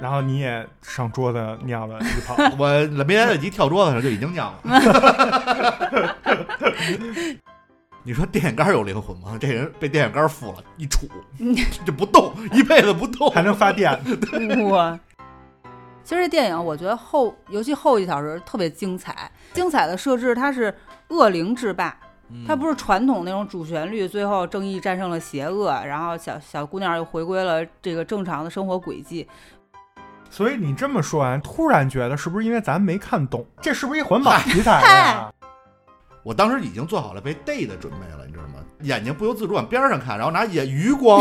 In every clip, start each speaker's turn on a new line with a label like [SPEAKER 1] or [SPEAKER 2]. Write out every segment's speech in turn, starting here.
[SPEAKER 1] 然后你也上桌子尿了一泡。
[SPEAKER 2] 我没来得及跳桌子上就已经尿了。你说电线杆有灵魂吗？这人被电线杆缚了，一杵就不动，一辈子不动。
[SPEAKER 1] 还能发电，
[SPEAKER 3] 我。 其实这电影，我觉得后，尤其后一小时特别精彩。精彩的设置，它是恶灵制霸，它不
[SPEAKER 2] 是
[SPEAKER 3] 是传统那种主旋律，最后正义战胜了邪恶，然后小小姑娘又回归了这个正常的生活轨迹。
[SPEAKER 1] 所以你这么说完，突然觉得是不是因为咱没看懂？这是不是一环保题材啊呀？
[SPEAKER 2] 我当时已经做好了被逮的准备了，你知道吗？眼睛不由自主往边上看，然后拿眼余光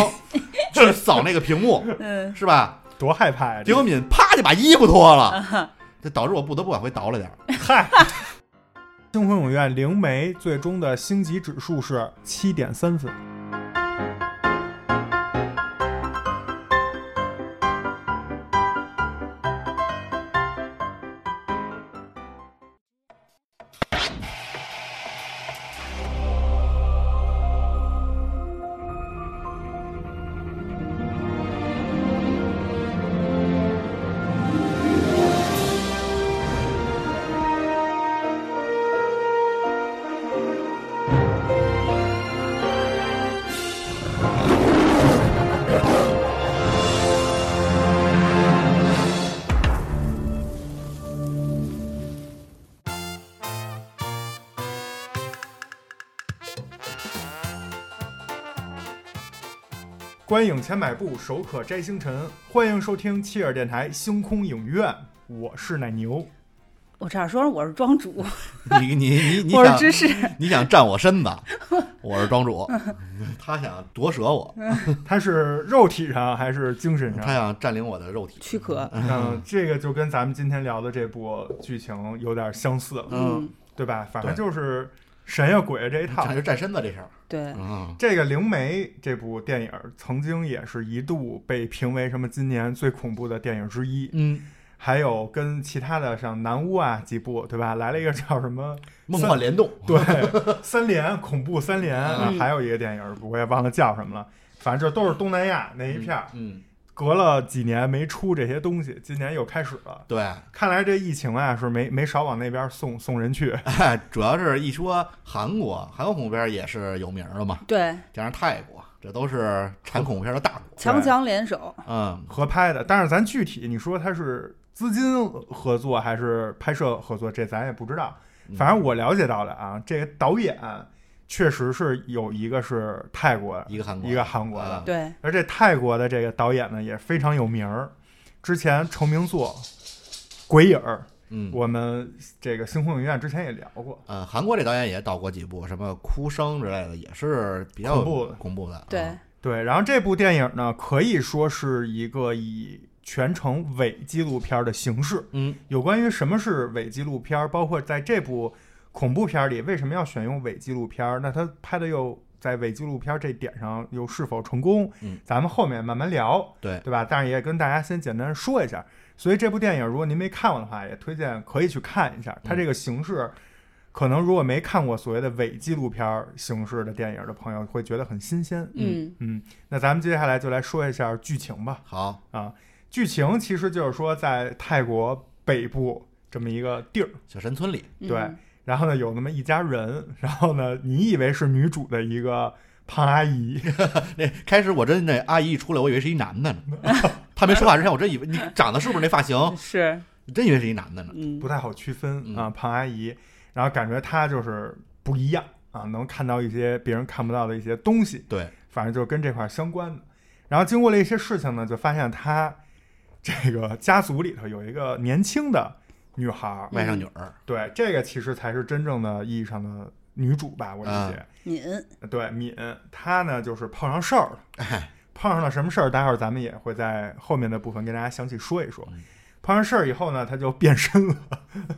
[SPEAKER 2] 去扫那个屏幕，
[SPEAKER 3] 嗯，
[SPEAKER 2] 是吧？
[SPEAKER 1] 多害怕呀！
[SPEAKER 2] 结
[SPEAKER 1] 这
[SPEAKER 2] 果
[SPEAKER 1] 个
[SPEAKER 2] 敏啪就把衣服脱了，这导致我不得不往回倒了点儿。
[SPEAKER 1] 嗨， 星空影院灵媒最终的星级指数是七点三分。观影千百步，手可摘星辰。欢迎收听切尔电台星空影院，我是奶牛。
[SPEAKER 3] 我差点说我是庄主，
[SPEAKER 2] 你你你 你
[SPEAKER 3] 我是
[SPEAKER 2] 想嗯
[SPEAKER 3] 芝士，
[SPEAKER 2] 你想占我身子，我是庄主，他想夺舍我，
[SPEAKER 1] 他是肉体上还是精神
[SPEAKER 2] 他
[SPEAKER 1] 上？
[SPEAKER 2] 想占领我的肉体。
[SPEAKER 3] 躯壳。
[SPEAKER 1] 嗯，这个就跟咱们今天聊的这部剧情有点相似了，
[SPEAKER 3] 嗯，
[SPEAKER 1] 对吧？反正
[SPEAKER 2] 对
[SPEAKER 1] 就是神呀鬼呀这一套
[SPEAKER 2] 他。就占身子这事儿，
[SPEAKER 3] 对，
[SPEAKER 2] 嗯，
[SPEAKER 1] 这个《灵媒》这部电影曾经也是一度被评为什么今年最恐怖的电影之一，
[SPEAKER 2] 嗯，
[SPEAKER 1] 还有跟其他的像《南巫》啊几部，对吧？来了一个叫什么？
[SPEAKER 2] 梦幻联动，
[SPEAKER 1] 对，三连恐怖三连、啊
[SPEAKER 3] 嗯
[SPEAKER 1] 还有一个电影我也忘了叫什么了，反正就都是东南亚那一片儿。
[SPEAKER 2] 嗯，
[SPEAKER 1] 隔了几年没出这些东西，今年又开始了。
[SPEAKER 2] 对，
[SPEAKER 1] 看来这疫情啊是没没少往那边送送人去。
[SPEAKER 2] 哎，主要是一说韩国，韩国恐怖片儿也是有名儿的嘛，
[SPEAKER 3] 对，
[SPEAKER 2] 加上泰国，这都是产恐怖片儿的大 国，
[SPEAKER 3] 强强联手。
[SPEAKER 2] 嗯，
[SPEAKER 1] 合拍的，但是咱具体你说它是资金合作还是拍摄合作，这咱也不知道。
[SPEAKER 2] 嗯
[SPEAKER 1] 反正我了解到的啊，这个导演确实是有一个是泰国的，
[SPEAKER 2] 嗯一个韩国，
[SPEAKER 1] 一个韩国的，
[SPEAKER 2] 啊
[SPEAKER 3] 对，
[SPEAKER 1] 而这泰国的这个导演呢也非常有名儿，之前成名作《鬼影儿》，
[SPEAKER 2] 嗯，
[SPEAKER 1] 我们这个星空影院之前也聊过。
[SPEAKER 2] 呃，韩国这导演也导过几部，什么《哭声》之类的，也是比较
[SPEAKER 1] 恐怖的
[SPEAKER 2] 恐怖的，
[SPEAKER 3] 对
[SPEAKER 2] 嗯，，
[SPEAKER 1] 对，然后这部电影呢，可以说是一个以全程伪纪录片的形式，
[SPEAKER 2] 嗯，
[SPEAKER 1] 有关于什么是伪纪录片儿，包括在这部恐怖片儿里为什么要选用伪纪录片儿，那他拍的又在伪纪录片儿这点上又是否成功？
[SPEAKER 2] 嗯，
[SPEAKER 1] 咱们后面慢慢聊，
[SPEAKER 2] 对，
[SPEAKER 1] 对吧？但是也跟大家先简单说一下。所以这部电影，如果您没看过的话，也推荐可以去看一下。它这个形式，可能如果没看过所谓的伪纪录片儿形式的电影的朋友，会觉得很新鲜。
[SPEAKER 3] 嗯，
[SPEAKER 1] 嗯，那咱们接下来就来说一下剧情吧。
[SPEAKER 2] 好，
[SPEAKER 1] 剧情其实就是说，在泰国北部这么一个地儿，
[SPEAKER 2] 小山村里，
[SPEAKER 3] 嗯
[SPEAKER 1] 对，然后呢有那么一家人， 然后呢你以为是女主的一个胖阿姨，
[SPEAKER 2] 那开始我真那阿姨一出来，我以为是一男的呢。他没说话之前，我真以为你长得是不是那发型？
[SPEAKER 3] 是，
[SPEAKER 2] 你真以为是一男的呢。
[SPEAKER 3] 嗯
[SPEAKER 1] 不，太好区分
[SPEAKER 2] 嗯
[SPEAKER 1] 啊，胖阿姨，然后感觉她就是不一样啊，能看到一些别人看不到的一些东西，
[SPEAKER 2] 对，
[SPEAKER 1] 反正就是跟这块儿相关的。然后经过了一些事情呢，就发现她这个家族里头有一个年轻的女孩儿，
[SPEAKER 2] 外甥女儿，
[SPEAKER 1] 对，这个其实才是真正的意义上的女主吧，我理解。
[SPEAKER 3] 敏，
[SPEAKER 1] 对，敏她呢就是碰上事儿了，
[SPEAKER 2] 哎，
[SPEAKER 1] 碰上了什么事儿？待会儿咱们也会在后面的部分跟大家详细说一说
[SPEAKER 2] 嗯。
[SPEAKER 1] 碰上事儿以后呢，她就变身了，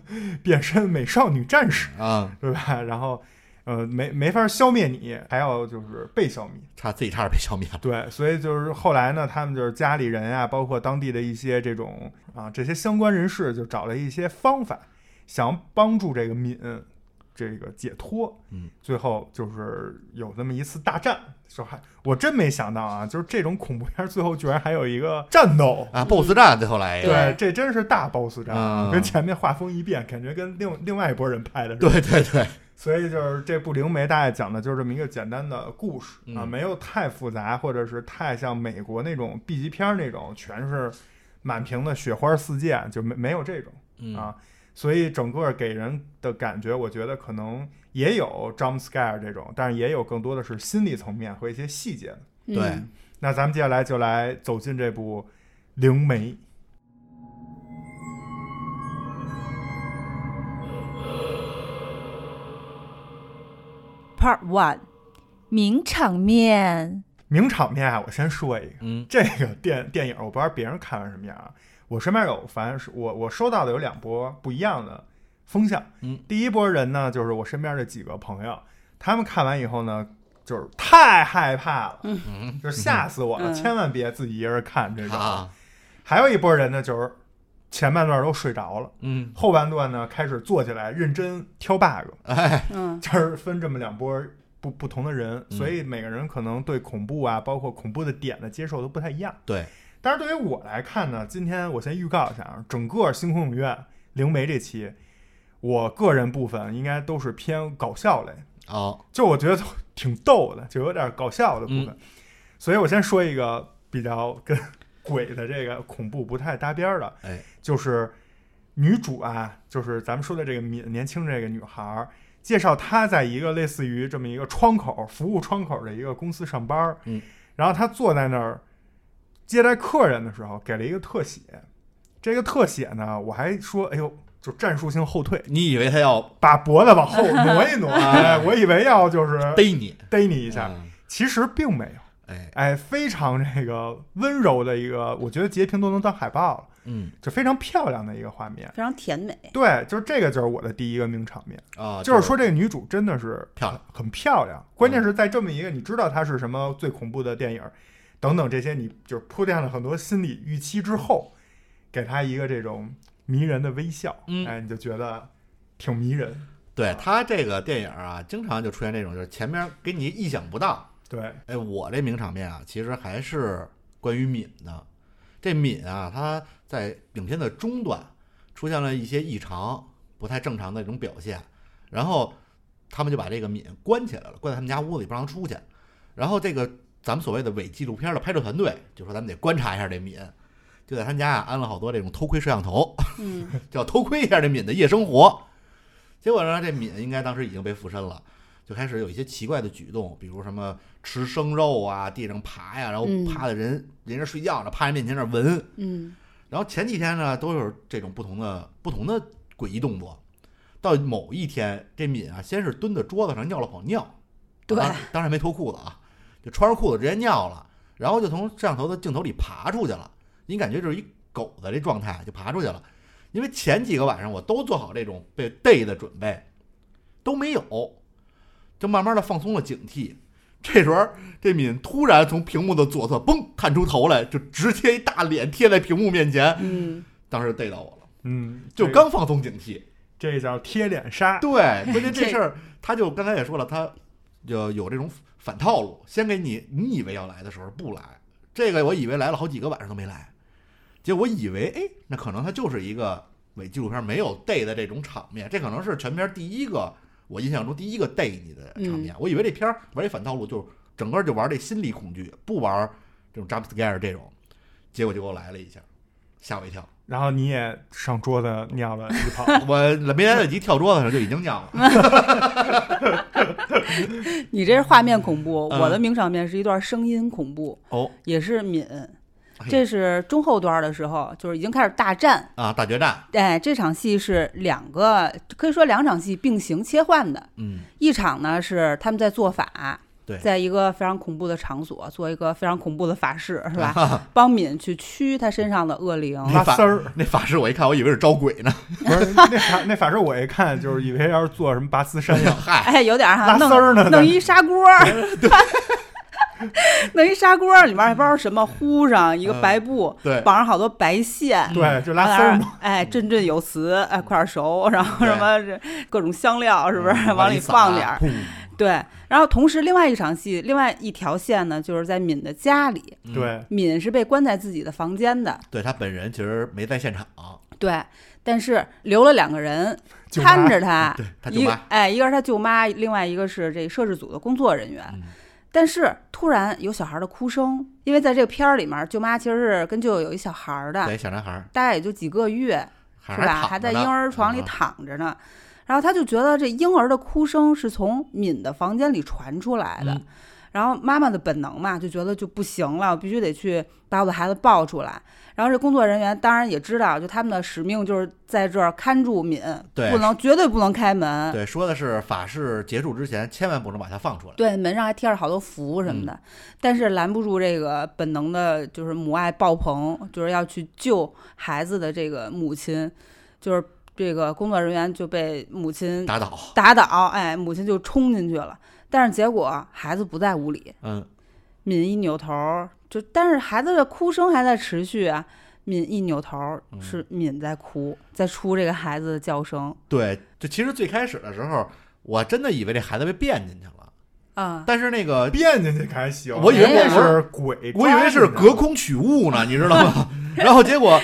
[SPEAKER 1] 变身美少女战士，
[SPEAKER 2] 啊，
[SPEAKER 1] 对吧？然后，呃，没没法消灭你，还要就是被消灭。
[SPEAKER 2] 差自己差点被消灭了。
[SPEAKER 1] 对，所以就是后来呢，他们就是家里人啊，包括当地的一些这种啊这些相关人士，就找了一些方法，想帮助这个敏这个解脱。
[SPEAKER 2] 嗯，
[SPEAKER 1] 最后就是有那么一次大战，说还我真没想到啊，就是这种恐怖片儿最后居然还有一个战斗。
[SPEAKER 2] 啊，BOSS 战最后来一个，
[SPEAKER 1] 对，这真是大 BOSS 战，
[SPEAKER 2] 啊
[SPEAKER 1] 跟前面画风一变，感觉跟另另外一拨人拍的似的。
[SPEAKER 2] 对对对，
[SPEAKER 1] 所以就是这部《灵媒》大概讲的就是这么一个简单的故事啊，
[SPEAKER 2] 嗯
[SPEAKER 1] 没有太复杂，或者是太像美国那种 B 级片儿那种，全是满屏的雪花四溅，就没没有这种
[SPEAKER 2] 嗯
[SPEAKER 1] 啊。所以整个给人的感觉，我觉得可能也有 jump scare 这种，但是也有更多的是心理层面和一些细节的。
[SPEAKER 2] 对
[SPEAKER 3] 嗯，
[SPEAKER 1] 那咱们接下来就来走进这部《灵媒》。
[SPEAKER 3] Part One，名场面，
[SPEAKER 1] 名场面啊，我先说一个，
[SPEAKER 2] 嗯
[SPEAKER 1] 这个电电影，我不知道别人看成什么样啊。我身边有，反正是我我收到的有两波不一样的风向。
[SPEAKER 2] 嗯，
[SPEAKER 1] 第一波人呢，就是我身边的几个朋友，他们看完以后呢，就是太害怕了，
[SPEAKER 2] 嗯
[SPEAKER 1] 就是吓死我了，
[SPEAKER 3] 嗯
[SPEAKER 1] 千万别自己一个人看这种。
[SPEAKER 2] 啊，
[SPEAKER 1] 还有一波人呢，就是前半段都睡着了，
[SPEAKER 2] 嗯
[SPEAKER 1] 后半段呢开始坐起来认真挑 bug，
[SPEAKER 3] 嗯
[SPEAKER 1] 就是分这么两波不不同的人，
[SPEAKER 2] 嗯
[SPEAKER 1] 所以每个人可能对恐怖啊，包括恐怖的点的接受都不太一样。
[SPEAKER 2] 对，
[SPEAKER 1] 但是对于我来看呢，今天我先预告一下啊，整个星空影院灵媒这期，我个人部分应该都是偏搞笑类，
[SPEAKER 2] 哦，
[SPEAKER 1] 就我觉得挺逗的，就有点搞笑的部
[SPEAKER 2] 嗯
[SPEAKER 1] 分。所以我先说一个比较跟鬼的这个恐怖不太搭边儿的，
[SPEAKER 2] 哎，
[SPEAKER 1] 就是女主啊，就是咱们说的这个年年轻这个女孩儿，介绍她在一个类似于这么一个窗口服务窗口的一个公司上班儿，
[SPEAKER 2] 嗯，
[SPEAKER 1] 然后她坐在那儿接待客人的时候，给了一个特写，这个特写呢，我还说，哎呦，就战术性后退，
[SPEAKER 2] 你以为他要
[SPEAKER 1] 把脖子往后挪一 挪，哎，我以为要就是
[SPEAKER 2] 逮你
[SPEAKER 1] 逮你一
[SPEAKER 2] 一
[SPEAKER 1] 下，，其实并没有。
[SPEAKER 2] 哎，
[SPEAKER 1] 哎，非常这个温柔的一个，我觉得截屏都能当海报了，
[SPEAKER 2] 嗯
[SPEAKER 1] 就非常漂亮的一个画面。
[SPEAKER 3] 非常甜 美，
[SPEAKER 1] 对，就是这个，就是我的第一个名场面，
[SPEAKER 2] 啊，
[SPEAKER 1] 就是说这个女主真的是
[SPEAKER 2] 漂亮，嗯
[SPEAKER 1] 很漂亮，关键是在这么一个你知道它是什么最恐怖的电影，等等这些，你就是铺垫了很多心理预期之后，给她一个这种迷人的微笑，
[SPEAKER 2] 嗯
[SPEAKER 1] 哎，你就觉得挺迷人，
[SPEAKER 2] 对他这个电影啊，经常就出现这种，就是前面给你意想不到。
[SPEAKER 1] 对，
[SPEAKER 2] 哎，我这名场面啊，其实还是关于敏的。这敏啊，她在影片的中段出现了一些异常、不太正常的一种表现，然后他们就把这个敏关起来了，关在他们家屋子里不让她出去。然后这个咱们所谓的伪纪录片的拍摄团队就说咱们得观察一下这敏，就在他们家啊安了好多这种偷窥摄像头，
[SPEAKER 3] 嗯，
[SPEAKER 2] 就要偷窥一下这敏的夜生活。结果呢，这敏应该当时已经被附身了，就开始有一些奇怪的举动，比如什么吃生肉啊，地上爬呀，然后
[SPEAKER 3] 嗯
[SPEAKER 2] 趴在人、人家睡觉呢，趴在面前那儿闻。
[SPEAKER 3] 嗯
[SPEAKER 2] 然后前几天呢，都有这种不同的不同的诡异动作。到某一天，这敏啊，先是蹲在桌子上尿了泡尿，
[SPEAKER 3] 对
[SPEAKER 2] 当当然没脱裤子啊，就穿上裤子直接尿了，然后就从摄像头的镜头里爬出去了。你感觉就是一狗的这状态，就爬出去了。因为前几个晚上我都做好这种被逮的准备，都没有，就慢慢的放松了警惕。这时候，这敏突然从屏幕的左侧嘣探出头来，就直接一大脸贴在屏幕面前，
[SPEAKER 3] 嗯，
[SPEAKER 2] 当时逮到我了，
[SPEAKER 1] 嗯，
[SPEAKER 2] 就
[SPEAKER 1] 这
[SPEAKER 2] 刚放松警惕。
[SPEAKER 1] 这叫贴脸杀，
[SPEAKER 2] 对，关键这事儿，他就刚才也说了，他就有这种反套路，先给你你以为要来的时候不来，这个我以为来了好几个晚上都没来，结果我以为哎，那可能他就是一个伪纪录片没有 day 的这种场面，这可能是全片第一个我印象中第一个 day 你的场面，我以为这片儿玩一反套路，就是整个就玩这心理恐惧，不玩这种 jump scare 这种，结果就给我来了一下，吓我一跳。
[SPEAKER 1] 然后你也上桌子尿了一 泡，
[SPEAKER 2] 我没来得及跳桌子上就已经尿了，
[SPEAKER 3] 你这是画面恐怖，
[SPEAKER 2] 嗯
[SPEAKER 3] 我的名场面是一段声音恐怖，
[SPEAKER 2] 哦
[SPEAKER 3] 也是敏
[SPEAKER 2] 哎呀，
[SPEAKER 3] 这是中后段的时候，就是已经开始大战。
[SPEAKER 2] 啊！大决战，
[SPEAKER 3] 哎，这场戏是两个，可以说两场戏并行切换的。
[SPEAKER 2] 嗯，
[SPEAKER 3] 一场呢是他们在做法
[SPEAKER 2] 对，
[SPEAKER 3] 在一个非常恐怖的场所做一个非常恐怖的法事，是 吧？帮敏去驱他身上的恶灵。
[SPEAKER 1] 拉丝儿，
[SPEAKER 2] 那法师我一看，我以为是招鬼呢。
[SPEAKER 1] 不是那法那法师，我一看就是以为要 是做什么拔丝山药，
[SPEAKER 2] 嗨，
[SPEAKER 3] 哎，有点儿哈，
[SPEAKER 1] 拉丝
[SPEAKER 3] 弄
[SPEAKER 1] 儿呢
[SPEAKER 3] 弄一砂锅儿， 弄一砂锅，里面还不知道什么，糊上一个
[SPEAKER 2] 嗯
[SPEAKER 3] 白布，
[SPEAKER 2] 对
[SPEAKER 3] 绑上好多白
[SPEAKER 2] 嗯
[SPEAKER 3] 线，
[SPEAKER 1] 对，就
[SPEAKER 3] 然后
[SPEAKER 1] 嗯拉丝
[SPEAKER 3] 在
[SPEAKER 1] 儿
[SPEAKER 3] 那
[SPEAKER 1] 嘛。
[SPEAKER 3] 儿哎，振振有词，哎，快点熟，然后
[SPEAKER 2] 对
[SPEAKER 3] 什么这各种香料，是不是
[SPEAKER 2] 嗯
[SPEAKER 3] 往里
[SPEAKER 2] 撒
[SPEAKER 3] 放点儿？
[SPEAKER 2] 砰
[SPEAKER 3] 对，然后同时另外一场戏，另外一条线呢，就是在敏的家里，
[SPEAKER 2] 嗯
[SPEAKER 1] 对，
[SPEAKER 3] 敏是被关在自己的房间的，
[SPEAKER 2] 对他本人其实没在现场，
[SPEAKER 3] 对，但是留了两个人
[SPEAKER 1] 舅妈
[SPEAKER 3] 看着他，
[SPEAKER 2] 对他舅
[SPEAKER 3] 一个
[SPEAKER 2] 妈，
[SPEAKER 3] 哎，一个是他舅妈，另外一个是这摄制组的工作人员。
[SPEAKER 2] 嗯
[SPEAKER 3] 但是突然有小孩的哭声，因为在这个片儿里面，舅妈其实是跟舅舅有一小孩儿的，
[SPEAKER 2] 对小男孩儿
[SPEAKER 3] 大概也就几个月，
[SPEAKER 2] 还
[SPEAKER 3] 啊是吧？
[SPEAKER 2] 躺
[SPEAKER 3] 还
[SPEAKER 2] 着
[SPEAKER 3] 在婴
[SPEAKER 2] 呢
[SPEAKER 3] 儿床里
[SPEAKER 2] 嗯
[SPEAKER 3] 躺着呢。然后他就觉得这婴儿的哭声是从敏的房间里传出来的，
[SPEAKER 2] 嗯
[SPEAKER 3] 然后妈妈的本能嘛，就觉得就不行了，我必须得去把我的孩子抱出来。然后这工作人员当然也知道，就他们的使命就是在这儿看住敏，
[SPEAKER 2] 对
[SPEAKER 3] 不能绝对不能开门，
[SPEAKER 2] 对，说的是法事结束之前，千万不能把他放出来。
[SPEAKER 3] 对，门上还贴着好多符什么
[SPEAKER 2] 嗯
[SPEAKER 3] 的，但是拦不住这个本能的，就是母爱爆棚，就是要去救孩子的这个母亲，就是这个工作人员就被母亲
[SPEAKER 2] 打倒，
[SPEAKER 3] 打倒，哎，母亲就冲进去了，但是结果孩子不在屋里，
[SPEAKER 2] 嗯，
[SPEAKER 3] 敏一扭头就，但是孩子的哭声还在持续啊，敏一扭头
[SPEAKER 2] 嗯
[SPEAKER 3] 是敏在哭，在出这个孩子的叫声
[SPEAKER 2] 对，就其实最开始的时候，我真的以为这孩子被变进去了，
[SPEAKER 3] 啊，
[SPEAKER 2] 但是那个
[SPEAKER 1] 变进去还行，
[SPEAKER 2] 我以
[SPEAKER 3] 为我
[SPEAKER 1] 是鬼，
[SPEAKER 2] 我以为是隔空取物呢，你知道吗？然后结果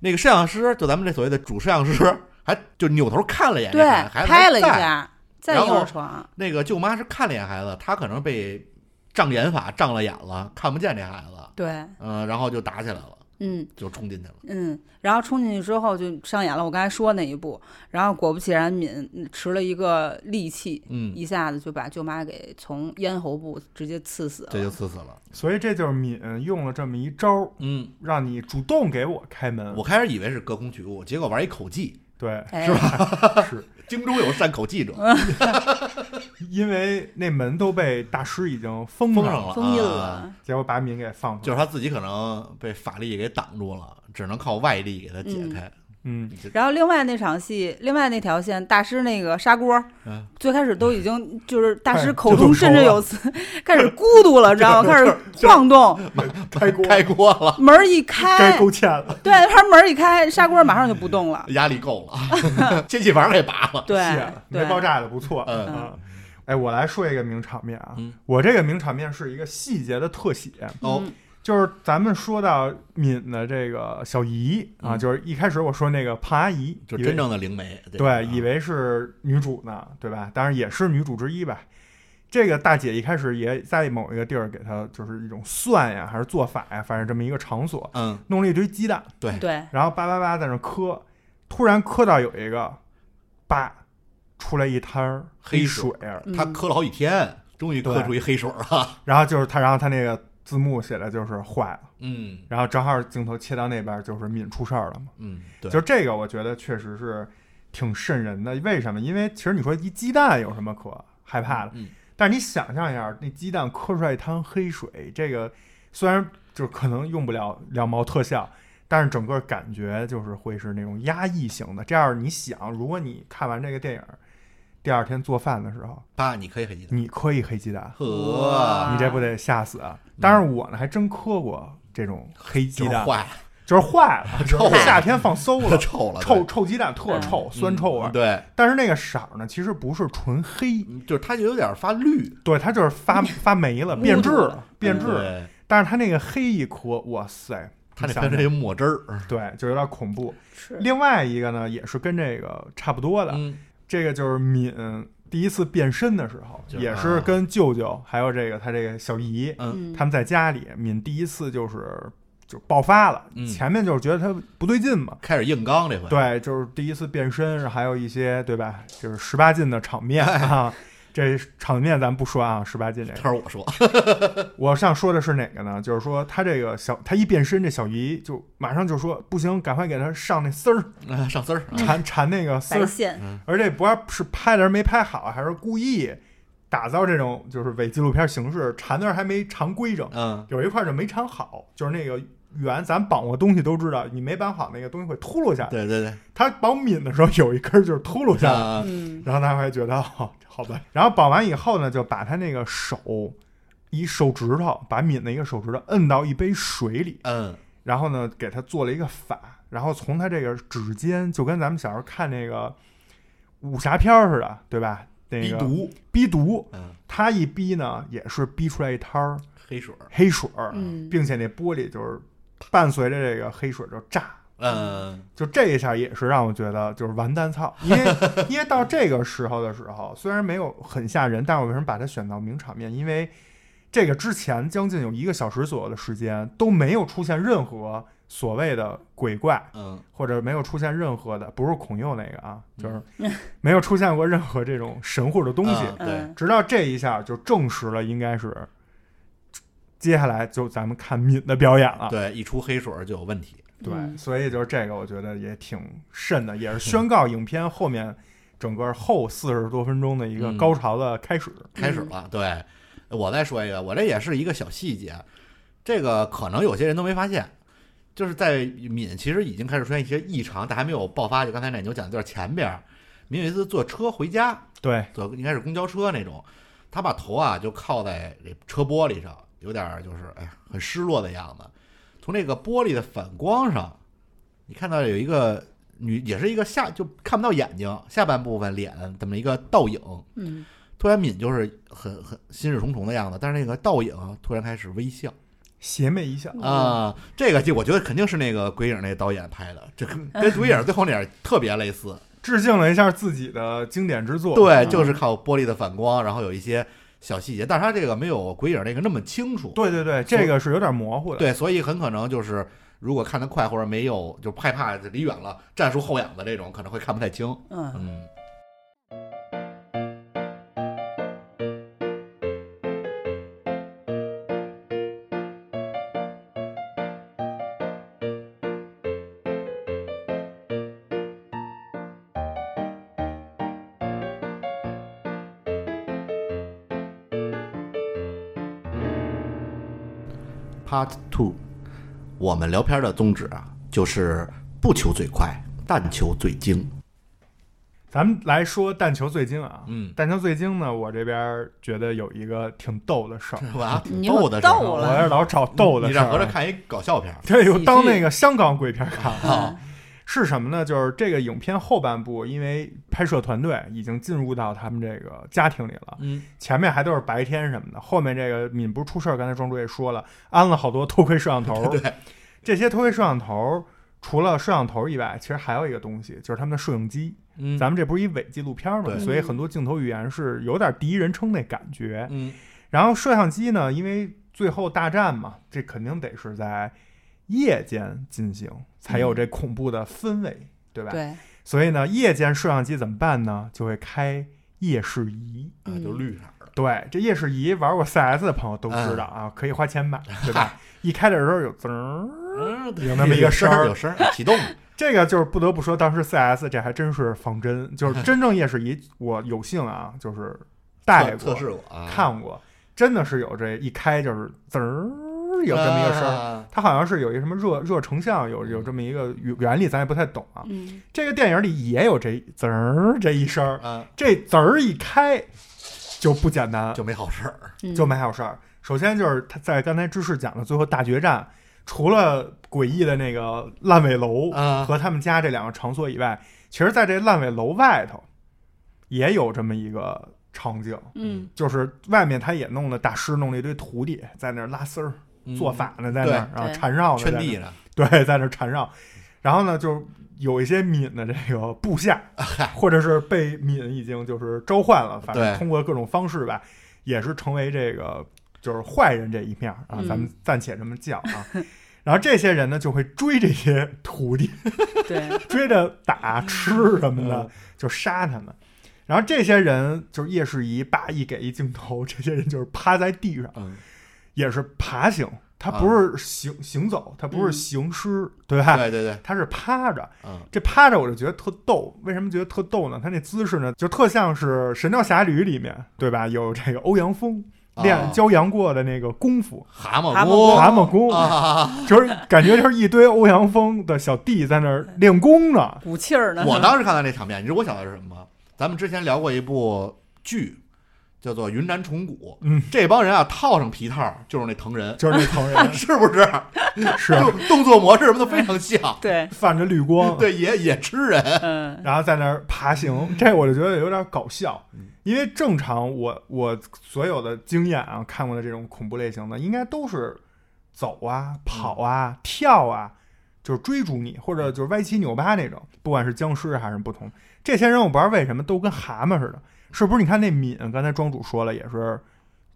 [SPEAKER 2] 那个摄像师，就咱们这所谓的主摄像师，还就扭头看了一眼这
[SPEAKER 3] 啊对
[SPEAKER 2] 孩子，，孩子
[SPEAKER 3] 拍了一
[SPEAKER 2] 还在。
[SPEAKER 3] 下，在
[SPEAKER 2] 然后
[SPEAKER 3] 右床，
[SPEAKER 2] 那个舅妈是看了一眼孩子，她可能被障眼法障了眼了，看不见这孩子，
[SPEAKER 3] 对，
[SPEAKER 2] 嗯、然后就打起来了，
[SPEAKER 3] 嗯。
[SPEAKER 2] 就冲进去了。
[SPEAKER 3] 嗯，然后冲进去之后就上演了我刚才说那一步，然后果不其然，敏嗯持了一个利器，
[SPEAKER 2] 嗯，
[SPEAKER 3] 一下子就把舅妈给从咽喉部直接刺死了。
[SPEAKER 2] 这就刺死了。
[SPEAKER 1] 所以这就是敏用了这么一招儿，
[SPEAKER 2] 嗯，
[SPEAKER 1] 让你主动给我开门。
[SPEAKER 2] 我开始以为是隔空取物，结果玩一口技，
[SPEAKER 1] 对，
[SPEAKER 3] 哎、是吧？
[SPEAKER 1] 是
[SPEAKER 2] 京中有善口技者，
[SPEAKER 1] 因为那门都被大师已经封
[SPEAKER 2] 封
[SPEAKER 1] 上
[SPEAKER 2] 上了，
[SPEAKER 3] 封印
[SPEAKER 2] 啊。
[SPEAKER 3] 了。
[SPEAKER 1] 结果把敏给放出
[SPEAKER 2] 就
[SPEAKER 1] 来。
[SPEAKER 2] 是他自己可能被法力给挡住了，只能靠外力给他解开。
[SPEAKER 1] 嗯，
[SPEAKER 2] 你这
[SPEAKER 3] 然后另外那场戏，另外那条线，大师那个砂锅，
[SPEAKER 2] 嗯
[SPEAKER 3] 最开始都已经就是大师
[SPEAKER 1] 哎
[SPEAKER 3] 口
[SPEAKER 1] 这都
[SPEAKER 3] 中振振
[SPEAKER 1] 熟了
[SPEAKER 3] 有词，开始咕嘟了，知道吗？开始晃动，
[SPEAKER 1] 开锅
[SPEAKER 2] 开锅了，
[SPEAKER 3] 门儿一
[SPEAKER 1] 该
[SPEAKER 2] 哎
[SPEAKER 3] 开，
[SPEAKER 1] 够欠了，
[SPEAKER 3] 对，他门儿一开，砂锅马上就不动了。
[SPEAKER 2] 压力够了， 接气阀给拔了。
[SPEAKER 3] 对
[SPEAKER 1] 谢了，
[SPEAKER 3] 对
[SPEAKER 1] 啊没，爆炸的不错。
[SPEAKER 2] 嗯
[SPEAKER 1] 啊，哎，我来说一个名场面啊
[SPEAKER 2] 嗯，
[SPEAKER 1] 我这个名场面是一个细节的特写，
[SPEAKER 2] 哦，
[SPEAKER 3] 嗯
[SPEAKER 1] 就是咱们说到敏的这个小姨啊，
[SPEAKER 2] 嗯
[SPEAKER 1] 就是一开始我说那个胖阿姨，
[SPEAKER 2] 就
[SPEAKER 1] 以为
[SPEAKER 2] 真正的灵媒，
[SPEAKER 1] 对，
[SPEAKER 2] 吧啊
[SPEAKER 1] 以为是女主呢，对吧？当然也是女主之一吧。这个大姐一开始也在某一个地儿给她就是一种算呀，还是做法呀，反正这么一个场所，
[SPEAKER 2] 嗯，
[SPEAKER 1] 弄了一堆鸡蛋，
[SPEAKER 3] 对，
[SPEAKER 1] 然后叭叭叭在那磕，突然磕到有一个，叭，出来一滩儿
[SPEAKER 2] 黑
[SPEAKER 1] 水儿，
[SPEAKER 3] 嗯
[SPEAKER 2] 他磕了好几天，终于磕
[SPEAKER 1] 对
[SPEAKER 2] 出一黑手了。
[SPEAKER 1] 然后就是她，然后她那个字幕写的就是坏了，
[SPEAKER 2] 嗯
[SPEAKER 1] 然后正好镜头切到那边，就是敏出事儿了嘛。
[SPEAKER 2] 嗯，对，
[SPEAKER 1] 就是这个，我觉得确实是挺瘆人的。为什么？因为其实你说一鸡蛋有什么可害怕的？
[SPEAKER 2] 嗯
[SPEAKER 1] 但是你想象一下，那鸡蛋磕出来一滩黑水，这个虽然就是可能用不了两毛特效，但是整个感觉就是会是那种压抑型的。这样你想，如果你看完这个电影，第二天做饭的时候，
[SPEAKER 2] 爸，你可以很记得。
[SPEAKER 1] 你磕一黑鸡蛋，
[SPEAKER 2] 呵，
[SPEAKER 1] 啊
[SPEAKER 2] 嗯
[SPEAKER 1] 你这不得吓死啊？当然我呢还真磕过这种黑鸡
[SPEAKER 2] 就是
[SPEAKER 1] 蛋，
[SPEAKER 2] 坏了，
[SPEAKER 1] 就是坏了，
[SPEAKER 2] 臭
[SPEAKER 1] 就是夏天放馊了，
[SPEAKER 2] 臭了，
[SPEAKER 1] 臭
[SPEAKER 2] 对
[SPEAKER 1] 臭鸡蛋特
[SPEAKER 3] 嗯
[SPEAKER 1] 臭，酸臭味、
[SPEAKER 2] 嗯对，
[SPEAKER 1] 但是那个色儿呢，其实不是纯黑，
[SPEAKER 2] 嗯就是它有点发绿，
[SPEAKER 1] 对，它就是发发霉 了，
[SPEAKER 3] 嗯糊
[SPEAKER 1] 变质
[SPEAKER 3] 涂了
[SPEAKER 1] 了，变质了。
[SPEAKER 2] 嗯对，
[SPEAKER 1] 但是它那个黑一颗，哇塞，
[SPEAKER 2] 它
[SPEAKER 1] 你
[SPEAKER 2] 得
[SPEAKER 1] 想
[SPEAKER 2] 变成
[SPEAKER 1] 想
[SPEAKER 2] 一墨汁儿。
[SPEAKER 1] 对，就有点恐怖。
[SPEAKER 3] 是
[SPEAKER 1] 另外一个呢，也是跟这个差不多的，
[SPEAKER 2] 嗯，
[SPEAKER 1] 这个就是敏第一次变身的时候，
[SPEAKER 2] 就是啊
[SPEAKER 1] 也是跟舅舅还有这个他这个小姨，
[SPEAKER 3] 嗯
[SPEAKER 1] 他们在家里，敏第一次就是就爆发了，
[SPEAKER 2] 嗯
[SPEAKER 1] 前面就是觉得他不对劲嘛。
[SPEAKER 2] 开始硬刚这回。
[SPEAKER 1] 对，就是第一次变身，还有一些对吧，就是十八禁的场面啊。这场面咱不说啊，十八禁这
[SPEAKER 2] 这
[SPEAKER 1] 个。
[SPEAKER 2] 是我说，
[SPEAKER 1] 我想说的是哪个呢？就是说他这个小，他一变身，这小姨就马上就说不行，赶快给他上那丝儿，
[SPEAKER 2] 啊上丝儿，啊
[SPEAKER 1] 缠缠那个丝
[SPEAKER 3] 白
[SPEAKER 1] 儿。
[SPEAKER 3] 线，
[SPEAKER 1] 而且不知道是拍的人没拍好，还是故意打造这种就是伪纪录片形式，缠那儿还没缠规整，
[SPEAKER 2] 嗯，
[SPEAKER 1] 有一块就没缠好，就是那个圆，咱绑过东西都知道，你没绑好那个东西会秃噜下来。
[SPEAKER 2] 对对对，
[SPEAKER 1] 他绑敏的时候有一根 儿就是秃噜下来，
[SPEAKER 2] 啊
[SPEAKER 3] 嗯，
[SPEAKER 1] 然后他还觉得哦，好吧。然后绑完以后呢，就把他那个手一手指头把敏的一个手指头摁到一杯水里，
[SPEAKER 2] 嗯，
[SPEAKER 1] 然后呢给他做了一个法，然后从他这个指尖，就跟咱们小时候看那个武侠片儿似的，对吧？那
[SPEAKER 2] 逼
[SPEAKER 1] 个
[SPEAKER 2] 毒，
[SPEAKER 1] 逼毒，
[SPEAKER 2] 嗯，
[SPEAKER 1] 他一逼呢也是逼出来一滩儿
[SPEAKER 2] 黑水儿，
[SPEAKER 1] 黑水儿，
[SPEAKER 3] 嗯
[SPEAKER 1] 并且那玻璃就是伴随着这个黑水就炸。
[SPEAKER 2] 嗯，
[SPEAKER 1] 就这一下也是让我觉得就是完蛋操，因为因为到这个时候的时候，虽然没有很吓人，但我为什么把它选到名场面？因为这个之前将近有一个小时左右的时间都没有出现任何所谓的鬼怪，
[SPEAKER 2] 嗯，
[SPEAKER 1] 或者没有出现任何的不是孔佑那个啊，就是没有出现过任何这种神乎的东西。
[SPEAKER 2] 嗯对，
[SPEAKER 3] 嗯
[SPEAKER 1] 直到这一下就证实了，应该是接下来就咱们看敏的表演了。
[SPEAKER 2] 对，一出黑水儿就有问题，
[SPEAKER 1] 对，
[SPEAKER 3] 嗯
[SPEAKER 1] 所以就是这个，我觉得也挺瘆的，
[SPEAKER 2] 嗯
[SPEAKER 1] 也是宣告影片后面整个后四十多分钟的一个
[SPEAKER 2] 嗯
[SPEAKER 1] 高潮的开始。
[SPEAKER 2] 开始了。对，我再说一个，我这也是一个小细节，这个可能有些人都没发现，就是在敏其实已经开始出现一些异常，但还没有爆发。就刚才奶牛讲的，就是前边儿，敏有一次坐车回家，
[SPEAKER 1] 对，
[SPEAKER 2] 坐应该是公交车那种，他把头啊就靠在这车玻璃上，有点儿就是哎呀很失落的样子。从这个玻璃的反光上，你看到有一个女，也是一个下就看不到眼睛下半部分脸这么一个倒影。
[SPEAKER 3] 嗯
[SPEAKER 2] 突然敏就是很很心事重重的样子，但是那个倒影突然开始微笑
[SPEAKER 1] 邪魅一笑，
[SPEAKER 2] 啊、，这个就我觉得肯定是那个鬼影那导演拍的，这跟跟鬼影最后那点特别类似。
[SPEAKER 1] 致敬了一下自己的经典之作。
[SPEAKER 2] 对，
[SPEAKER 3] 嗯
[SPEAKER 2] 就是靠玻璃的反光，然后有一些小细节，但是它这个没有鬼影那个那么清楚。
[SPEAKER 1] 对对对，这个是有点模糊的。
[SPEAKER 2] 对，所以很可能就是如果看得快或者没有就害怕离远了战术后仰的这种，可能会看不太清。
[SPEAKER 3] 嗯
[SPEAKER 2] 嗯，Part Two，我们聊天的宗旨啊，就是不求最快，但求最精。
[SPEAKER 1] 咱们来说弹球最精啊，
[SPEAKER 2] 嗯，
[SPEAKER 1] 弹球最精呢，我这边觉得有一个挺逗的事儿，
[SPEAKER 2] 我还挺
[SPEAKER 3] 你
[SPEAKER 2] 逗
[SPEAKER 3] 可
[SPEAKER 2] 的事儿，
[SPEAKER 3] 逗
[SPEAKER 1] 我
[SPEAKER 3] 了
[SPEAKER 1] 要老找逗的
[SPEAKER 2] 你
[SPEAKER 1] 事
[SPEAKER 2] 让合着
[SPEAKER 1] 儿。啊
[SPEAKER 2] 看一搞笑片儿
[SPEAKER 1] 对，有当
[SPEAKER 3] 喜剧
[SPEAKER 1] 那个香港鬼片看了。
[SPEAKER 2] 啊？
[SPEAKER 1] 是什么呢？就是这个影片后半部，因为拍摄团队已经进入到他们这个家庭里了，
[SPEAKER 2] 嗯，
[SPEAKER 1] 前面还都是白天什么的，后面这个敏不是出事儿，刚才庄主也说了，安了好多偷窥摄像头。
[SPEAKER 2] 对，
[SPEAKER 1] 这些偷窥摄像头除了摄像头以外，其实还有一个东西，就是他们的摄影机。
[SPEAKER 2] 嗯
[SPEAKER 1] 咱们这不是一伪纪录片嘛，
[SPEAKER 2] 对
[SPEAKER 1] 所以很多镜头语言是有点第一人称那感觉。
[SPEAKER 2] 嗯
[SPEAKER 1] 然后摄像机呢，因为最后大战嘛，这肯定得是在夜间进行，才有这恐怖的氛围，对吧？
[SPEAKER 3] 对，
[SPEAKER 1] 所以呢，夜间摄像机怎么办呢？就会开夜视仪。
[SPEAKER 3] 嗯
[SPEAKER 2] 啊，就绿色的，
[SPEAKER 1] 对，这夜视仪玩过 CS 的朋友都知道啊，可以花钱买， 对吧？一开的时候有滋儿，
[SPEAKER 2] 嗯，
[SPEAKER 1] 有那么一个声儿
[SPEAKER 2] 有声儿 启动，
[SPEAKER 1] 这个就是不得不说，当时 CS 这还真是仿真，就是真正夜视仪，我有幸啊，就是戴
[SPEAKER 2] 测
[SPEAKER 1] 过
[SPEAKER 2] 测、试过啊，
[SPEAKER 1] 看过，真的是有这一开就是滋儿有这么一个声儿。
[SPEAKER 2] 儿，
[SPEAKER 1] 它好像是有一个什么热热成像，有
[SPEAKER 2] 嗯
[SPEAKER 1] 有这么一个原理，咱也不太懂啊。
[SPEAKER 3] 嗯
[SPEAKER 1] 这个电影里也有这滋儿 这一声儿，
[SPEAKER 2] 啊，
[SPEAKER 1] 这籽儿一开就不简单，
[SPEAKER 2] 就没好事儿，
[SPEAKER 3] 嗯
[SPEAKER 1] 就没好事儿。首先就是他在刚才芝士讲的最后大决战，除了诡异的那个烂尾楼
[SPEAKER 2] 啊
[SPEAKER 1] 和他们家这两个场所以外，其实在这烂尾楼外头也有这么一个场景，
[SPEAKER 3] 嗯
[SPEAKER 1] 就是外面他也弄了大师弄了一堆徒弟在那儿拉丝儿、
[SPEAKER 3] 嗯
[SPEAKER 2] 嗯
[SPEAKER 1] 做法呢，在那儿然后
[SPEAKER 3] 对
[SPEAKER 1] 缠绕呢，
[SPEAKER 2] 圈
[SPEAKER 1] 在那
[SPEAKER 2] 地
[SPEAKER 1] 儿
[SPEAKER 2] 呢，
[SPEAKER 1] 对，在那儿缠绕，然后呢就。有一些敏的这个部下，或者是被敏已经就是召唤了，反正
[SPEAKER 2] 对
[SPEAKER 1] 通过各种方式吧，也是成为这个就是坏人这一面儿啊，
[SPEAKER 3] 嗯
[SPEAKER 1] 咱们暂且这么叫啊。然后这些人呢，就会追这些徒弟，
[SPEAKER 3] 对，
[SPEAKER 1] 追着打、吃什么的
[SPEAKER 2] 嗯，
[SPEAKER 1] 就杀他们。然后这些人就是夜视仪叭一给一镜头，这些人就是趴在地上，
[SPEAKER 2] 嗯，
[SPEAKER 1] 也是爬行，他
[SPEAKER 2] 啊
[SPEAKER 1] 不是行、行走，他不是
[SPEAKER 3] 嗯
[SPEAKER 1] 行尸，对吧？
[SPEAKER 2] 对对对，
[SPEAKER 1] 他是趴着，
[SPEAKER 2] 嗯
[SPEAKER 1] 这趴着我就觉得特逗，为什么觉得特逗呢？他那姿势呢，就特像是《神雕侠侣》里面，对吧？有这个欧阳锋
[SPEAKER 2] 啊
[SPEAKER 1] 练骄阳过的那个功夫，
[SPEAKER 2] 蛤蟆
[SPEAKER 3] 蛤蟆
[SPEAKER 2] 功
[SPEAKER 3] 功
[SPEAKER 1] 蛤蟆功，
[SPEAKER 2] 啊，
[SPEAKER 1] 就是感觉就是一堆欧阳锋的小弟在那儿练功呢。
[SPEAKER 3] 鼓气儿呢，
[SPEAKER 2] 我当时看到那场面，你知道我想到是什么吗？咱们之前聊过一部剧，叫做云南虫谷，
[SPEAKER 1] 嗯，
[SPEAKER 2] 这帮人啊套上皮套就是那藤人，
[SPEAKER 1] 就是那藤人
[SPEAKER 2] 是不是？
[SPEAKER 1] 是啊
[SPEAKER 2] 就动作模式什么都非常像，
[SPEAKER 3] 对，
[SPEAKER 1] 泛着绿光，
[SPEAKER 2] 对，也也吃人，
[SPEAKER 3] 嗯
[SPEAKER 1] 然后在那儿爬行，这我就觉得有点搞笑
[SPEAKER 2] 嗯，
[SPEAKER 1] 因为正常我我所有的经验啊，看过的这种恐怖类型的，应该都是走啊、跑
[SPEAKER 2] 嗯
[SPEAKER 1] 啊、跳啊，就是追逐你，或者就是歪七扭八那种，不管是僵尸还是不同，这些人我不知道为什么都跟蛤蟆似的，是不是？你看那敏，刚才庄主说了，也是，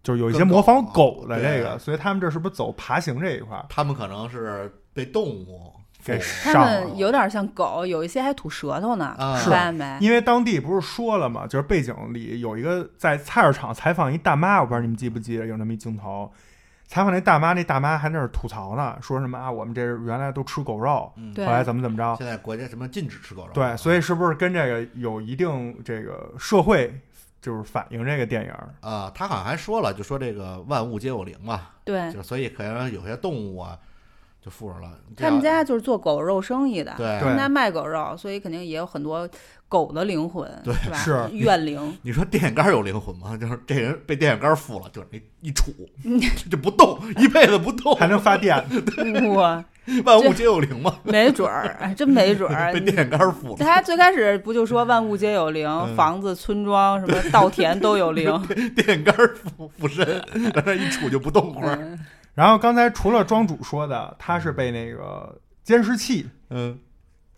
[SPEAKER 1] 就是有一些
[SPEAKER 2] 跟狗啊
[SPEAKER 1] 模仿狗的这
[SPEAKER 2] 对
[SPEAKER 1] 个，所以他们这是不是走爬行这一块儿
[SPEAKER 2] 他们可能是被动物
[SPEAKER 1] 给
[SPEAKER 2] 俘
[SPEAKER 3] 他
[SPEAKER 1] 上了？
[SPEAKER 3] 们有点像狗，有一些还吐舌头呢，
[SPEAKER 2] 啊
[SPEAKER 3] 发现没？
[SPEAKER 1] 因为当地不是说了嘛，就是背景里有一个在菜市场采访一大妈，我不知道你们记不记得有那么一镜头，采访那大妈，那大妈还在那儿吐槽呢，说什么啊，我们这原来都吃狗肉，
[SPEAKER 2] 嗯
[SPEAKER 3] 对
[SPEAKER 1] 后来怎么怎么着，
[SPEAKER 2] 现在国家什么禁止吃狗肉，啊
[SPEAKER 1] 对，所以是不是跟这个有一定这个社会就是反映这个电影儿？
[SPEAKER 2] 啊，他好像还说了，就说这个万物皆有灵嘛，
[SPEAKER 3] 对，
[SPEAKER 2] 就所以可能有些动物啊就附上了。这
[SPEAKER 3] 他们
[SPEAKER 2] 样
[SPEAKER 3] 家就是做狗肉生意的，
[SPEAKER 2] 对
[SPEAKER 3] 他们家卖狗肉，所以肯定也有很多狗的灵魂，
[SPEAKER 2] 对
[SPEAKER 3] 吧？
[SPEAKER 1] 是
[SPEAKER 3] 怨灵，
[SPEAKER 2] 你说电线杆有灵魂吗？就是这人被电线杆附了，就是一一 杵就不动，一辈子不动，
[SPEAKER 1] 还能发电，
[SPEAKER 3] 哇，
[SPEAKER 2] 万物皆有灵嘛，
[SPEAKER 3] 没准儿，哎，真没准儿
[SPEAKER 2] 被。电线杆附了，
[SPEAKER 3] 他最开始不就说万物皆有灵，
[SPEAKER 2] 嗯
[SPEAKER 3] 房子、村庄、什么稻田都有灵。
[SPEAKER 2] 电线杆附附身，在那一杵就不动会儿。
[SPEAKER 3] 嗯
[SPEAKER 1] 然后刚才除了庄主说的，他是被那个监视器
[SPEAKER 2] 嗯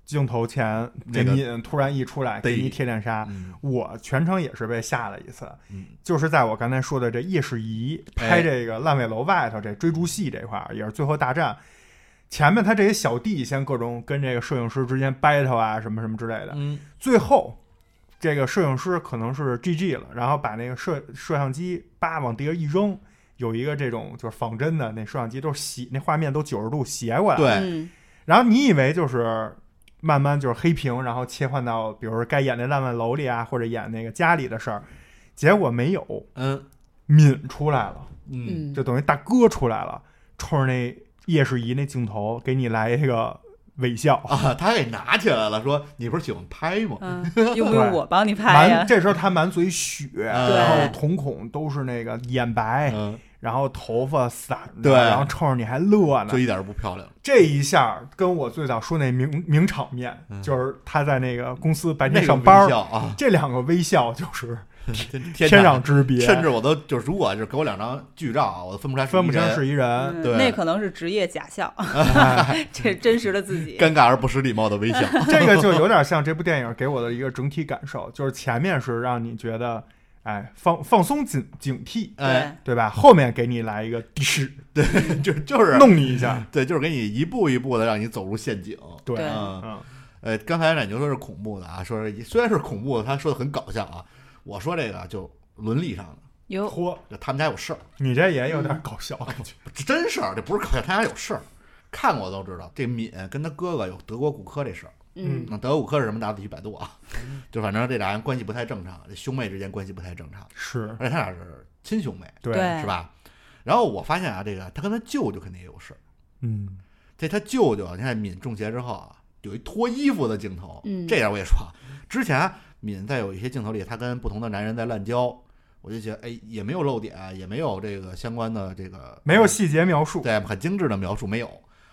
[SPEAKER 1] 镜头前，这
[SPEAKER 2] 那个
[SPEAKER 1] 敏突然一出来给
[SPEAKER 2] 逮
[SPEAKER 1] 你贴脸杀，
[SPEAKER 2] 嗯
[SPEAKER 1] 我全程也是被吓了一次。
[SPEAKER 2] 嗯，
[SPEAKER 1] 就是在我刚才说的这夜视仪
[SPEAKER 2] 哎
[SPEAKER 1] 拍这个烂尾楼外头这追逐戏这块儿，也是最后大战。前面他这些小弟先各种跟这个摄影师之间 battle 啊，什么什么之类的。
[SPEAKER 2] 嗯
[SPEAKER 1] 最后，这个摄影师可能是 GG 了，然后把那个摄摄像机叭往地下一扔，有一个这种就是仿真的那摄像机都是斜，那画面都九十度斜过来。
[SPEAKER 2] 对，
[SPEAKER 3] 嗯，
[SPEAKER 1] 然后你以为就是慢慢就是黑屏，然后切换到比如说该演那烂尾楼里啊，或者演那个家里的事儿，结果没有。
[SPEAKER 2] 嗯
[SPEAKER 1] 敏出来了，
[SPEAKER 2] 嗯，
[SPEAKER 3] 嗯，
[SPEAKER 1] 就等于大哥出来了，冲着那夜视仪那镜头给你来一个微笑。
[SPEAKER 2] 啊，他给拿起来了，说你不是喜欢拍吗？
[SPEAKER 3] 嗯，用 不
[SPEAKER 1] 对
[SPEAKER 3] 用我帮你拍呀
[SPEAKER 1] 满？这时候他满嘴血，
[SPEAKER 2] 对啊
[SPEAKER 1] 然后瞳孔都是那个眼白，
[SPEAKER 2] 嗯，
[SPEAKER 1] 然后头发散着，
[SPEAKER 2] 对
[SPEAKER 1] 然后冲着你还乐呢
[SPEAKER 2] 就。一点儿不漂亮。
[SPEAKER 1] 这一下跟我最早说那名名场面，
[SPEAKER 2] 嗯
[SPEAKER 1] 就是他在那个公司白
[SPEAKER 2] 那
[SPEAKER 1] 天
[SPEAKER 2] 个
[SPEAKER 1] 上班
[SPEAKER 2] 微
[SPEAKER 1] 儿，
[SPEAKER 2] 笑啊，
[SPEAKER 1] 这两个微笑就是
[SPEAKER 2] 天天
[SPEAKER 1] 天
[SPEAKER 2] 上
[SPEAKER 1] 壤之别，
[SPEAKER 2] 甚至我都就是，如果就是给我两张剧照啊，我都分不出来
[SPEAKER 1] 分不清
[SPEAKER 2] 是
[SPEAKER 1] 是一人。
[SPEAKER 3] 嗯
[SPEAKER 2] 对
[SPEAKER 3] 那可能是职业假笑， 这真实的自己
[SPEAKER 2] 一。人尴尬而不失礼貌的微 笑。
[SPEAKER 1] 这个就有点像这部电影给我的一个整体感受，就是前面是让你觉得，哎，放放松警警惕，
[SPEAKER 2] 哎，
[SPEAKER 1] 对吧？后面给你来一个敌视，
[SPEAKER 2] 就就是
[SPEAKER 1] 弄你一下，
[SPEAKER 2] 对，就是给你一步一步的让你走入陷阱。
[SPEAKER 1] 对，
[SPEAKER 3] 对
[SPEAKER 2] 嗯，
[SPEAKER 1] 嗯，
[SPEAKER 2] 呃，刚才奶牛说是恐怖的啊，说是虽然是恐怖的，他说的很搞笑啊。我说这个就伦理上的，
[SPEAKER 3] 哟，
[SPEAKER 1] 嚯，
[SPEAKER 2] 就他们家有事儿，
[SPEAKER 1] 你这也有点搞笑，感觉
[SPEAKER 2] 这真事儿，这不是搞笑，他们家有事儿。看过都知道，这敏跟他哥哥有德国骨科这事儿。
[SPEAKER 3] 嗯
[SPEAKER 2] 那德国骨科是什么？大家自己百度啊。就反正这俩人关系不太正常，这兄妹之间关系不太正常，
[SPEAKER 1] 是
[SPEAKER 2] 而且他俩是亲兄妹。
[SPEAKER 1] 对，
[SPEAKER 3] 对
[SPEAKER 2] 是吧？然后我发现啊，这个他跟他舅舅肯定也有事儿。
[SPEAKER 1] 嗯，
[SPEAKER 2] 这他舅舅，你看敏中邪之后啊，有一脱衣服的镜头，
[SPEAKER 3] 嗯
[SPEAKER 2] 这点我也说啊，之前啊敏在有一些镜头里，他跟不同的男人在滥交，我就觉得哎，也没有漏点，也没有这个相关的这个呃
[SPEAKER 1] 没有细节描述，
[SPEAKER 2] 对很精致的描述，没有。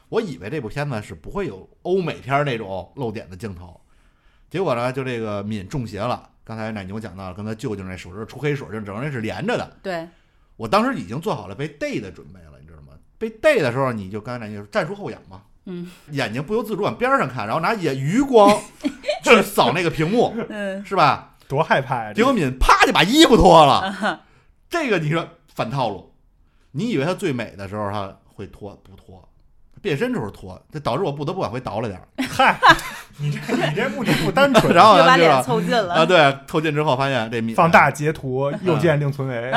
[SPEAKER 2] 我以为这部片子是不会有欧美片儿那种露点的镜头，结果呢，就这个敏中邪了。刚才奶牛讲到了，跟他舅舅那手指头出黑水，就整个人是连着的。
[SPEAKER 3] 对，
[SPEAKER 2] 我当时已经做好了被逮的准备了，你知道吗？被逮的时候，你就刚才那就是战术后仰嘛，
[SPEAKER 3] 嗯，
[SPEAKER 2] 眼睛不由自主往边上看，然后拿眼余光 去扫那个屏幕，
[SPEAKER 3] 嗯，
[SPEAKER 2] 是吧？
[SPEAKER 1] 多害怕呀！
[SPEAKER 2] 结
[SPEAKER 1] 这
[SPEAKER 2] 果敏啪就把衣服脱了，这个你说反套路。你以为他最美的时候他会脱不脱？变身时候脱，这导致我不得不往回倒了点 儿，
[SPEAKER 1] 嗨，你这你这目的不单纯，
[SPEAKER 2] 然后
[SPEAKER 3] 又把
[SPEAKER 2] 呢就
[SPEAKER 3] 脸
[SPEAKER 2] 是
[SPEAKER 3] 凑 近
[SPEAKER 2] 啊，
[SPEAKER 3] 了，
[SPEAKER 2] 对，凑近之后发现这敏
[SPEAKER 1] 放大截图，右键定存为，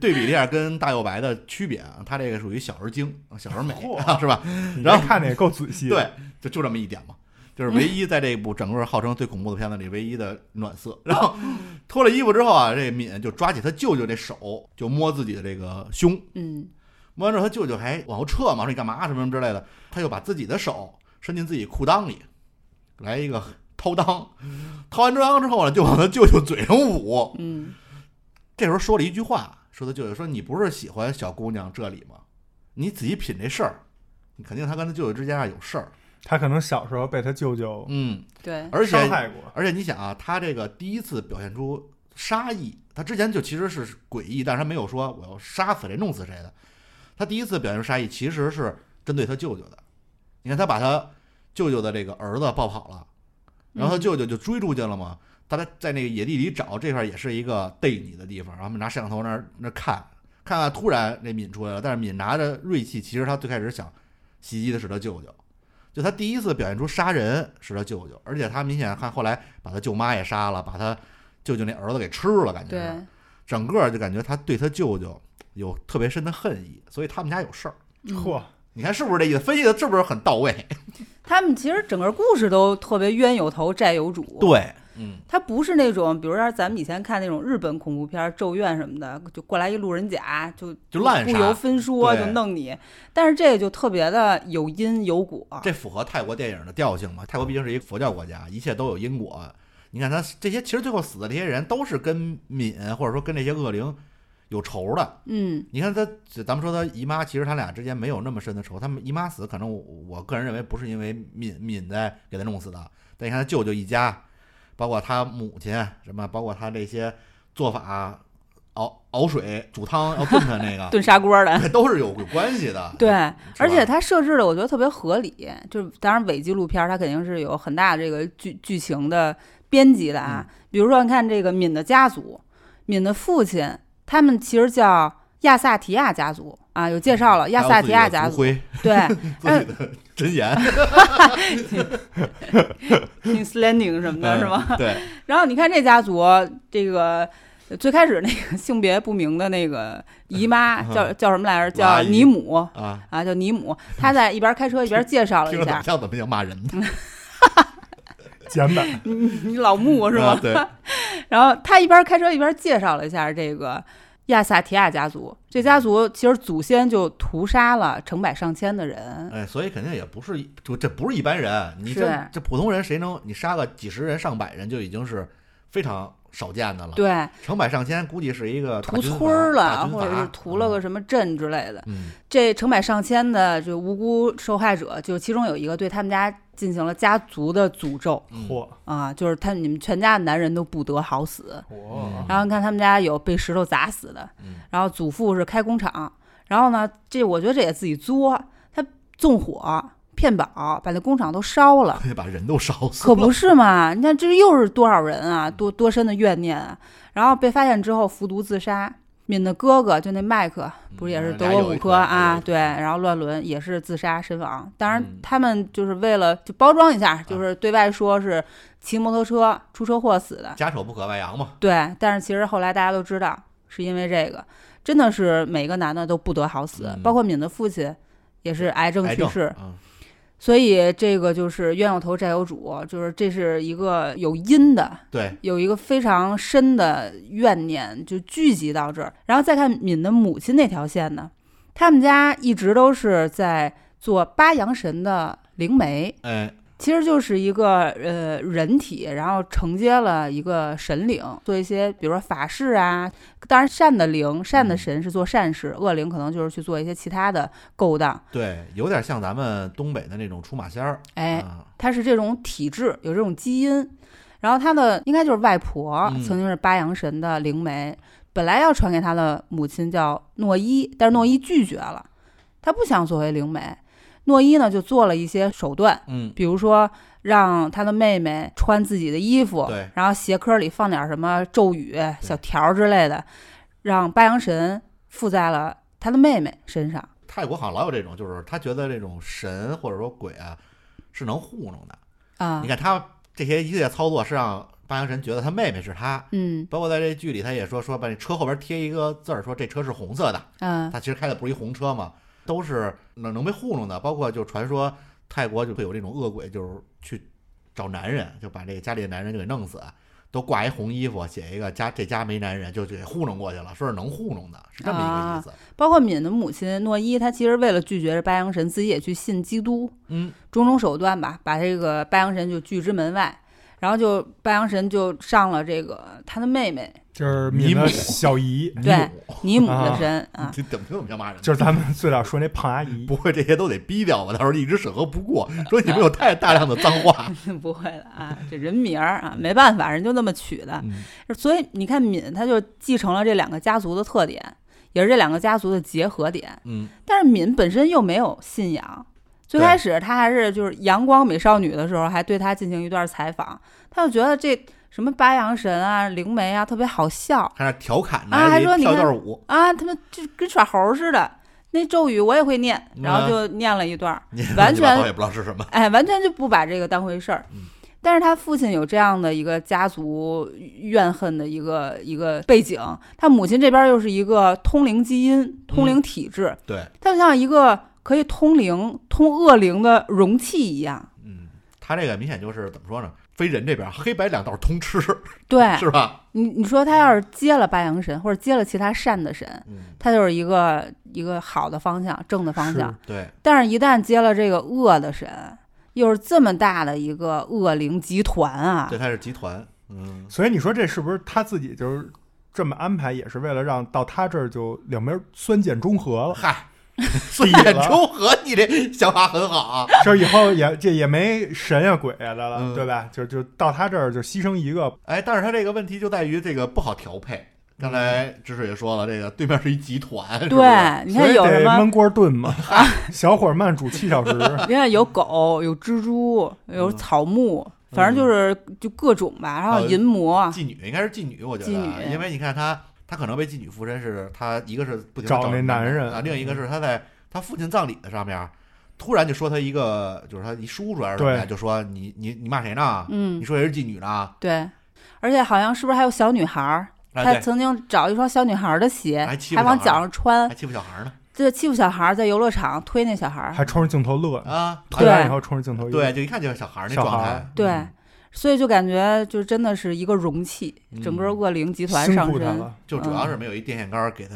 [SPEAKER 2] 对比了一下跟大右白的区别啊，他这个属于小而精，小而美啊
[SPEAKER 1] 嚯
[SPEAKER 2] 是吧？
[SPEAKER 1] 你
[SPEAKER 2] 然
[SPEAKER 1] 这
[SPEAKER 2] 后
[SPEAKER 1] 看的也够仔细，
[SPEAKER 2] 对，，就就这么一点嘛，就是唯一在这部整个号称最恐怖的片子里唯一的暖色。然后脱了衣服之后啊，这敏就抓起他舅舅这手，就摸自己的这个胸，
[SPEAKER 3] 嗯，
[SPEAKER 2] 摸完之后他舅舅还往后撤嘛，说你干嘛什么什么之类的，他又把自己的手伸进自己裤裆里，来一个掏裆，掏完裆之后呢，就往他舅舅嘴上捂。
[SPEAKER 3] 嗯，
[SPEAKER 2] 这时候说了一句话，说他舅舅说：“你不是喜欢小姑娘这里吗？你仔细品这事儿，你肯定他跟他舅舅之间啊有事儿。
[SPEAKER 1] 他可能小时候被他舅舅
[SPEAKER 2] 嗯，
[SPEAKER 3] 对，
[SPEAKER 2] 而
[SPEAKER 1] 伤
[SPEAKER 2] 且
[SPEAKER 1] 害过，
[SPEAKER 2] 而且你想啊，他这个第一次表现出杀意，他之前就其实是诡异，但是他没有说我要杀死谁、弄死谁的。他第一次表现出杀意，其实是针对他舅舅的。你看，他把他舅舅的这个儿子抱跑了，然后他舅舅就追出去了嘛。他在在那个野地里找，这块儿也是一个逮你的地方，然后他们拿摄像头那儿那儿看，看看突然那敏出来了，但是敏拿着锐器，其实他最开始想袭击的是他舅舅，就他第一次表现出杀人是他舅舅，而且他明显看后来把他舅妈也杀了，把他舅舅那儿子给吃了，感觉是
[SPEAKER 3] 对，
[SPEAKER 2] 整个就感觉他对他舅舅有特别深的恨意，所以他们家有事儿。
[SPEAKER 3] 嗯
[SPEAKER 1] 嚯，
[SPEAKER 2] 你看是不是这意思？分析的是不是很到位？
[SPEAKER 3] 他们其实整个故事都特别冤有头债有主，
[SPEAKER 2] 对， 嗯，
[SPEAKER 3] 它不是那种，比如说咱们以前看那种日本恐怖片儿《咒怨》什么的，就过来一路人甲就
[SPEAKER 2] 就滥
[SPEAKER 3] 不
[SPEAKER 2] 杀
[SPEAKER 3] 由分说
[SPEAKER 2] 对
[SPEAKER 3] 就弄你，但是这个就特别的有因有果，
[SPEAKER 2] 这符合泰国电影的调性嘛？泰国毕竟是一个佛教国家，一切都有因果。你看他这些，其实最后死的这些人都是跟敏或者说跟这些恶灵有仇的。
[SPEAKER 3] 嗯，
[SPEAKER 2] 你看他，呃咱们说他姨妈，其实他俩之间没有那么深的仇。他们姨妈死，可能我我个人认为不是因为敏敏在给他弄死的。但你看他舅舅一家，包括他母亲什么，包括他这些做法，熬熬水煮汤要炖他那个，
[SPEAKER 3] 炖砂锅儿的。
[SPEAKER 2] 对，都是有有关系的。
[SPEAKER 3] 对，
[SPEAKER 2] 是
[SPEAKER 3] 而且
[SPEAKER 2] 吧
[SPEAKER 3] 它设置的我觉得特别合理，就是当然伪纪录片儿它肯定是有很大这个剧剧情的编辑的啊。
[SPEAKER 2] 嗯
[SPEAKER 3] 比如说，你看这个敏的家族，敏的父亲，他们其实叫亚萨提亚家族啊，有介绍了亚萨提亚
[SPEAKER 2] 嗯还
[SPEAKER 3] 家
[SPEAKER 2] 有自
[SPEAKER 3] 族，
[SPEAKER 2] 己的 族
[SPEAKER 3] 对
[SPEAKER 2] 徽，自己的真言，
[SPEAKER 3] ，Kings Landing 什么的， 是吗？
[SPEAKER 2] 嗯？对，
[SPEAKER 3] 然后你看这家族，这个最开始那个性别不明的那个姨妈
[SPEAKER 2] 嗯
[SPEAKER 3] 叫叫什么来着？
[SPEAKER 2] 阿
[SPEAKER 3] 叫
[SPEAKER 2] 姨
[SPEAKER 3] 尼姆
[SPEAKER 2] 啊，
[SPEAKER 3] 啊，叫尼姆。她在一边开车一边介绍了
[SPEAKER 2] 听
[SPEAKER 3] 一
[SPEAKER 2] 着怎
[SPEAKER 3] 下
[SPEAKER 2] 么，像怎么像骂人 的
[SPEAKER 1] 简版
[SPEAKER 3] 你你老穆 是
[SPEAKER 2] 啊
[SPEAKER 3] 吗？
[SPEAKER 2] 对，
[SPEAKER 3] 然后她一边开车一边介绍了一下这个亚萨提亚家族。这家族其实祖先就屠杀了成百上千的人，
[SPEAKER 2] 哎，所以肯定也不是一，就这不是一般人，你这
[SPEAKER 3] 嗯是
[SPEAKER 2] 这普通人谁能你杀个几十人上百人就已经是非常少见的了，
[SPEAKER 3] 对，
[SPEAKER 2] 成百上千估计是一个大
[SPEAKER 3] 屠
[SPEAKER 2] 军阀
[SPEAKER 3] 村儿
[SPEAKER 2] 大
[SPEAKER 3] 了，
[SPEAKER 2] 军
[SPEAKER 3] 或者
[SPEAKER 2] 阀
[SPEAKER 3] 是屠了个什么镇之类的。
[SPEAKER 2] 嗯
[SPEAKER 3] 这成百上千的这无辜受害者，就其中有一个对他们家进行了家族的诅咒
[SPEAKER 2] 嗯
[SPEAKER 1] 嚯，
[SPEAKER 3] 啊，就是他你们全家的男人都不得好死。
[SPEAKER 1] 我
[SPEAKER 3] 然后你看他们家有被石头砸死的
[SPEAKER 2] 嗯，
[SPEAKER 3] 然后祖父是开工厂，然后呢，这我觉得这也自己作，他纵火骗保，把那工厂都烧了。
[SPEAKER 2] 可以把人都烧死了，
[SPEAKER 3] 可不是嘛？你看这又是多少人啊，多多深的怨念啊！然后被发现之后服毒自杀。敏的哥哥就那麦克，不是也是德国骨科
[SPEAKER 2] 嗯
[SPEAKER 3] 啊？
[SPEAKER 2] 对
[SPEAKER 3] 对，然后乱伦也是自杀身亡。当然
[SPEAKER 2] 嗯，啊
[SPEAKER 3] 他们就是为了就包装一下，就是对外说是骑摩托车出车祸死的。
[SPEAKER 2] 家丑不可外扬嘛，
[SPEAKER 3] 对，但是其实后来大家都知道是因为这个，真的是每个男的都不得好死
[SPEAKER 2] 嗯，
[SPEAKER 3] 包括敏的父亲也是癌症
[SPEAKER 2] 癌
[SPEAKER 3] 去
[SPEAKER 2] 症
[SPEAKER 3] 世。
[SPEAKER 2] 嗯
[SPEAKER 3] 所以这个就是冤有头债有主，就是这是一个有因的，
[SPEAKER 2] 对，
[SPEAKER 3] 有一个非常深的怨念就聚集到这儿。然后再看敏的母亲那条线呢，他们家一直都是在做八阳神的灵媒，
[SPEAKER 2] 哎，
[SPEAKER 3] 其实就是一个呃人体，然后承接了一个神灵，做一些比如说法事啊。当然，善的灵、善的神是做善事，恶灵可能就是去做一些其他的勾当。
[SPEAKER 2] 对，有点像咱们东北的那种出马仙儿，
[SPEAKER 3] 哎，
[SPEAKER 2] 啊，
[SPEAKER 3] 她是这种体质，有这种基因。然后她的应该就是外婆，
[SPEAKER 2] 嗯
[SPEAKER 3] 曾经是八阳神的灵媒，本来要传给她的母亲叫诺伊，但是诺伊拒绝了，她不想作为灵媒。诺伊呢就做了一些手段，
[SPEAKER 2] 嗯，
[SPEAKER 3] 比如说让她的妹妹穿自己的衣服
[SPEAKER 2] 对，
[SPEAKER 3] 然后鞋壳里放点什么咒语、小条儿之类的，让八阳神附在了她的妹妹身上。
[SPEAKER 2] 泰国好像老有这种，就是他觉得这种神或者说鬼啊是能糊弄的。
[SPEAKER 3] 啊
[SPEAKER 2] 你，看他这些一系列操作是让八阳神觉得他妹妹是他，
[SPEAKER 3] 嗯
[SPEAKER 2] 包括在这剧里他也说说把这车后边贴一个字儿，说这车是红色的，
[SPEAKER 3] 嗯
[SPEAKER 2] 他其实开的不是一红车嘛，都是能能被糊弄的。包括就传说泰国就会有这种恶鬼，就是去找男人，就把这个家里的男人就给弄死。都挂一红衣服，写一个家这家没男人，就给糊弄过去了，说是能糊弄的，是这么一个意思。
[SPEAKER 3] 包括敏的母亲诺伊，她其实为了拒绝这八阳神，自己也去信基督，
[SPEAKER 2] 嗯，
[SPEAKER 3] 种种手段吧，把这个八阳神就拒之门外。然后就白羊神就上了这个他的 妹妹
[SPEAKER 1] 就是你的
[SPEAKER 2] 尼姆
[SPEAKER 1] 小姨，
[SPEAKER 3] 对
[SPEAKER 2] 哎呦
[SPEAKER 3] 尼姆
[SPEAKER 1] 啊
[SPEAKER 3] 的神 啊，
[SPEAKER 2] 这怎么听怎么像骂人呢？
[SPEAKER 1] 就是咱们最早说那胖阿
[SPEAKER 3] 嗯
[SPEAKER 1] 姨
[SPEAKER 2] 不，会这些都得逼掉吧？到时候一直审核不过，说你们有太大量的脏 话。
[SPEAKER 3] 不会的啊，这人名儿啊，没办法，人就那么取的。
[SPEAKER 2] 嗯
[SPEAKER 3] 所以你看，敏他就继承了这两个家族的特点，也是这两个家族的结合点。
[SPEAKER 2] 嗯，
[SPEAKER 3] 但是敏本身又没有信仰，最
[SPEAKER 2] 对
[SPEAKER 3] 开始他还是就是阳光美少女的时候，还对她进行一段采访，他就觉得这什么八阳神啊、灵媒啊特别好笑
[SPEAKER 2] 还是调侃呢，
[SPEAKER 3] 啊还说你
[SPEAKER 2] 跳一
[SPEAKER 3] 看
[SPEAKER 2] 段舞，
[SPEAKER 3] 啊，他们就跟耍猴似的。那咒语我也会念，然
[SPEAKER 2] 嗯
[SPEAKER 3] 后就念了一段儿，
[SPEAKER 2] 你
[SPEAKER 3] 完
[SPEAKER 2] 乱七八糟
[SPEAKER 3] 全
[SPEAKER 2] 也不知道是什么。
[SPEAKER 3] 哎，完全就不把这个当回事儿
[SPEAKER 2] 嗯。
[SPEAKER 3] 但是他父亲有这样的一个家族怨恨的一个一个背景，他母亲这边又是一个通灵基因、通灵体质，
[SPEAKER 2] 对，
[SPEAKER 3] 他就像一个可以通灵、通恶灵的容器一样。
[SPEAKER 2] 嗯，他这个明显就是怎么说呢？非人这边黑白两道通吃，
[SPEAKER 3] 对
[SPEAKER 2] 是吧？
[SPEAKER 3] 你，你说他要是接了八阳神，或者接了其他善的神，
[SPEAKER 2] 嗯，
[SPEAKER 3] 他就是一个一个好的方向、正的方向。
[SPEAKER 2] 对，
[SPEAKER 3] 但是，一旦接了这个恶的神，又是这么大的一个恶灵集团啊
[SPEAKER 2] 对，！他是集团， 嗯，
[SPEAKER 1] 所以你说这是不是他自己就是这么安排，也是为了让到他这儿就两边酸碱中和了？
[SPEAKER 2] 嗨，孙燕秋和你这想法很好啊，
[SPEAKER 1] 就是以后也这也没神呀、鬼呀、的了，
[SPEAKER 2] 嗯
[SPEAKER 1] 对吧？就就到他这儿就牺牲一个，
[SPEAKER 2] 哎，但是他这个问题就在于这个不好调配。刚才知识也说了，这个对面是一集团，是不是
[SPEAKER 3] 对，你
[SPEAKER 1] 所
[SPEAKER 3] 看
[SPEAKER 1] 以
[SPEAKER 3] 有什
[SPEAKER 1] 得
[SPEAKER 3] 么
[SPEAKER 1] 焖锅炖嘛， 小火慢煮七小时。
[SPEAKER 3] 你看有狗，有蜘蛛，有
[SPEAKER 2] 嗯
[SPEAKER 3] 草木，反正就是就各种吧，然后
[SPEAKER 2] 呃
[SPEAKER 3] 淫魔，
[SPEAKER 2] 妓女应该是妓女，我觉得啊，
[SPEAKER 3] 啊妓女
[SPEAKER 2] 因为你看她，她可能被妓女附身是，她一个是不停地
[SPEAKER 1] 找那
[SPEAKER 2] 那
[SPEAKER 1] 男人嗯
[SPEAKER 2] 啊，另一个是她在她父亲葬礼的上面，突然就说她一个，就是她一叔叔还是什么呀，
[SPEAKER 1] 对
[SPEAKER 2] 就说你你你骂谁呢？
[SPEAKER 3] 嗯
[SPEAKER 2] 你，说谁是妓女呢？啊，
[SPEAKER 3] 对，而且好像是不是还有小女孩儿？他
[SPEAKER 2] 对，
[SPEAKER 3] 曾经找一双小女孩儿的鞋
[SPEAKER 2] 还欺，负
[SPEAKER 3] 还往
[SPEAKER 2] 小孩儿
[SPEAKER 3] 脚上穿
[SPEAKER 2] 还，欺负小孩呢
[SPEAKER 3] 这欺负小孩儿，在游乐场推那小孩儿，
[SPEAKER 1] 还冲着镜头乐呢，
[SPEAKER 2] 啊！
[SPEAKER 1] 推
[SPEAKER 3] 对
[SPEAKER 1] 完以后冲着镜头乐，
[SPEAKER 2] 对，就一看就是小孩那
[SPEAKER 1] 小孩
[SPEAKER 2] 状态，
[SPEAKER 3] 对，所以就感觉就真的是一个容器，整个
[SPEAKER 2] 嗯
[SPEAKER 3] 恶灵集团
[SPEAKER 1] 辛
[SPEAKER 3] 上
[SPEAKER 1] 苦他
[SPEAKER 3] 身，
[SPEAKER 1] 了。
[SPEAKER 2] 就主
[SPEAKER 3] 嗯
[SPEAKER 2] 要是没有一电线杆儿给她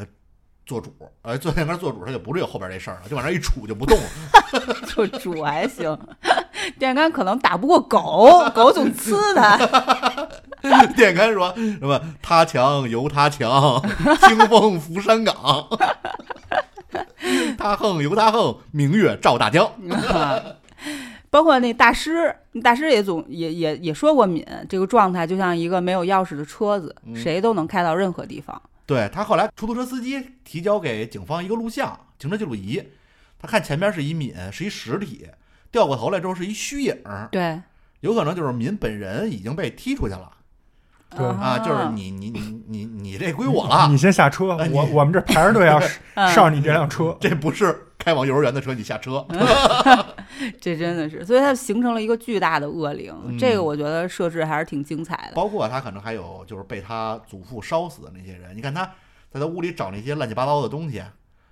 [SPEAKER 2] 做主，呃，做电线杆儿做主，她就不是有后边这事儿了，就往那儿一杵就不动了。
[SPEAKER 3] 就主还行。 电线杆可能打不过 狗，狗总呲它，
[SPEAKER 2] 电杆说什么“他强由他强，清风拂山岗”， 他横由他横，明月照大江。
[SPEAKER 3] 包括那大师，大师也总也也也说过敏这个状态就像一个没有钥匙的车子，
[SPEAKER 2] 嗯
[SPEAKER 3] 谁都能开到任何地方。
[SPEAKER 2] 对他后来，出租车司机提交给警方一个录像，行车记录仪，他看前边是一敏，是一实体，掉过头来之后是一虚影，
[SPEAKER 3] 对，
[SPEAKER 2] 有可能就是敏本人已经被踢出去了
[SPEAKER 1] 对
[SPEAKER 2] 啊，就是你你你你你这归我 了
[SPEAKER 1] 你，先下车，
[SPEAKER 2] 哎你
[SPEAKER 1] 我我们这排着队要上
[SPEAKER 3] 嗯
[SPEAKER 1] 上你这辆车。
[SPEAKER 2] 这不是开往幼儿园的车，你下车。
[SPEAKER 3] 这真的是，所以它形成了一个巨大的恶灵。
[SPEAKER 2] 嗯
[SPEAKER 3] 这个我觉得设置还是挺精彩的。
[SPEAKER 2] 包括他可能还有就是被他祖父烧死的那些人，你看他在他屋里找那些乱七八糟的东西，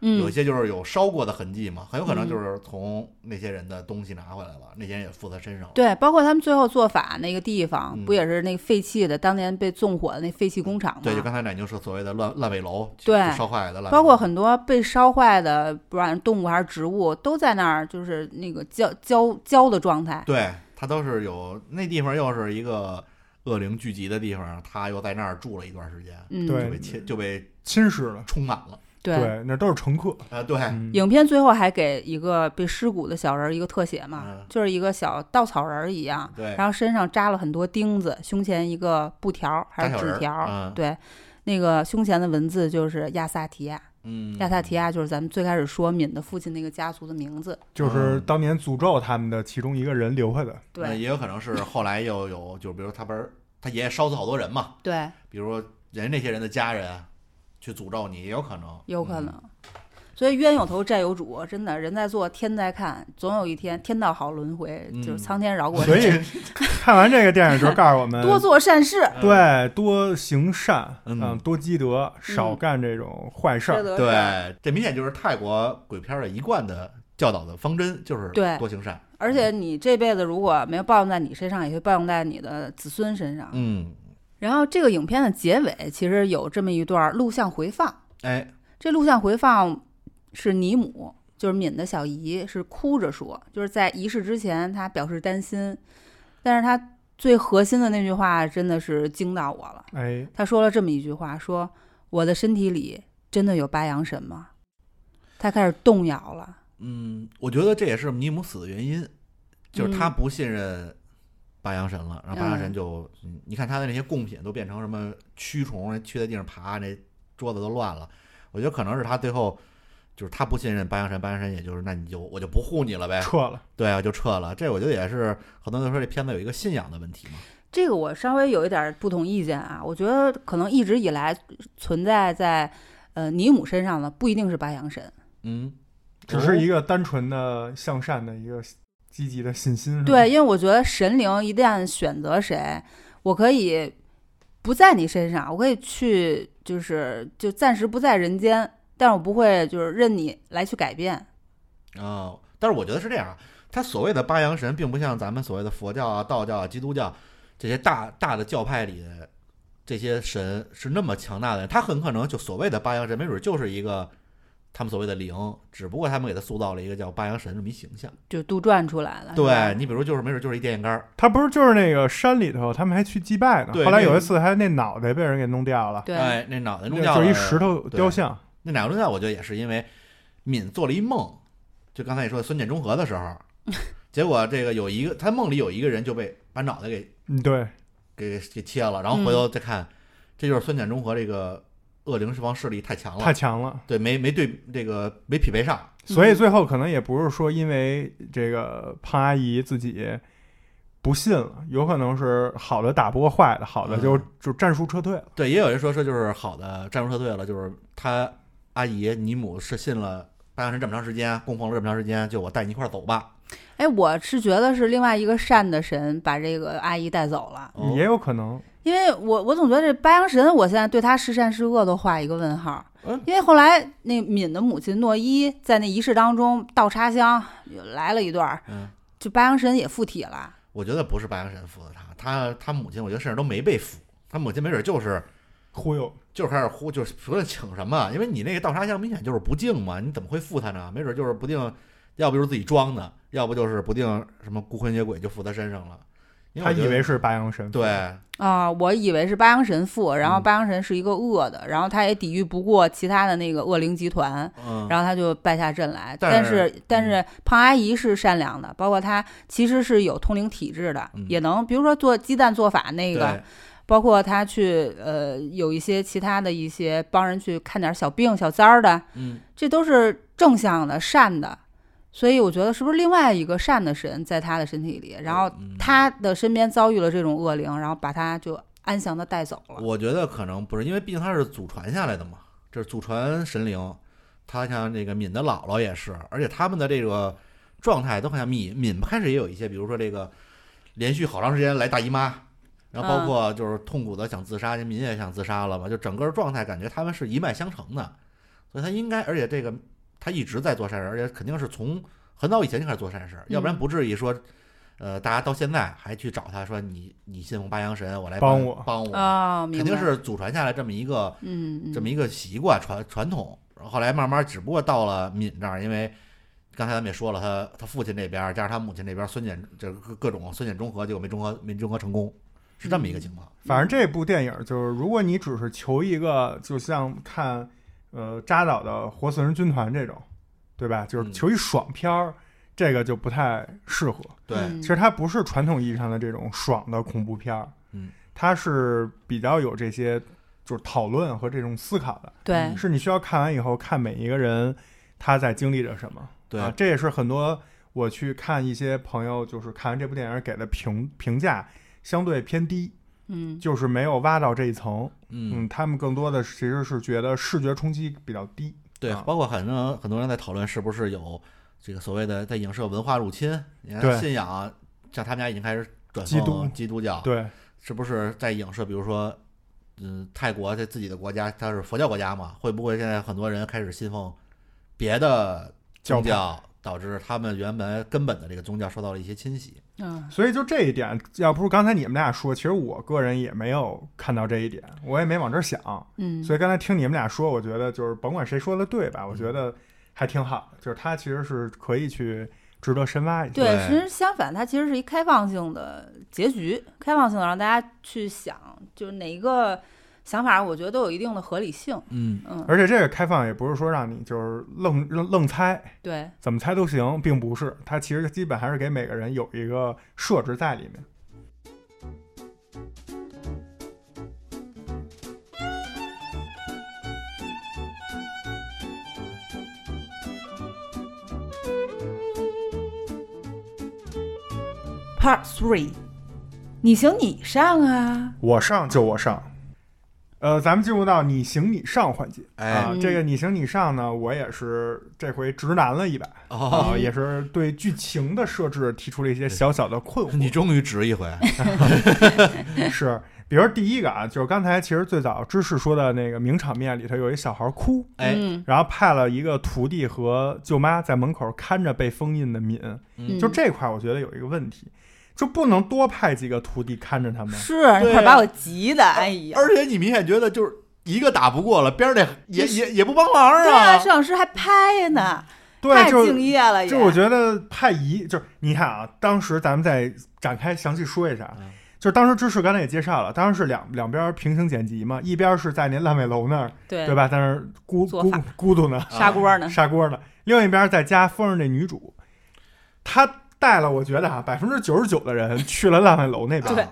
[SPEAKER 2] 有一
[SPEAKER 3] 嗯，
[SPEAKER 2] 些就是有烧过的痕迹嘛，很有可能就是从那些人的东西拿回来了，那些人也附在身上了。
[SPEAKER 3] 对，包括他们最后做法那个地方
[SPEAKER 2] 嗯，
[SPEAKER 3] 不也是那个废弃的，当年被纵火的那废弃工厂吗？
[SPEAKER 2] 对，就刚才奶牛说所谓的烂烂尾楼，
[SPEAKER 3] 对
[SPEAKER 2] 就烧坏的烂尾楼，
[SPEAKER 3] 包括很多被烧坏的，不管是动物还是植物，都在那儿，就是那个焦焦焦的状态。
[SPEAKER 2] 对他都是有那地方又是一个恶灵聚集的地方，他又在那儿住了一段时间，
[SPEAKER 3] 嗯，
[SPEAKER 1] 对
[SPEAKER 2] 就被切就被
[SPEAKER 1] 侵蚀了，
[SPEAKER 2] 充满了
[SPEAKER 3] 对
[SPEAKER 1] 对，那都是乘客。
[SPEAKER 2] 啊、对，
[SPEAKER 1] 嗯
[SPEAKER 3] 影片最后还给一个被尸骨的小人儿一个特写嘛，
[SPEAKER 2] 嗯
[SPEAKER 3] 就是一个小稻草人儿一样，
[SPEAKER 2] 对
[SPEAKER 3] 然，后身上扎了很多钉子，胸前一个布条儿还
[SPEAKER 2] 扎
[SPEAKER 3] 是
[SPEAKER 2] 小人儿
[SPEAKER 3] 纸条儿，
[SPEAKER 2] 嗯
[SPEAKER 3] 对，那个胸前的文字就是亚萨提亚，
[SPEAKER 2] 嗯，
[SPEAKER 3] 亚萨提亚就是咱们最开始说敏的父亲那个家族的名字，
[SPEAKER 2] 嗯
[SPEAKER 1] 就是当年诅咒他们的其中一个人留下的，
[SPEAKER 2] 那
[SPEAKER 3] 对
[SPEAKER 2] 也有可能是后来又有，就是比如他不是他爷爷烧死好多人嘛，
[SPEAKER 3] 对，
[SPEAKER 2] 比如说人那些人的家人啊去诅咒你，也有可能，
[SPEAKER 3] 有可能
[SPEAKER 2] 嗯。
[SPEAKER 3] 所以冤有头债有主，真的人在做天在看，总有一天天道好轮回，
[SPEAKER 2] 嗯
[SPEAKER 3] 就是苍天饶过
[SPEAKER 1] 所
[SPEAKER 3] 你，
[SPEAKER 1] 以 看完这个电影就告诉 我们，
[SPEAKER 3] 多做善事，
[SPEAKER 1] 对多行善，
[SPEAKER 2] 嗯
[SPEAKER 1] 多积德，少干这种坏事
[SPEAKER 3] 缺
[SPEAKER 1] 儿。
[SPEAKER 3] 德事儿
[SPEAKER 2] 对，这明显就是泰国鬼片的一贯的教导的方针，就是
[SPEAKER 3] 对啊
[SPEAKER 2] 多行善。
[SPEAKER 3] 而且你这辈子如果没有报应在你身上，也会报应在你的子孙身上。
[SPEAKER 2] 嗯，
[SPEAKER 3] 然后这个影片的结尾其实有这么一段录像回放，
[SPEAKER 2] 哎，
[SPEAKER 3] 这录像回放是尼姆，就是敏的小姨，是哭着说，就是在仪式之前，她表示担心，但是她最核心的那句话真的是惊到我了。
[SPEAKER 1] 哎，
[SPEAKER 3] 他说了这么一句话：“说我的身体里真的有八阳神吗？”他开始动摇了。
[SPEAKER 2] 嗯，我觉得这也是尼姆死的原因，
[SPEAKER 3] 嗯
[SPEAKER 2] 就是他不信任八阳神了，然后八阳神就，嗯你看他的那些贡品都变成什么蛆虫，蛆在地上爬，那桌子都乱了。我觉得可能是他最后就是他不信任八阳神，八阳神也就是那你就我就不护你了呗，
[SPEAKER 1] 撤了，
[SPEAKER 2] 对啊，就撤了。这我觉得也是很多人说这片子有一个信仰的问题嘛，
[SPEAKER 3] 这个我稍微有一点不同意见啊，我觉得可能一直以来存在在呃尼姆身上的不一定是八阳神，
[SPEAKER 2] 嗯，
[SPEAKER 1] 只是一
[SPEAKER 2] 个
[SPEAKER 1] 个单纯的向善的一个积极的信心。是吧
[SPEAKER 3] 对，，因为我觉得神灵一旦选择谁，我可以不在你身上，我可以去就是就暂时不在人间，但我不会就是任你来去改变。
[SPEAKER 2] 啊、但是我觉得是这样啊，他所谓的八阳神，并不像咱们所谓的佛教啊、道教啊、基督教这些大大的教派里的这些神是那么强大的人，他很可能就所谓的八阳神，没准就是一个他们所谓的灵，只不过他们给他塑造了一个叫八阳神这么一形象。
[SPEAKER 3] 就杜撰出来了，是吧
[SPEAKER 2] 对你，比如就是没准就是一电线杆儿，
[SPEAKER 1] 他不是就是那个山里头，他们还去祭拜呢。
[SPEAKER 2] 对
[SPEAKER 1] 后来有
[SPEAKER 2] 那
[SPEAKER 1] 一次还那脑袋被人给弄掉了，
[SPEAKER 3] 对，
[SPEAKER 2] 哎，那脑袋弄
[SPEAKER 1] 那
[SPEAKER 2] 掉
[SPEAKER 1] 就是一
[SPEAKER 2] 了
[SPEAKER 1] 石头
[SPEAKER 2] 对
[SPEAKER 1] 雕像。
[SPEAKER 2] 那哪个宗教，我觉得也是因为敏做了一梦，就刚才你说的孙建中和的时候，结果这个有一个他梦里有一个人就被把脑袋给
[SPEAKER 1] 嗯，对，
[SPEAKER 2] 给给切了，然后回头再看，这就是孙简中和这个恶灵方势力太强了，
[SPEAKER 1] 太强了。
[SPEAKER 2] 对没没对这个没匹配上，
[SPEAKER 1] 所以最后可能也不是说因为这个胖阿姨自己不信了，有可能是好的打不过坏的，好的就、
[SPEAKER 2] 嗯
[SPEAKER 1] 就战术撤退了。
[SPEAKER 2] 对，也有人说说就是好的战术撤退了，就是他阿姨尼姆是信了大象神这么长时间，供奉了这么长时间，就我带你一块儿走吧，
[SPEAKER 3] 哎，我是觉得是另外一个善的神把这个阿姨带走了，
[SPEAKER 2] 哦
[SPEAKER 1] 也有可能，
[SPEAKER 3] 因为我我总觉得这八阳神，我现在对他是善是恶都画一个问号
[SPEAKER 2] 嗯。
[SPEAKER 3] 因为后来那敏的母亲诺伊在那仪式当中倒插香来了一段儿，
[SPEAKER 2] 嗯。
[SPEAKER 3] 就八阳神也附体了。
[SPEAKER 2] 我觉得不是白羊神服的他，他他母亲，我觉得甚至都没被服，他母亲没准就是
[SPEAKER 1] 忽悠
[SPEAKER 2] 就是开始呼，就是不论请什么，因为你那个倒插香明显就是不敬嘛，你怎么会负他呢？没准就是不定，要不就是自己装的，要不就是不定什么孤魂野鬼就附他身上了。因
[SPEAKER 1] 他
[SPEAKER 2] 我觉
[SPEAKER 1] 以
[SPEAKER 2] 得
[SPEAKER 1] 为是白羊神，，
[SPEAKER 2] 对，
[SPEAKER 3] 啊、我以为是八阳神附，然后
[SPEAKER 2] 嗯
[SPEAKER 3] 八阳神是一个恶的，然后他也抵御不过其他的那个恶灵集团，
[SPEAKER 2] 嗯，
[SPEAKER 3] 然后他就败下阵来。
[SPEAKER 2] 但
[SPEAKER 3] 但
[SPEAKER 2] 是嗯
[SPEAKER 3] 但是胖阿姨是善良的，包括她其实是有通灵体质的，
[SPEAKER 2] 嗯
[SPEAKER 3] 也能比如说做鸡蛋做法那个
[SPEAKER 2] 对，，
[SPEAKER 3] 包括她去呃有一些其他的一些帮人去看点小病小灾儿的，
[SPEAKER 2] 嗯，
[SPEAKER 3] 这都是正向的善的。所以我觉得是不是另外一个善的神在她的身体里，然后
[SPEAKER 2] 嗯
[SPEAKER 3] 她的身边遭遇了这种恶灵，然后把她就安详的带走了。
[SPEAKER 2] 我觉得可能不是，因为毕竟他是祖传下来的嘛，这是祖传神灵。他像这个敏的姥姥也是，而且他们的这个状态都很像敏。敏开始也有一些，比如说这个连续好长时间来大姨妈，然后包括就是痛苦的想自杀，敏也想自杀了嘛，就整个状态感觉他们是一脉相承的，所以他应该，而且这个他一直在做善事，而且肯定是从很早以前就开始做善事，要不然不至于说。呃，大家到现在还去找他说你你信奉八阳神，我来
[SPEAKER 1] 帮
[SPEAKER 2] 帮
[SPEAKER 1] 我
[SPEAKER 2] 帮我
[SPEAKER 3] 哦，明
[SPEAKER 2] 肯
[SPEAKER 3] 白
[SPEAKER 2] 定是祖传下来这么一个
[SPEAKER 3] 嗯嗯
[SPEAKER 2] 这么一个习惯传传统。然后后来慢慢，只不过到了敏这儿，因为刚才咱们也说了，他他父亲这边儿加上他母亲这边儿，孙简这各各种孙简中和，结果没中和没中和成功，是这么一
[SPEAKER 3] 嗯
[SPEAKER 2] 个情况。
[SPEAKER 1] 反正这部电影就是，如果你只是求一个，就像看呃扎导的《活死人军团》这种，对吧？就是
[SPEAKER 2] 嗯
[SPEAKER 1] 求一爽片儿，这个就不太适合。
[SPEAKER 2] 对，
[SPEAKER 3] 嗯
[SPEAKER 1] 其实它不是传统意义上的这种爽的恐怖片儿，
[SPEAKER 2] 嗯，
[SPEAKER 1] 它是比较有这些就是讨论和这种思考的，
[SPEAKER 3] 对
[SPEAKER 2] 嗯，
[SPEAKER 1] 是你需要看完以后看每一个人他在经历着什么。
[SPEAKER 2] 对
[SPEAKER 1] 啊，这也是很多我去看一些朋友就是看完这部电影给的评评价相对偏低，
[SPEAKER 3] 嗯
[SPEAKER 1] 就是没有挖到这一层。
[SPEAKER 2] 嗯，
[SPEAKER 1] 嗯，他们更多的其实是觉得视觉冲击比较低。
[SPEAKER 2] 对，
[SPEAKER 1] 啊
[SPEAKER 2] 包括很多很多人在讨论是不是有这个所谓的在影射文化入侵，你
[SPEAKER 1] 对
[SPEAKER 2] 看信仰，像他们家已经开始转
[SPEAKER 1] 基督
[SPEAKER 2] 奉基督教，
[SPEAKER 1] 对，
[SPEAKER 2] 是不是在影射，比如说，嗯，泰国在自己的国家，它是佛教国家嘛，会不会现在很多人开始信奉别的宗
[SPEAKER 1] 教
[SPEAKER 2] 教，导致他们原本根本的这个宗教受到了一些侵袭？
[SPEAKER 3] 嗯
[SPEAKER 1] 所以就这一点，要不是刚才你们俩说，其实我个人也没有看到这一点，我也没往这儿想。
[SPEAKER 3] 嗯，
[SPEAKER 1] 所以刚才听你们俩说，我觉得就是甭管谁说的对吧，我觉得还挺好的，就是它其实是可以去值得深挖一下。
[SPEAKER 3] 对，
[SPEAKER 2] 对
[SPEAKER 3] 其实相反，它其实是一开放性的结局，开放性的让大家去想，就是哪一个想法，我觉得都有一定的合理性。
[SPEAKER 2] 嗯，
[SPEAKER 3] 嗯，
[SPEAKER 1] 而且这个开放也不是说让你就是愣愣愣猜，
[SPEAKER 3] 对，
[SPEAKER 1] 怎么猜都行，并不是。它其实基本还是给每个人有一个设置在里面。
[SPEAKER 3] Part Three，你行你上啊！
[SPEAKER 1] 我上就我上。呃，咱们进入到你行你上环节啊
[SPEAKER 2] 哎，
[SPEAKER 3] 嗯
[SPEAKER 1] 这个你行你上呢，我也是这回直男了一把
[SPEAKER 2] 哦，
[SPEAKER 1] 啊，也是对剧情的设置提出了一些小小的困惑。
[SPEAKER 2] 你终于值一 回，
[SPEAKER 1] 是，比如第一个啊，就是刚才其实最早芝士说的那个名场面里头有一小孩哭，
[SPEAKER 2] 哎，
[SPEAKER 3] 嗯，
[SPEAKER 1] 然后派了一个徒弟和舅妈在门口看着被封印的敏，
[SPEAKER 3] 嗯
[SPEAKER 1] 就这块儿我觉得有一个问题，就不能多派几个徒弟看着他们。
[SPEAKER 3] 是
[SPEAKER 1] 啊
[SPEAKER 3] 那块儿把我急的，
[SPEAKER 1] 呃
[SPEAKER 3] 哎呀！
[SPEAKER 2] 而且你明显觉得就是一个打不过了，边儿得也也也不帮忙
[SPEAKER 3] 对啊，
[SPEAKER 2] 啊
[SPEAKER 3] 摄，影师还拍呢，
[SPEAKER 1] 对，
[SPEAKER 3] 太
[SPEAKER 1] 就
[SPEAKER 3] 敬业了也。
[SPEAKER 1] 就我觉得派一就是你看啊，当时咱们再展开详细说一下啊
[SPEAKER 2] 嗯，
[SPEAKER 1] 就是当时知识刚才也介绍了，当时是两两边平行剪辑嘛，一边是在那烂尾楼那儿，
[SPEAKER 3] 对
[SPEAKER 1] 对吧？啊在那儿咕
[SPEAKER 3] 做
[SPEAKER 1] 咕
[SPEAKER 3] 法
[SPEAKER 1] 咕嘟呢，
[SPEAKER 3] 砂锅呢？
[SPEAKER 1] 砂锅呢，另一边在家封着那女主，她带了我觉得啊百分之九十九的人去了烂尾楼那边，啊
[SPEAKER 3] 对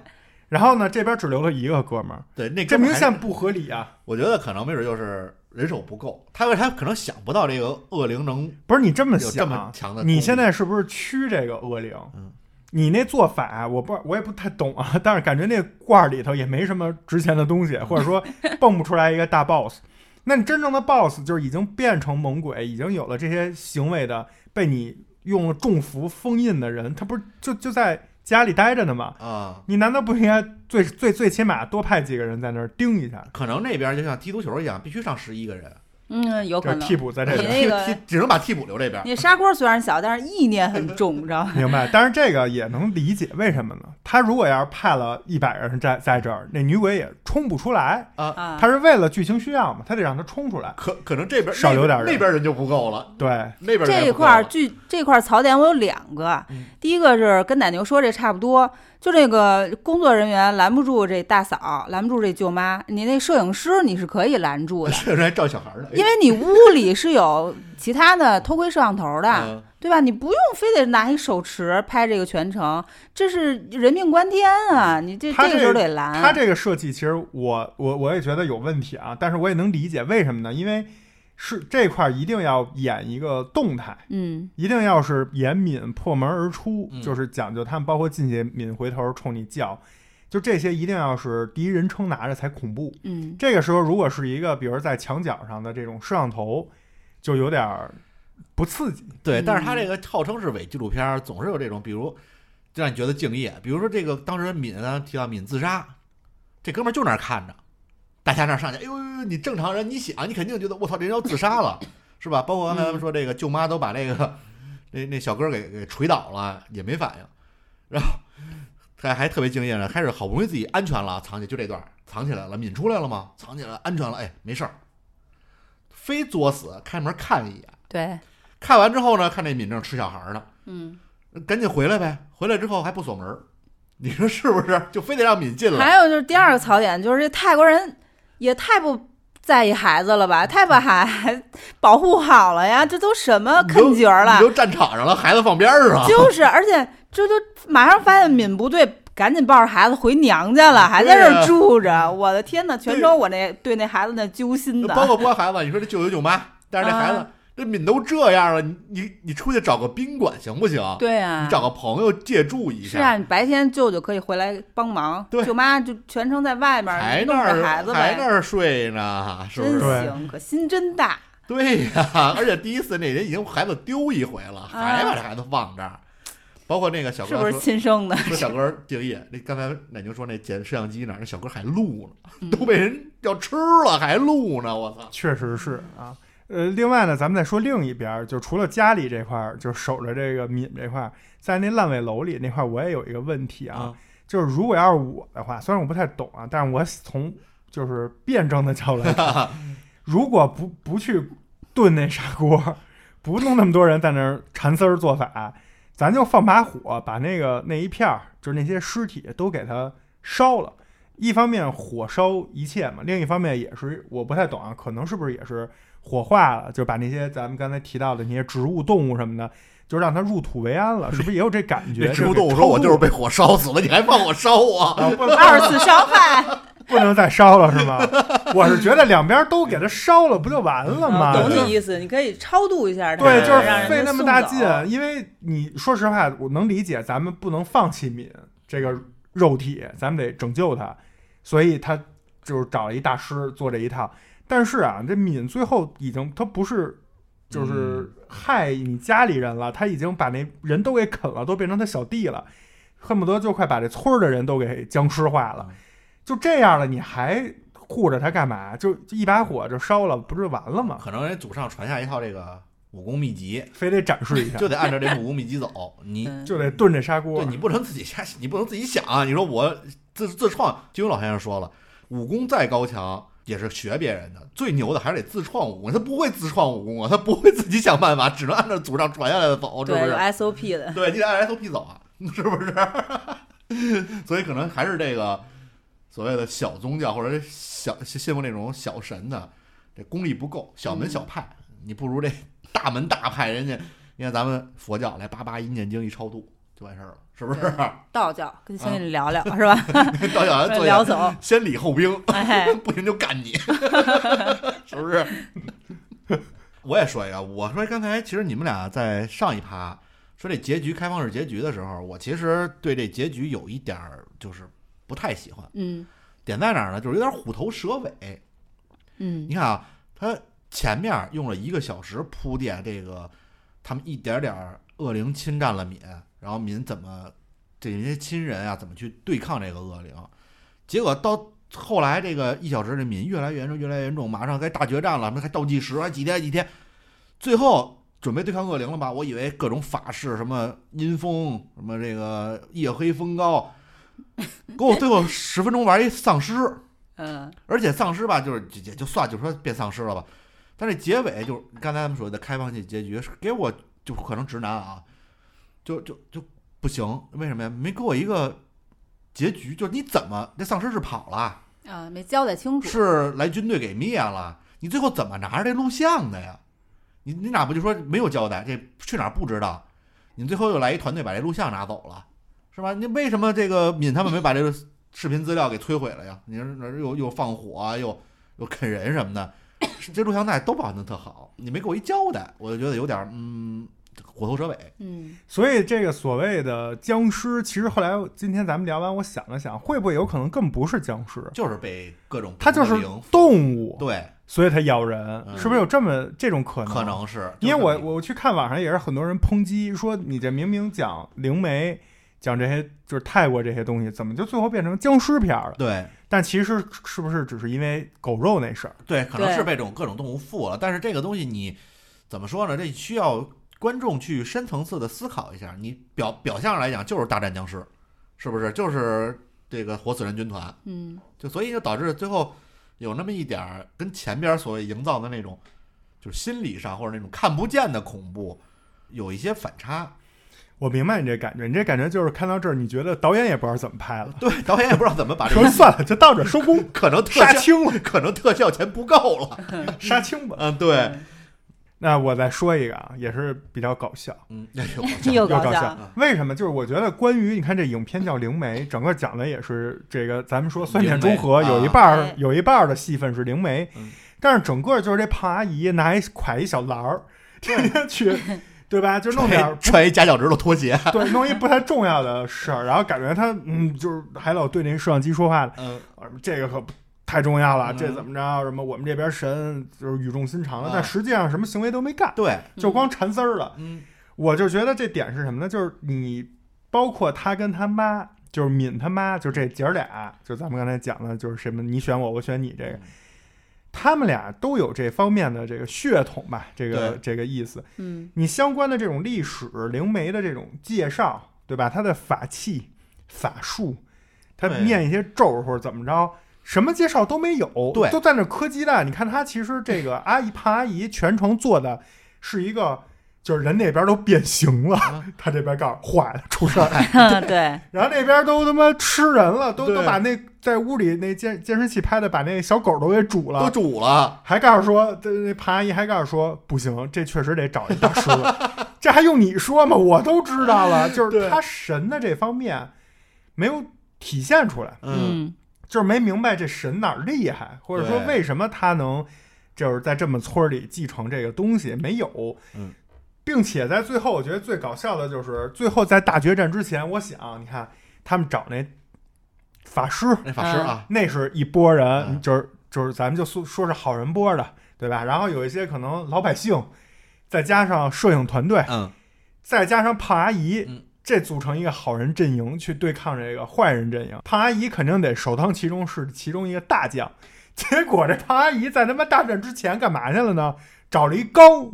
[SPEAKER 1] 然后呢这边只留了一个哥们儿，
[SPEAKER 2] 对，那
[SPEAKER 1] 这
[SPEAKER 2] 哥们
[SPEAKER 1] 明
[SPEAKER 2] 哎儿还
[SPEAKER 1] 显不合理啊！
[SPEAKER 2] 我觉得可能没准就是人手不够，他他可能想不到这个恶灵能
[SPEAKER 1] 不是你这么
[SPEAKER 2] 有这
[SPEAKER 1] 想
[SPEAKER 2] 么
[SPEAKER 1] 啊，
[SPEAKER 2] 强的功力。
[SPEAKER 1] 你现在是不是驱这个恶灵？
[SPEAKER 2] 嗯
[SPEAKER 1] 你那做法，我不我也不太懂啊，但是感觉那罐儿里头也没什么值钱的东西，或者 说蹦不出来一个大 boss。那你真正的 boss 就是已经变成猛鬼，已经有了这些行为的，被你用了重符封印的人，他不是就就在家里待着呢吗？
[SPEAKER 2] 啊，
[SPEAKER 1] 你难道不应该最最最起码多派几个人在那儿盯一下？
[SPEAKER 2] 可能那边就像踢足球一样，必须上十一 个人，
[SPEAKER 3] 嗯，有
[SPEAKER 1] 这
[SPEAKER 3] 可能
[SPEAKER 1] 替。补在这
[SPEAKER 3] 你
[SPEAKER 1] 边，
[SPEAKER 3] 那 个
[SPEAKER 2] 踢踢只能把替补留这边。
[SPEAKER 3] 你砂锅虽然小，但是意念很重，你 知道吗？
[SPEAKER 1] 明白，但是这个也能理解，为什么呢？他如果要是派了一百人在在这儿，那女鬼也冲不出来，
[SPEAKER 3] 啊，
[SPEAKER 1] 他是为了剧情需要嘛，他得让他冲出来。
[SPEAKER 2] 可可能这边
[SPEAKER 1] 少留点人
[SPEAKER 2] 那边人就不够了，
[SPEAKER 1] 对，
[SPEAKER 2] 那边人
[SPEAKER 3] 这
[SPEAKER 2] 就
[SPEAKER 1] 啊
[SPEAKER 2] 不
[SPEAKER 3] 一
[SPEAKER 2] 够
[SPEAKER 3] 块
[SPEAKER 2] 了
[SPEAKER 3] 儿剧这块儿槽点我有两个
[SPEAKER 2] 嗯，
[SPEAKER 3] 第一个是跟奶牛说这差不多，就这个工作人员拦不住这大嫂，拦不住这舅妈，你那摄影师你是可以拦住 的，
[SPEAKER 2] 这人还照小孩哎呢，
[SPEAKER 3] 因为你屋里是有其他的偷窥摄像头的，
[SPEAKER 2] 嗯
[SPEAKER 3] 对吧？你不用非得拿一手持拍这个全程，这是人命关天啊！你这
[SPEAKER 1] 他
[SPEAKER 3] 这个
[SPEAKER 1] 这
[SPEAKER 3] 时候得
[SPEAKER 1] 他
[SPEAKER 3] 拦，
[SPEAKER 1] 这个设计其实我我我也觉得有问题啊，但是我也能理解为什么呢？因为是这块儿一定要演一个动态，
[SPEAKER 3] 嗯
[SPEAKER 1] 一定要是严敏破门而出，
[SPEAKER 2] 嗯
[SPEAKER 1] 就是讲究他们包括进去敏回头冲你叫，就这些一定要是第一人称拿着才恐怖。
[SPEAKER 3] 嗯，
[SPEAKER 1] 这个时候，如果是一个比如在墙角上的这种摄像头，就有点儿不刺激。
[SPEAKER 2] 对，
[SPEAKER 3] 嗯
[SPEAKER 2] 但是他这个号称是伪纪录片儿，总是有这种，比如就让你觉得敬业，比如说这个当时敏啊提到敏自杀，这哥们儿就那儿看着，大家那儿上去，哎呦呦呦，你正常人你想，你肯定觉得我操，这人要自杀了，是吧？包括刚才咱们说这个舅妈都把那个那那小哥给给锤倒了，也没反应，然后他还特别敬业呢，开始好不容易自己安全了，藏起就这段儿藏起来了，敏出来了吗？藏起来了安全了，哎，没事儿，非作死，开门看一眼。
[SPEAKER 3] 对，
[SPEAKER 2] 看完之后呢，看那敏正吃小孩儿呢，
[SPEAKER 3] 嗯，
[SPEAKER 2] 赶紧回来呗。回来之后还不锁门儿，你说是不是？就非得让敏进来？
[SPEAKER 3] 还有就是第二个槽点，就是这泰国人也太不在意孩子了吧，太把孩保护好了呀，这都什么坑角儿
[SPEAKER 2] 你
[SPEAKER 3] 了？
[SPEAKER 2] 都站场上了，孩子放边儿上。
[SPEAKER 3] 就是，而且这都马上发现敏不对，赶紧抱着孩子回娘家了，还在这
[SPEAKER 2] 对
[SPEAKER 3] 儿
[SPEAKER 2] 啊
[SPEAKER 3] 住着。我的天呐，全程我那对那孩子那揪心
[SPEAKER 2] 包
[SPEAKER 3] 的，
[SPEAKER 2] 括不管孩子，你说这舅舅舅妈，但是这孩子，
[SPEAKER 3] 啊
[SPEAKER 2] 这敏都这样了，你你你出去找个宾馆行不行？
[SPEAKER 3] 对啊
[SPEAKER 2] 你找个朋友借住一
[SPEAKER 3] 是
[SPEAKER 2] 下。
[SPEAKER 3] 啊，你白天舅舅可以回来帮忙，
[SPEAKER 2] 对
[SPEAKER 3] 舅妈就全程在外面
[SPEAKER 2] 还那
[SPEAKER 3] 弄
[SPEAKER 2] 儿
[SPEAKER 3] 着孩子
[SPEAKER 2] 还那
[SPEAKER 3] 呗，
[SPEAKER 2] 儿睡呢，是不
[SPEAKER 3] 真
[SPEAKER 2] 是？
[SPEAKER 1] 对
[SPEAKER 3] 行，可心真大。
[SPEAKER 2] 对呀、而且第一次那人已经孩子丢一回了，还把这孩子放这儿，包括那个小
[SPEAKER 3] 啊是
[SPEAKER 2] 哥
[SPEAKER 3] 不
[SPEAKER 2] 说
[SPEAKER 3] 是亲生的？
[SPEAKER 2] 说小哥儿敬业，那刚才奶牛说那捡摄像机那儿，那小哥儿还录
[SPEAKER 3] 嗯
[SPEAKER 2] 呢，都被人要吃了还录呢，我操！
[SPEAKER 1] 确实是啊。呃，另外呢，咱们再说另一边儿，就除了家里这块儿，就守着这个敏这块儿，在那烂尾楼里那块儿，我也有一个问题啊，
[SPEAKER 2] 啊
[SPEAKER 1] 就是如果要是我的话，虽然我不太懂啊，但是我从就是辩证的角度来看，如果不不去炖那砂锅，不弄那么多人在那儿缠丝儿做法，咱就放把火，把那个那一片儿，就是那些尸体都给它烧了。一方面火烧一切嘛，另一方面也是我不太懂啊，可能是不是也是火化了，就把那些咱们刚才提到的那些植物、动物什么的，就让它入土为安 了，是不是也有这感觉？
[SPEAKER 2] 这植物动物说：“我就是被火烧死了，你还放火烧我
[SPEAKER 1] 啊，不
[SPEAKER 3] 二次 伤害，
[SPEAKER 1] 不能再烧了是吗？我是觉得两边都给它烧了，不就完了吗？
[SPEAKER 3] 懂
[SPEAKER 1] 就
[SPEAKER 3] 你意思，你可以超度一下它，
[SPEAKER 1] 对，就
[SPEAKER 3] 让人
[SPEAKER 1] 是
[SPEAKER 3] 家
[SPEAKER 1] 费那么大劲
[SPEAKER 3] 送
[SPEAKER 2] 啊
[SPEAKER 3] 走，
[SPEAKER 1] 因为你说实话，我能理解，咱们不能放弃敏这个肉体，咱们得拯救他，所以他就是找了一大师做这一套。但是啊，这敏最后已经他不是就是害你家里人了，他已经把那人都给啃了，都变成他小弟了，恨不得就快把这村儿的人都给僵尸化了。就这样了，你还护着他干嘛？就就一把火就烧了，不就完了？”吗？
[SPEAKER 2] 可能人祖上传下一套这个武功秘 籍，
[SPEAKER 1] 非得展示一下，
[SPEAKER 2] 就得按照这武功秘籍走。你
[SPEAKER 3] 嗯
[SPEAKER 1] 就得炖这砂锅。
[SPEAKER 2] 对你不能自己瞎，你不能自己想啊！你说我自自创，金庸老先生说了，武功再高强也是学别人的，最牛的还是得自创武功。他不会自创武功啊，他不会自己想办法，只能按照祖上传下来的走，是不
[SPEAKER 3] 对，有
[SPEAKER 2] 是？
[SPEAKER 3] SOP 的，
[SPEAKER 2] 对，你得按 SOP 走啊，是不是？ 所以可能还是这个所谓的小宗教或者小信奉那种小神的，这功力不够，小
[SPEAKER 3] 嗯
[SPEAKER 2] 门小派，你不如这大门大派，人家你看咱们佛教来叭叭一念经一超度就完事儿了，是不是？啊
[SPEAKER 3] 道教跟兄弟聊聊是吧？
[SPEAKER 2] 到小孩做一
[SPEAKER 3] 聊
[SPEAKER 2] 下
[SPEAKER 3] 走，
[SPEAKER 2] 先礼后兵，
[SPEAKER 3] 哎，
[SPEAKER 2] 不行就干你，是不是？ 我也说一个，我说刚才其实你们俩在上一趴说这结局开放式结局的时候，我其实对这结局有一点儿就是不太喜欢，
[SPEAKER 3] 嗯
[SPEAKER 2] 点在哪儿呢？就是有点虎头蛇尾。
[SPEAKER 3] 嗯
[SPEAKER 2] 你看啊，他前面用了一个小时铺垫这个，他们一点点儿恶灵侵占了敏，然后敏怎么这些亲人啊怎么去对抗这个恶灵，结果到后来这个一小时这敏越来越严重，越来越严重，马上该大决战了，还倒计时，还几天几天，最后。准备对抗恶灵了吧？我以为各种法式，什么阴风，什么这个夜黑风高，给我最后十分钟玩一丧尸，
[SPEAKER 3] 嗯，
[SPEAKER 2] 而且丧尸吧，就是也也就算，就说变丧尸了吧。但是结尾就是刚才咱们说的开放性结局，是给我就可能直男啊，就就就不行。为什么呀？没给我一个结局，就是你怎么那丧尸是跑了，
[SPEAKER 3] 啊，没交代清 楚，
[SPEAKER 2] 是来军队给灭了，你最后怎么拿着这录像的呀？你你哪不就说没有交代，这去哪儿不知道？你最后又来一团队把这录像拿走了，是吧？你为什么这个敏他们没把这个 视频资料给摧毁了呀？你说又又放火啊、又又啃人什么的，这录像带都保存的特好，你没给我一交代，我就觉得有点儿嗯虎头蛇尾。
[SPEAKER 3] 嗯
[SPEAKER 1] 所以这个所谓的僵尸，其实后来今天咱们聊完，我想了想，会不会有可能更不是僵尸，
[SPEAKER 2] 就是被各种
[SPEAKER 1] 它就是
[SPEAKER 2] 不同的灵
[SPEAKER 1] 动物，
[SPEAKER 2] 对，
[SPEAKER 1] 所以它咬人，
[SPEAKER 2] 嗯
[SPEAKER 1] 是不是有这么这种可能？
[SPEAKER 2] 可，能是
[SPEAKER 1] 因为
[SPEAKER 2] 就是
[SPEAKER 1] 我我去看网上也是很多人抨击说，你这明明讲灵媒，讲这些就是泰国这些东西，怎么就最后变成僵尸片了？
[SPEAKER 2] 对
[SPEAKER 1] 但其实是不是只是因为狗肉那事儿？
[SPEAKER 2] 对，可能
[SPEAKER 3] 对
[SPEAKER 2] 是被这种各种动物附了，但是这个东西你怎么说呢？这需要观众去深层次的思考一下。你表表象上来讲就是大战僵尸，是不是？就是这个活死人军团，
[SPEAKER 3] 嗯
[SPEAKER 2] 就所以就导致最后有那么一点儿跟前边所谓营造的那种，就是心理上或者那种看不见的恐怖有一些反差。
[SPEAKER 1] 我明白你这感觉，你这感觉就是看到这儿，你觉得导演也不知道怎么拍了，
[SPEAKER 2] 啊对，导演也不知道怎么把这
[SPEAKER 1] 说
[SPEAKER 2] 个，
[SPEAKER 1] 算了，就到这儿收 工，
[SPEAKER 2] 可能特
[SPEAKER 1] 杀
[SPEAKER 2] 效
[SPEAKER 1] 青了，
[SPEAKER 2] 可能特效钱不够了。
[SPEAKER 1] 杀青吧。
[SPEAKER 2] 嗯，对，
[SPEAKER 1] 那我再说一个啊，也是比较搞笑，
[SPEAKER 2] 嗯，哎呦我操
[SPEAKER 3] 又
[SPEAKER 1] 搞
[SPEAKER 3] 搞
[SPEAKER 1] 笑。为什么？就是我觉得关于你看这影片叫《灵媒》，整个讲的也是这个，咱们说酸碱中和
[SPEAKER 2] 灵媒啊
[SPEAKER 1] 有一半儿、
[SPEAKER 3] 哎
[SPEAKER 1] 有一半儿的戏份是灵媒，
[SPEAKER 2] 嗯
[SPEAKER 1] 但是整个就是这胖阿姨拿一挎一小篮儿，天天 去，对吧？就弄点儿
[SPEAKER 2] 穿穿一夹脚趾头拖鞋，
[SPEAKER 1] 对，弄一不太重要的事儿，然后感觉她嗯，就是还老对那摄像机说话呢
[SPEAKER 2] 嗯，
[SPEAKER 1] 啊，这个可不太重要了，
[SPEAKER 2] 嗯
[SPEAKER 1] 这怎么着？什么我们这边神就是语重心长了，
[SPEAKER 2] 啊嗯
[SPEAKER 1] 但实际上什么行为都没干，
[SPEAKER 2] 对，
[SPEAKER 1] 就光缠丝儿了。
[SPEAKER 2] 嗯
[SPEAKER 1] 我就觉得这点是什么呢？就是你包括他跟他妈，就是敏他妈，就这姐儿俩，就咱们刚才讲的，就是什么你选我，我选你这个。他们俩都有这方面的这个血统吧，这个
[SPEAKER 2] 对
[SPEAKER 1] 这个意思。
[SPEAKER 3] 嗯
[SPEAKER 1] 你相关的这种历史、灵媒的这种介绍，对吧？他的法器、法术，他
[SPEAKER 2] 对
[SPEAKER 1] 念一些咒或者怎么着，什么介绍都没有，
[SPEAKER 2] 对
[SPEAKER 1] 都在那磕鸡蛋。你看他其实这个阿姨胖阿姨全程做的是一个就是人那边都变形了，
[SPEAKER 2] 啊
[SPEAKER 1] 他这边告诉坏了出事儿，
[SPEAKER 3] 嗯对，
[SPEAKER 1] 然后那边都他妈吃人了，都
[SPEAKER 2] 对
[SPEAKER 1] 都把那在屋里那监监视器拍的把那小狗都给煮
[SPEAKER 2] 都
[SPEAKER 1] 了。
[SPEAKER 2] 煮了，
[SPEAKER 1] 还告诉说，这那潘阿姨还告诉说，不行，这确实得找一大师了。 这还用你说吗？我都知道了，就
[SPEAKER 2] 对
[SPEAKER 1] 是他神的这方面没有体现出来。
[SPEAKER 2] 嗯，
[SPEAKER 3] 嗯
[SPEAKER 1] 就是没明白这神哪儿厉害，或者说
[SPEAKER 2] 对
[SPEAKER 1] 为什么他能就是在这么村儿里继承这个东西没有？
[SPEAKER 2] 嗯，
[SPEAKER 1] 并且在最后，我觉得最搞笑的就是最后在大决战之前，我想你看他们找那法师，
[SPEAKER 2] 那法师啊，
[SPEAKER 1] 那是一波人，
[SPEAKER 2] 嗯
[SPEAKER 1] 就是就是咱们就说说是好人波的，对吧？然后有一些可能老百姓，再加上摄影团队，
[SPEAKER 2] 嗯，
[SPEAKER 1] 再加上胖阿姨，
[SPEAKER 2] 嗯
[SPEAKER 1] 这组成一个好人阵营去对抗这个坏人阵营。胖阿姨肯定得首当其冲，是其中一个大将。 结果这胖阿姨在他妈大战之前干嘛去了呢？找了一 缸，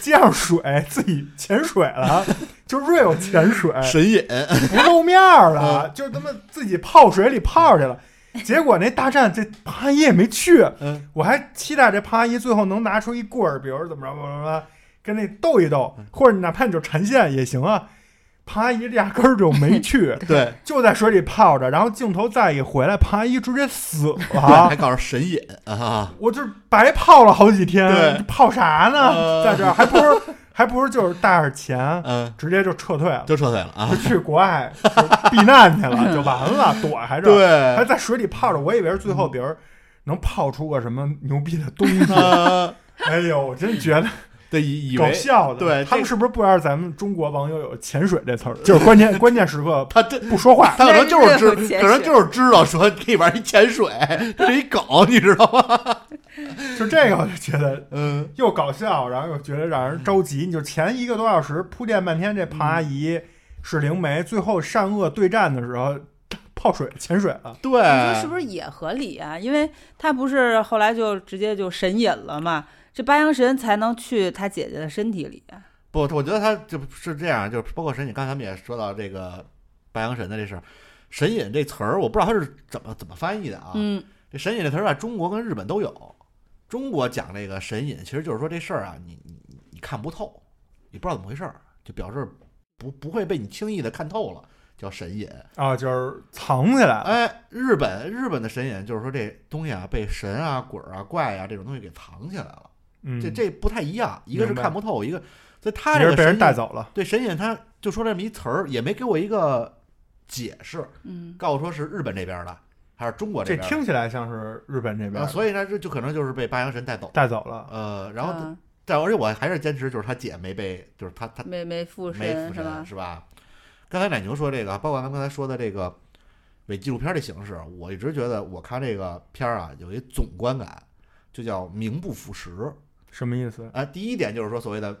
[SPEAKER 1] 接上水，自己潜水了，就瑞有潜水，
[SPEAKER 3] 哎
[SPEAKER 2] 神隐，
[SPEAKER 1] 不露面儿了，
[SPEAKER 2] 嗯
[SPEAKER 1] 就他妈自己泡水里泡去了。结果那大战，这胖阿姨也没去，
[SPEAKER 2] 嗯，，
[SPEAKER 1] 我还期待这胖阿姨最后能拿出一棍儿，比如怎么着，怎么着，跟那斗一斗，或者哪怕你就缠线也行啊。胖阿姨压根儿就没去
[SPEAKER 2] 对，
[SPEAKER 1] 就在水里泡着，然后镜头再一回来，胖阿姨直接死
[SPEAKER 2] 还
[SPEAKER 1] 了。
[SPEAKER 2] 告诉神隐啊，
[SPEAKER 1] 我就白泡了好几
[SPEAKER 2] 对
[SPEAKER 1] 天，泡啥
[SPEAKER 2] 呃
[SPEAKER 1] 呢？在这儿还不如还不如就是带着钱
[SPEAKER 2] 嗯，
[SPEAKER 1] 直接就撤退了，
[SPEAKER 2] 就撤退了啊，
[SPEAKER 1] 就去国外就避难去 了，就完了，躲还这儿，还
[SPEAKER 2] 对，
[SPEAKER 1] 在水里泡着。我以为是最后，比如能泡出个什么牛逼的东 西，
[SPEAKER 2] 啊，
[SPEAKER 1] 哎呦，我真觉得
[SPEAKER 2] 对，以以
[SPEAKER 1] 搞
[SPEAKER 2] 为
[SPEAKER 1] 笑的。
[SPEAKER 2] 对
[SPEAKER 1] 他们
[SPEAKER 2] 这
[SPEAKER 1] 是不是不知道咱们中国网友有“潜水”这词儿？就是关 键关键时刻
[SPEAKER 2] 他这
[SPEAKER 1] 不说话，
[SPEAKER 2] 他可能就是
[SPEAKER 3] 那是
[SPEAKER 2] 知，
[SPEAKER 3] 潜水
[SPEAKER 2] 可能就是知道说这玩意儿一潜水，这是一狗，你知道吗？
[SPEAKER 1] 就这个我就觉得
[SPEAKER 2] 嗯，
[SPEAKER 1] 又搞笑，然后又觉得让人着急。你就前一个多小时铺垫半天，这胖阿姨是灵媒，最后善恶对战的时候泡水潜水了。
[SPEAKER 2] 对，
[SPEAKER 3] 你说是不是也合理啊？因为他不是后来就直接就神隐了嘛，这八阳神才能去他姐姐的身体里。啊
[SPEAKER 2] 不，我觉得他就是这样，就是包括神隐，刚才咱们也说到这个白羊神的这事儿，神隐这词儿，我不知道他是怎么怎么翻译的啊。
[SPEAKER 3] 嗯
[SPEAKER 2] 这神隐这词儿在啊中国跟日本都有，中国讲这个神隐，其实就是说这事儿啊，你你你看不透，你不知道怎么回事儿，就表示不不会被你轻易的看透了，叫神隐。
[SPEAKER 1] 啊，就是藏起来了。
[SPEAKER 2] 哎，日本日本的神隐就是说这东西啊被神啊鬼儿啊怪啊这种东西给藏起来了，
[SPEAKER 1] 嗯，
[SPEAKER 2] 这这不太一样，一个是
[SPEAKER 1] 明白
[SPEAKER 2] 看不透，一个所以他
[SPEAKER 1] 也
[SPEAKER 2] 这
[SPEAKER 1] 是
[SPEAKER 2] 个
[SPEAKER 1] 被人
[SPEAKER 2] 神
[SPEAKER 1] 带
[SPEAKER 2] 隐
[SPEAKER 1] 走了。
[SPEAKER 2] 对神隐，他就说这么一词儿，也没给我一个解释，
[SPEAKER 3] 嗯，
[SPEAKER 2] 告诉说是日本这边的还是中国
[SPEAKER 1] 这
[SPEAKER 2] 边的。
[SPEAKER 1] 听起来像是日本这边
[SPEAKER 2] 啊，所以呢，这就可能就是被八阳神带走。
[SPEAKER 1] 带走了。
[SPEAKER 2] 呃，然后
[SPEAKER 3] 嗯
[SPEAKER 2] 但而且我还是坚持，就是他姐没被，就是他他
[SPEAKER 3] 没没附
[SPEAKER 2] 没
[SPEAKER 3] 身
[SPEAKER 2] 附
[SPEAKER 3] 是吧
[SPEAKER 2] 身？是吧？刚才奶牛说这个，包括咱们刚才说的这个伪纪录片的形式，我一直觉得我看这个片儿啊，有一总观感，就叫名不副实。
[SPEAKER 1] 什么意思？
[SPEAKER 2] 啊，第一点就是说所谓的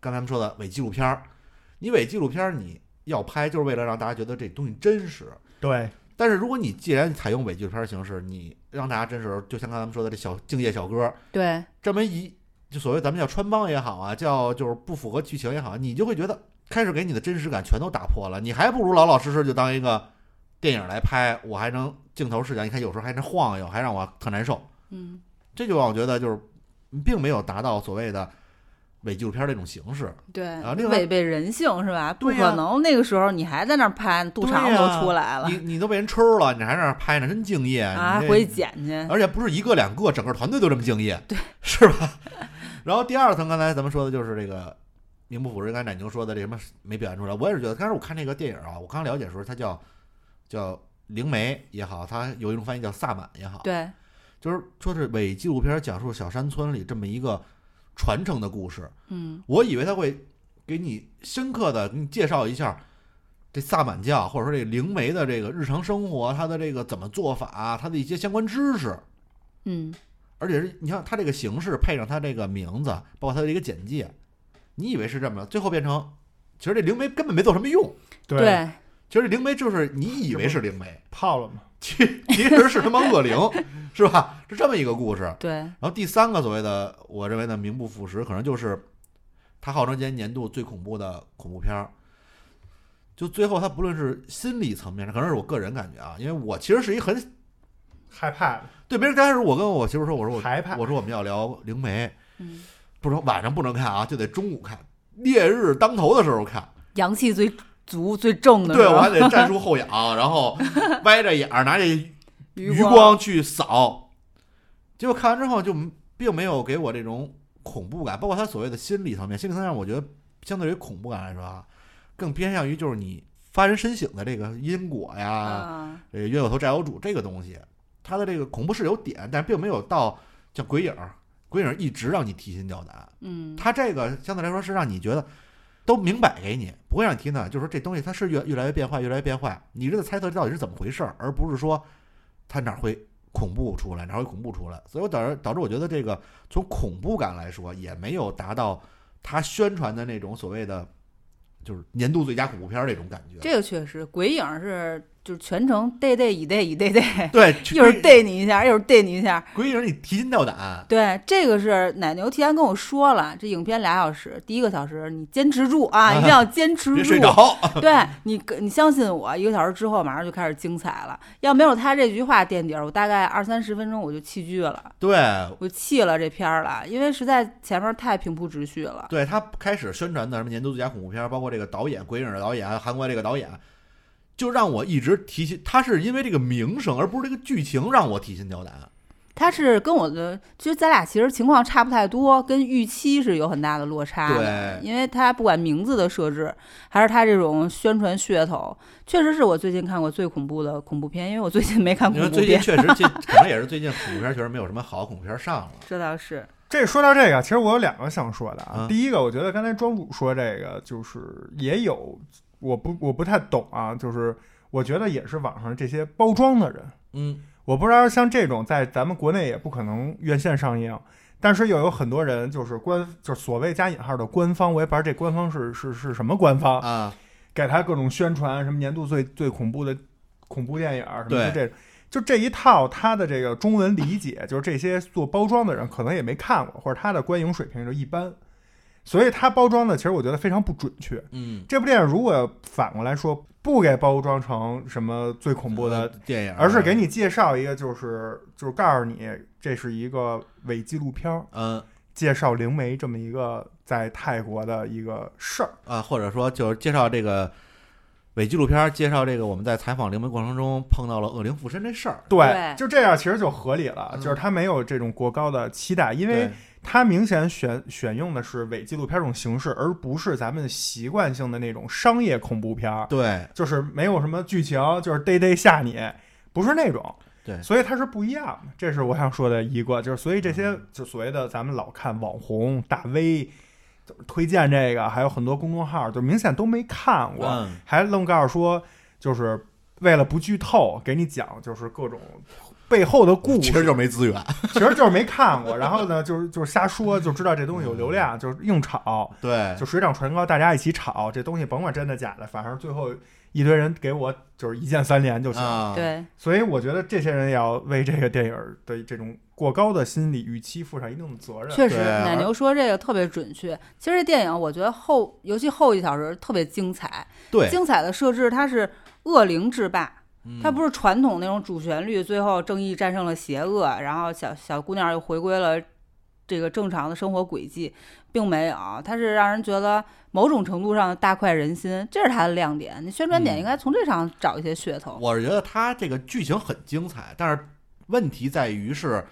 [SPEAKER 2] 刚才咱们说的伪纪录片儿，你伪纪录片儿你要拍就是为了让大家觉得这东西真实。
[SPEAKER 1] 对，
[SPEAKER 2] 但是如果你既然采用伪纪录片儿形式，你让大家真实，就像刚才咱们说的这小敬业小哥儿
[SPEAKER 3] 对，
[SPEAKER 2] 这么一就所谓咱们叫穿帮也好啊，叫就是不符合剧情也好，你就会觉得开始给你的真实感全都打破了，你还不如老老实实就当一个电影来拍，我还能镜头视角，你看有时候还能晃悠，还让我特难受。
[SPEAKER 3] 嗯
[SPEAKER 2] 这就让我觉得就是并没有达到所谓的伪纪录片儿这种形式。
[SPEAKER 3] 对，
[SPEAKER 2] 啊另外
[SPEAKER 3] 违背人性是吧？不
[SPEAKER 2] 对呀
[SPEAKER 3] 可能，那个时候你还在那儿拍，肚
[SPEAKER 2] 对
[SPEAKER 3] 肠子
[SPEAKER 2] 呀
[SPEAKER 3] 都出来了
[SPEAKER 2] 你你都被人抽了，你还在那儿拍呢，真敬业
[SPEAKER 3] 啊，
[SPEAKER 2] 你这呃
[SPEAKER 3] 回去捡去。
[SPEAKER 2] 而且不是一个两个，整个团队都这么敬业，对，是吧？然后第二层，刚才咱们说的就是这个名不副实，刚才奶牛说的这什么没表现出来，我也是觉得，刚才我看这个电影啊，我刚了解的时候，它叫叫灵媒也好，它有一种翻译叫萨满也好，
[SPEAKER 3] 对，
[SPEAKER 2] 就是说是伪纪录片讲述小山村里这么一个传承的故事，
[SPEAKER 3] 嗯
[SPEAKER 2] 我以为他会给你深刻的给你介绍一下这萨满教或者说这灵媒的这个日常生活，它的这个怎么做法，它的一些相关知识。
[SPEAKER 3] 嗯，
[SPEAKER 2] 而且是你看它这个形式配上它这个名字，包括它的一个简介，你以为是这么着，最后变成其实这灵媒根本没做什么用，
[SPEAKER 1] 对，
[SPEAKER 3] 对，
[SPEAKER 2] 其实这灵媒就是你以为是灵媒，
[SPEAKER 1] 泡了嘛。
[SPEAKER 2] 其其实是他妈恶灵， 是吧？是这么一个故事。
[SPEAKER 3] 对，
[SPEAKER 2] 然后第三个所谓的，我认为的名不副实，可能就是它号称今年年度最恐怖的恐怖片儿。就最后，它不论是心理层面，可能是我个人感觉啊，因为我其实是一很
[SPEAKER 1] 害怕的，
[SPEAKER 2] 对别人刚开始我跟我媳妇说，我说我
[SPEAKER 1] 害怕
[SPEAKER 2] 我说我们要聊灵媒，
[SPEAKER 3] 嗯
[SPEAKER 2] 不能晚上不能看啊，就得中午看。烈日当头的时候看，
[SPEAKER 3] 阳气最足、最正的时
[SPEAKER 2] 对
[SPEAKER 3] 候，
[SPEAKER 2] 我还得战术后仰，然后歪着眼儿拿这
[SPEAKER 3] 余
[SPEAKER 2] 余光去扫，结果看完之后就并没有给我这种恐怖感，包括他所谓的心理层面，心理层面我觉得相对于恐怖感来说啊，更偏向于就是你发人深省的这个因果呀，
[SPEAKER 3] 啊，
[SPEAKER 2] 这个冤有头债有主这个东西，它的这个恐怖是有点，但并没有到像鬼影儿，鬼影儿一直让你提心吊胆，
[SPEAKER 3] 嗯，
[SPEAKER 2] 它这个相对来说是让你觉得。都明摆给你，不会让你提呢。就是说这东西它是越越来越变坏，越来越变坏。你是在猜测到底是怎么回事儿，而不是说它哪儿会恐怖出来，哪儿会恐怖出来。所以我导致导致我觉得这个从恐怖感来说，也没有达到它宣传的那种所谓的就是年度最佳恐怖片儿那种感觉。
[SPEAKER 3] 这个确实，鬼影是就是全程 day day 以 day 以 day day，
[SPEAKER 2] 对，
[SPEAKER 3] 一会儿
[SPEAKER 2] 鬼
[SPEAKER 3] 逮你一下，一会儿逮你一下，
[SPEAKER 2] 鬼影你提心吊胆，
[SPEAKER 3] 对，这个是奶牛提前跟我说了，这影片俩小时，第一个小时你坚持住啊，一定要坚持
[SPEAKER 2] 别
[SPEAKER 3] 住。
[SPEAKER 2] 睡着。
[SPEAKER 3] 对你，你相信我，一个小时之后马上就开始精彩了。要没有他这句话垫底儿，我大概二三十分钟我就弃剧了，
[SPEAKER 2] 对，
[SPEAKER 3] 我弃了这片儿了，因为实在前面太平铺直叙了。
[SPEAKER 2] 对他开始宣传的什么年度最佳恐怖片儿，包括这个导演鬼影的导演，还有韩国这个导演，就让我一直提心。他是因为这个名声，而不是这个剧情让我提心吊胆。
[SPEAKER 3] 他是跟我的，其实咱俩其实情况差不太多，跟预期是有很大的落
[SPEAKER 1] 啊
[SPEAKER 3] 差的。
[SPEAKER 2] 对
[SPEAKER 3] 因为他不管名字的设置，还是他这种宣传噱头，确实是我最近看过最恐怖的恐怖片，因为我最近没看
[SPEAKER 2] 因
[SPEAKER 3] 恐
[SPEAKER 2] 为
[SPEAKER 3] 怖
[SPEAKER 2] 最近确
[SPEAKER 3] 片。
[SPEAKER 2] 实，这可能也是最近恐怖片儿确实没有什么好恐怖片儿上了。
[SPEAKER 3] 这倒是，
[SPEAKER 1] 这说到这个，其实我有两个想说的啊。
[SPEAKER 2] 嗯
[SPEAKER 1] 第一个，我觉得刚才庄主说这个，就是也有我不我不太懂啊，就是我觉得也是网上这些包装的人，
[SPEAKER 2] 嗯，
[SPEAKER 1] 我不知道像这种在咱们国内也不可能院线上映，但是又有很多人就是官就是所谓加引号的官方，我也不知道这官方是是是什么官方，
[SPEAKER 2] 啊，
[SPEAKER 1] 给他各种宣传，什么年度最最恐怖的恐怖电影儿，什么就
[SPEAKER 2] 对
[SPEAKER 1] 这就这一套，他的这个中文理解，就是这些做包装的人可能也没看过，或者他的观影水平就一般，所以他包装的其实我觉得非常不准确。
[SPEAKER 2] 嗯，
[SPEAKER 1] 这部电影如果反过来说，不给包装成什么最恐怖
[SPEAKER 2] 呃
[SPEAKER 1] 的，
[SPEAKER 2] 电影儿，
[SPEAKER 1] 呃
[SPEAKER 2] 啊
[SPEAKER 1] 而是给你介绍一个，就是就是告诉你这是一个伪纪录片儿，
[SPEAKER 2] 嗯
[SPEAKER 1] 介绍灵媒这么一个在泰国的一个事儿。
[SPEAKER 2] 啊，或者说就是介绍这个伪纪录片儿，介绍这个我们在采访灵媒过程中碰到了恶灵附身这事儿。
[SPEAKER 1] 对，
[SPEAKER 3] 对
[SPEAKER 1] 就这样其实就合理了，
[SPEAKER 2] 嗯
[SPEAKER 1] 就是他没有这种过高的期待，因为
[SPEAKER 2] 对
[SPEAKER 1] 他明显选选用的是伪纪录片这种形式，而不是咱们习惯性的那种商业恐怖片儿，
[SPEAKER 2] 对
[SPEAKER 1] 就是没有什么剧情，就是逮逮吓你，不是那种。
[SPEAKER 2] 对
[SPEAKER 1] 所以它是不一样的，这是我想说的一个，就是所以这些
[SPEAKER 2] 嗯
[SPEAKER 1] 就所谓的咱们老看网红大 V，就是推荐这个，还有很多公众号，就明显都没看过，
[SPEAKER 2] 嗯
[SPEAKER 1] 还愣告诉说，就是为了不剧透，给你讲就是各种背后的故
[SPEAKER 2] 其实
[SPEAKER 1] 事，
[SPEAKER 2] 就是没资源。
[SPEAKER 1] 其实就是没看过，然后呢，就是就是瞎说，就知道这东西有流量，就是硬炒，
[SPEAKER 2] 对，
[SPEAKER 1] 就水涨船高，大家一起炒这东西，甭管真的假的，反正最后一堆人给我就是一键三连就行。
[SPEAKER 2] 啊，，
[SPEAKER 3] 对，
[SPEAKER 1] 所以我觉得这些人也要为这个电影的这种过高的心理预期负上一定的责任。
[SPEAKER 3] 确实，
[SPEAKER 2] 对而
[SPEAKER 3] 奶牛说这个特别准确。其实这电影我觉得后，尤其后一小时特别精彩，
[SPEAKER 2] 对，
[SPEAKER 3] 精彩的设置它是恶灵制霸，
[SPEAKER 1] 嗯
[SPEAKER 3] 它
[SPEAKER 2] 是
[SPEAKER 3] 不是传统那种主旋律，最后正义战胜了邪恶，然后小小姑娘又回归了这个正常的生活轨迹，并没有，它是让人觉得某种程度上大快人心，这是它的亮点。你宣传点
[SPEAKER 2] 嗯
[SPEAKER 3] 应该从这上找一些噱头。
[SPEAKER 2] 我是觉得它这个剧情很精彩，但是问题在于是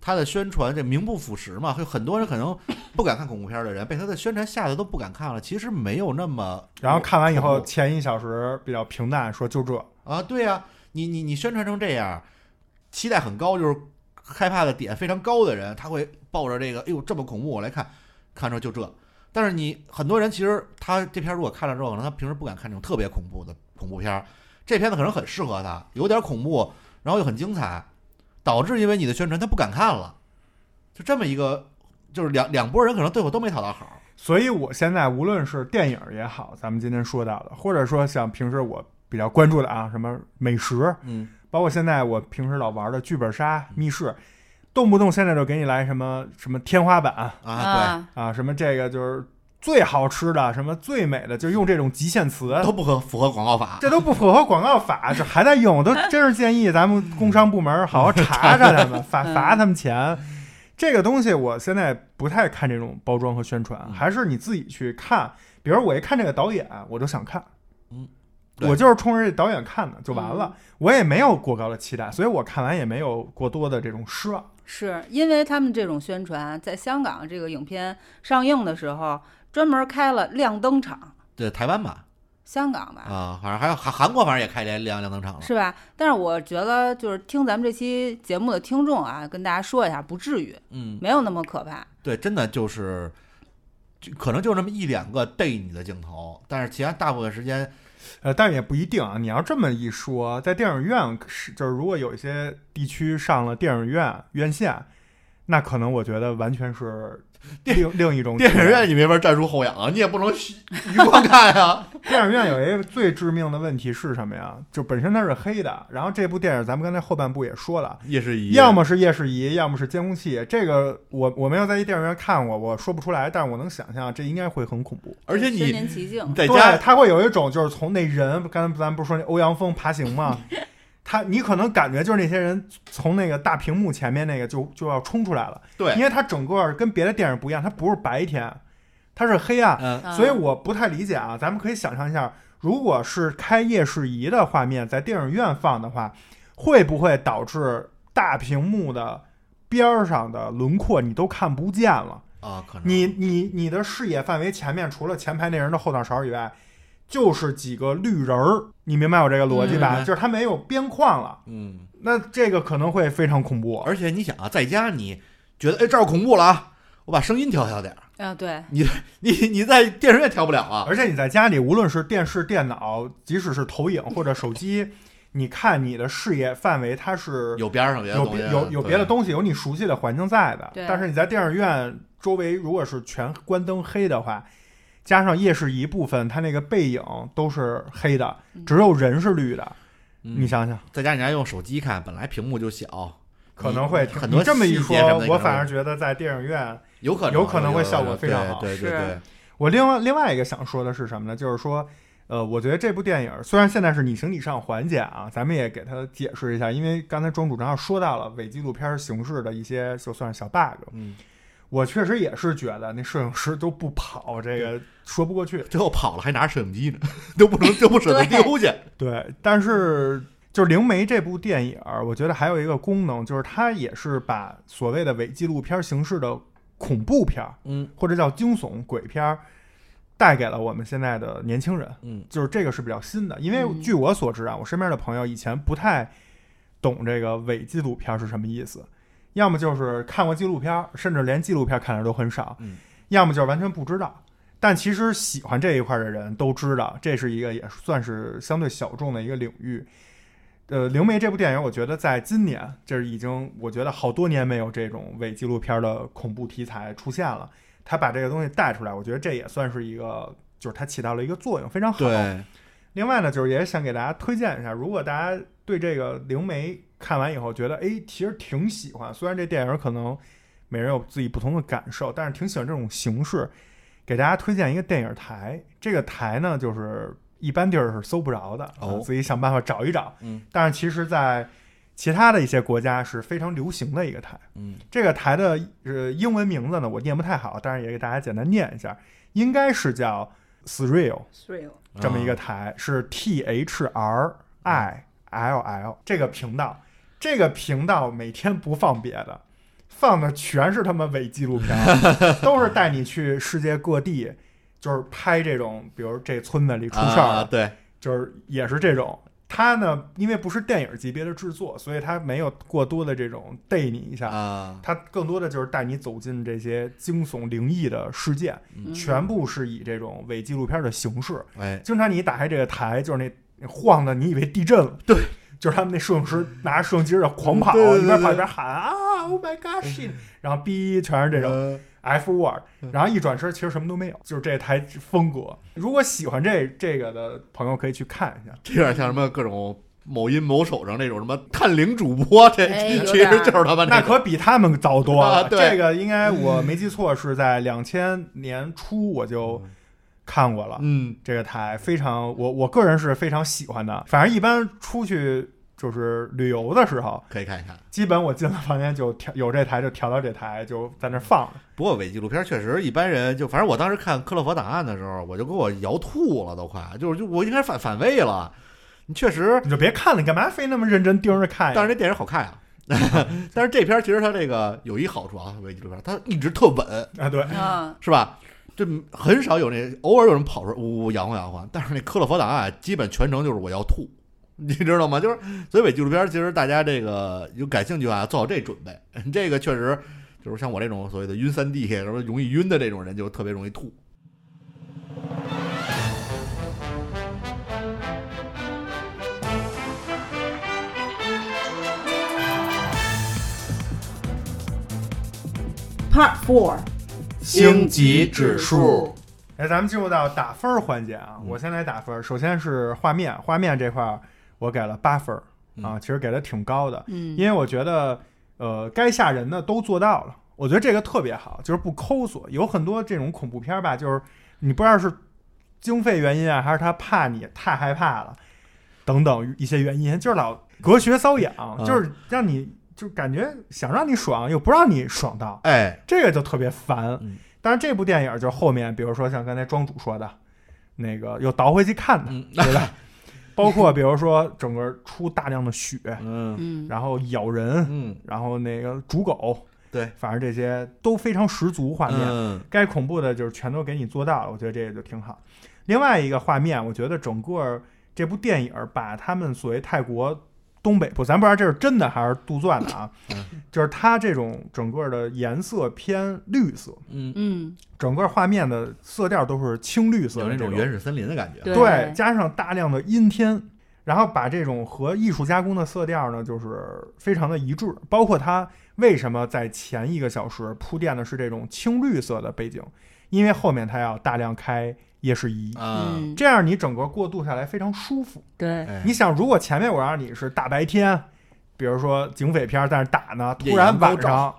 [SPEAKER 2] 它的宣传这名不副实嘛，有很多人可能不敢看恐怖片的人，被它的宣传吓得都不敢看了。其实没有那么，
[SPEAKER 1] 然后看完以后，
[SPEAKER 2] 恐
[SPEAKER 1] 前一小时比较平淡，说就这，
[SPEAKER 2] 怖啊，对呀、你你你宣传成这样，期待很高，就是害怕的点非常高的人，他会抱着这个，哎呦这么恐怖，我来看，看着就这。但是你很多人其实他这片如果看了之后，可能他平时不敢看这种特别恐怖的恐怖片儿，这片子可能很适合他，有点恐怖，然后又很精彩，导致因为你的宣传他不敢看了，就这么一个，就是两两拨人可能对我都没讨到好，
[SPEAKER 1] 所以我现在无论是电影也好，咱们今天说到的，或者说像平时我比较关注的啊，什么美食，
[SPEAKER 2] 嗯，
[SPEAKER 1] 包括现在我平时老玩的剧本杀、密室，动不动现在就给你来什么什么天花板
[SPEAKER 2] 啊，
[SPEAKER 1] 啊，什么这个就是最好吃的，什么最美的，就用这种极限词
[SPEAKER 2] 对，，都不合符合广告法，
[SPEAKER 1] 这都不符合广告法，这还在
[SPEAKER 2] 嗯
[SPEAKER 1] 用，都真是建议咱们工商部门好好查查他们，罚罚他们钱。这个东西我现在不太看这种包装和宣传，
[SPEAKER 2] 嗯
[SPEAKER 1] 还是你自己去看。比如我一看这个导演，我就想看，
[SPEAKER 2] 嗯，对嗯
[SPEAKER 1] 我就是冲着这导演看的，就完了。我也没有过高的期待，所以我看完也没有过多的这种失望。
[SPEAKER 3] 是因为他们这种宣传，在香港这个影片上映的时候，专门开了亮灯场，
[SPEAKER 2] 对台湾吧，
[SPEAKER 3] 香港吧，
[SPEAKER 2] 啊，反正还有韩韩国，反正也开亮亮亮灯场了。
[SPEAKER 3] 是吧？但是我觉得，就是听咱们这期节目的听众啊，跟大家说一下，不至于，
[SPEAKER 2] 嗯，
[SPEAKER 3] 没有那么可怕。
[SPEAKER 2] 对，真的就是，就可能就那么一两个逮你的镜头，但是其他大部分时间，
[SPEAKER 1] 呃，但是也不一定啊。你要这么一说，在电影院是就是，如果有一些地区上了电影院院线，那可能我觉得完全是
[SPEAKER 2] 电
[SPEAKER 1] 另另一种
[SPEAKER 2] 电影
[SPEAKER 1] 体验
[SPEAKER 2] 院你没法站出后仰啊，你也不能虚 余光看啊呀、
[SPEAKER 1] 电影院有一个最致命的问题是什么呀？就本身它是黑的，然后这部电影咱们刚才后半部也说了，
[SPEAKER 2] 夜视仪，
[SPEAKER 1] 要么是夜视仪，要么是监控器。这个我我没有在一电影院看过，我说不出来，但是我能想象这应该会很恐怖。
[SPEAKER 2] 而且
[SPEAKER 3] 身
[SPEAKER 2] 你
[SPEAKER 3] 临其境
[SPEAKER 2] 你，在
[SPEAKER 1] 对，
[SPEAKER 2] 哎家，
[SPEAKER 1] 它会有一种就是从那人，刚才咱不是说那欧阳锋爬行 吗？他你可能感觉就是那些人从那个大屏幕前面那个就就要冲出来了，
[SPEAKER 2] 对
[SPEAKER 1] 因为它整个跟别的电影不一样，它不是白天，它是黑暗，
[SPEAKER 2] 嗯，
[SPEAKER 3] 啊
[SPEAKER 1] 所以我不太理解啊，咱们可以想象一下，如果是开夜视仪的画面在电影院放的话，会不会导致大屏幕的边儿上的轮廓你都看不见了？
[SPEAKER 2] 啊，可能
[SPEAKER 1] 你你你的视野范围前面除了前排那人的后脑勺以外，就是几个绿人儿，你明白我这个逻辑吧？
[SPEAKER 2] 嗯
[SPEAKER 1] 就是它没有边框了，
[SPEAKER 2] 嗯，
[SPEAKER 1] 那这个可能会非常恐怖。
[SPEAKER 2] 而且你想啊，在家你觉得哎这儿恐怖了啊，我把声音调小点儿，
[SPEAKER 3] 啊，对，
[SPEAKER 2] 你你在电视院调不了啊，
[SPEAKER 1] 而且你在家里，无论是电视、电脑，即使是投影或者手机，你看你的视野范围它是
[SPEAKER 2] 有边儿上别的
[SPEAKER 1] 有
[SPEAKER 2] 东西
[SPEAKER 1] 别
[SPEAKER 2] 啊，
[SPEAKER 1] 有有别的
[SPEAKER 2] 对
[SPEAKER 1] 东西，有你熟悉的环境在的。
[SPEAKER 3] 对
[SPEAKER 1] 但是你在电影院周围如果是全关灯黑的话，加上夜视仪部分，它那个背影都是黑的，
[SPEAKER 3] 嗯
[SPEAKER 1] 只有人是绿的。
[SPEAKER 2] 嗯
[SPEAKER 1] 你想想，
[SPEAKER 2] 在家你还用手机看，本来屏幕就小，
[SPEAKER 1] 可能会挺
[SPEAKER 2] 很多
[SPEAKER 1] 你这么一
[SPEAKER 2] 细
[SPEAKER 1] 说
[SPEAKER 2] 节什么的，
[SPEAKER 1] 我
[SPEAKER 2] 可能
[SPEAKER 1] 反而觉得在电影院，
[SPEAKER 2] 有可能
[SPEAKER 1] 有可能会效果非常好
[SPEAKER 2] 对对对对，
[SPEAKER 1] 我另外另外一个想说的是什么呢？就是说。呃，我觉得这部电影虽然现在是你行你上环节啊，咱们也给它解释一下，因为刚才庄主正好说到了伪纪录片形式的一些就算是小 bug，
[SPEAKER 2] 嗯，
[SPEAKER 1] 我确实也是觉得那摄影师都不跑，这个说不过去。
[SPEAKER 2] 最后跑了还拿着摄影机呢， 都不能都不舍得
[SPEAKER 3] 对
[SPEAKER 2] 丢去，
[SPEAKER 1] 对，但是就是《灵媒》这部电影儿，我觉得还有一个功能，就是它也是把所谓的伪纪录片形式的恐怖片儿，
[SPEAKER 2] 嗯
[SPEAKER 1] 或者叫惊悚鬼片儿，带给了我们现在的年轻人。
[SPEAKER 2] 嗯
[SPEAKER 1] 就是这个是比较新的，因
[SPEAKER 3] 嗯
[SPEAKER 1] 为据我所知啊，我身边的朋友以前不太懂这个伪纪录片是什么意思，要么就是看过纪录片，甚至连纪录片看的都很少，
[SPEAKER 2] 嗯
[SPEAKER 1] 要么就是完全不知道。但其实喜欢这一块的人都知道，这是一个也算是相对小众的一个领域。呃，《灵媒》这部电影，我觉得在今年，这是已经我觉得好多年没有这种伪纪录片的恐怖题材出现了。他把这个东西带出来，我觉得这也算是一个，就是它起到了一个作用，非常好。
[SPEAKER 2] 对，
[SPEAKER 1] 另外呢，就是也想给大家推荐一啊下，如果大家对这个灵媒看完以后觉得，哎，其实挺喜欢，虽然这电影可能每人有自己不同的感受，但是挺喜欢这种形式。给大家推荐一个电影台，这个台呢，就是一般地儿是搜不着的，
[SPEAKER 2] 哦
[SPEAKER 1] 自己想办法找一找。
[SPEAKER 2] 嗯
[SPEAKER 1] 但是其实，在其他的一些国家是非常流行的一个台。
[SPEAKER 2] 嗯
[SPEAKER 1] 这个台的呃英文名字呢，我念不太好，但是也给大家简单念一下，应该是叫 Thrill。
[SPEAKER 3] thrill
[SPEAKER 2] 啊
[SPEAKER 1] 这么一个台，是 T H R I L L 这个频道，这个频道每天不放别的，放的全是他妈伪纪录片儿， 都是带你去世界各地，就是拍这种，比如这村子里出事儿
[SPEAKER 2] 啊，
[SPEAKER 1] 了，
[SPEAKER 2] 对，
[SPEAKER 1] 就是也是这种。它呢，因为不是电影级别的制作，所以它没有过多的这种逮你一下，
[SPEAKER 2] 啊，
[SPEAKER 1] 它更多的就是带你走进这些惊悚灵异的事件，
[SPEAKER 2] 嗯
[SPEAKER 1] 全部是以这种伪纪录片的形式。
[SPEAKER 2] 哎，
[SPEAKER 1] 经常你一打开这个台，就是那那晃的，你以为地震了。
[SPEAKER 2] 对，
[SPEAKER 1] 就是他们那摄影师拿着摄像机在狂跑，
[SPEAKER 2] 嗯对对对
[SPEAKER 1] 一边跑一边喊啊，Oh my God shit，然后哔全是这种
[SPEAKER 2] 种
[SPEAKER 1] F word，
[SPEAKER 2] 嗯
[SPEAKER 1] 然后一转身其实什么都没有，就是这台风格。如果喜欢这这个的朋友可以去看一下。
[SPEAKER 2] 这有点像什么各种某音某手上那种什么探灵主播，这
[SPEAKER 3] 哎有
[SPEAKER 2] 其
[SPEAKER 3] 点
[SPEAKER 2] 实
[SPEAKER 3] 儿
[SPEAKER 2] 就是他妈
[SPEAKER 1] 那
[SPEAKER 2] 个
[SPEAKER 1] 可比他们早多了。
[SPEAKER 2] 啊对嗯
[SPEAKER 1] 这个应该我没记错是在两千年初我就看过了。
[SPEAKER 2] 嗯
[SPEAKER 1] 这个台非常，我我个人是非常喜欢的。反正一般出去就是旅游的时候，
[SPEAKER 2] 可以看一看。
[SPEAKER 1] 基本我进了房间就调有这台就调到这台，就在那儿放着。
[SPEAKER 2] 不过伪纪录片确实一般人就，反正我当时看《克洛佛档案》的时候，我就给我摇吐了，都快，就是就我应该反反胃了。你确实，
[SPEAKER 1] 你就别看了，你干嘛非那么认真盯着看呀？
[SPEAKER 2] 但是这电影好看啊。 但是这片儿其实它这个有一好处啊，伪纪录片它一直特稳，
[SPEAKER 1] 啊，对，
[SPEAKER 3] 嗯，
[SPEAKER 2] 是吧？这很少有那偶尔有人跑出来呜呜摇晃摇晃，但是那《克洛佛档案》基本全程就是我要吐， 你知道吗？就是所以伪纪录片其实大家这个有感兴趣啊，做好这准备， 这个确实就是像我这种所谓的晕三 D 什么容易晕的这种人，就特别容易吐。
[SPEAKER 3] Part Four，
[SPEAKER 2] 星级指数，
[SPEAKER 1] 哎，咱们进入到打分儿环节啊，我先来打分儿。首先是画面，画面这块儿我给了八分儿
[SPEAKER 2] 嗯
[SPEAKER 1] 啊，其实给的挺高的，
[SPEAKER 3] 嗯
[SPEAKER 1] 因为我觉得呃该吓人的都做到了，我觉得这个特别好，就是不抠索。有很多这种恐怖片儿吧，就是你不知道是经费原因啊，还是他怕你太害怕了，等等一些原因，就是老隔靴搔痒，
[SPEAKER 2] 嗯
[SPEAKER 1] 就是让你就感觉想让你爽，又不让你爽到。
[SPEAKER 2] 哎，
[SPEAKER 1] 这个就特别烦
[SPEAKER 2] 嗯。
[SPEAKER 1] 但是这部电影就后面，比如说像刚才庄主说的，那个又倒回去看的，
[SPEAKER 2] 嗯
[SPEAKER 1] 对吧？包括比如说整个出大量的血，
[SPEAKER 2] 嗯
[SPEAKER 3] 嗯，
[SPEAKER 1] 然后咬人，
[SPEAKER 2] 嗯，
[SPEAKER 1] 然后那个煮狗，
[SPEAKER 2] 对，
[SPEAKER 1] 反正这些都非常十足画面。
[SPEAKER 2] 嗯
[SPEAKER 1] 该恐怖的就是全都给你做到了，我觉得这个就挺好。另外一个画面，我觉得整个这部电影把他们所谓泰国东北部，咱不知道这是真的还是杜撰的啊，
[SPEAKER 2] 嗯
[SPEAKER 1] 就是它这种整个的颜色偏绿色，
[SPEAKER 2] 嗯，
[SPEAKER 3] 嗯，
[SPEAKER 1] 整个画面的色调都是青绿色
[SPEAKER 2] 有
[SPEAKER 1] 的
[SPEAKER 2] 那
[SPEAKER 1] 这
[SPEAKER 2] 种原始森林的感觉。
[SPEAKER 3] 对
[SPEAKER 1] 对，加上大量的阴天，然后把这种和艺术加工的色调呢，就是非常的一致。包括它为什么在前一个小时铺垫的是这种青绿色的背景，因为后面它要大量开夜视仪，
[SPEAKER 2] 啊，
[SPEAKER 3] 嗯
[SPEAKER 1] 这样你整个过渡下来非常舒服。
[SPEAKER 3] 对，
[SPEAKER 2] 哎
[SPEAKER 1] 你想，如果前面我让你是大白天，比如说警匪片儿在那打呢，
[SPEAKER 2] 夜
[SPEAKER 1] 突
[SPEAKER 2] 阳
[SPEAKER 1] 然
[SPEAKER 2] 高
[SPEAKER 1] 晚
[SPEAKER 2] 照
[SPEAKER 1] 上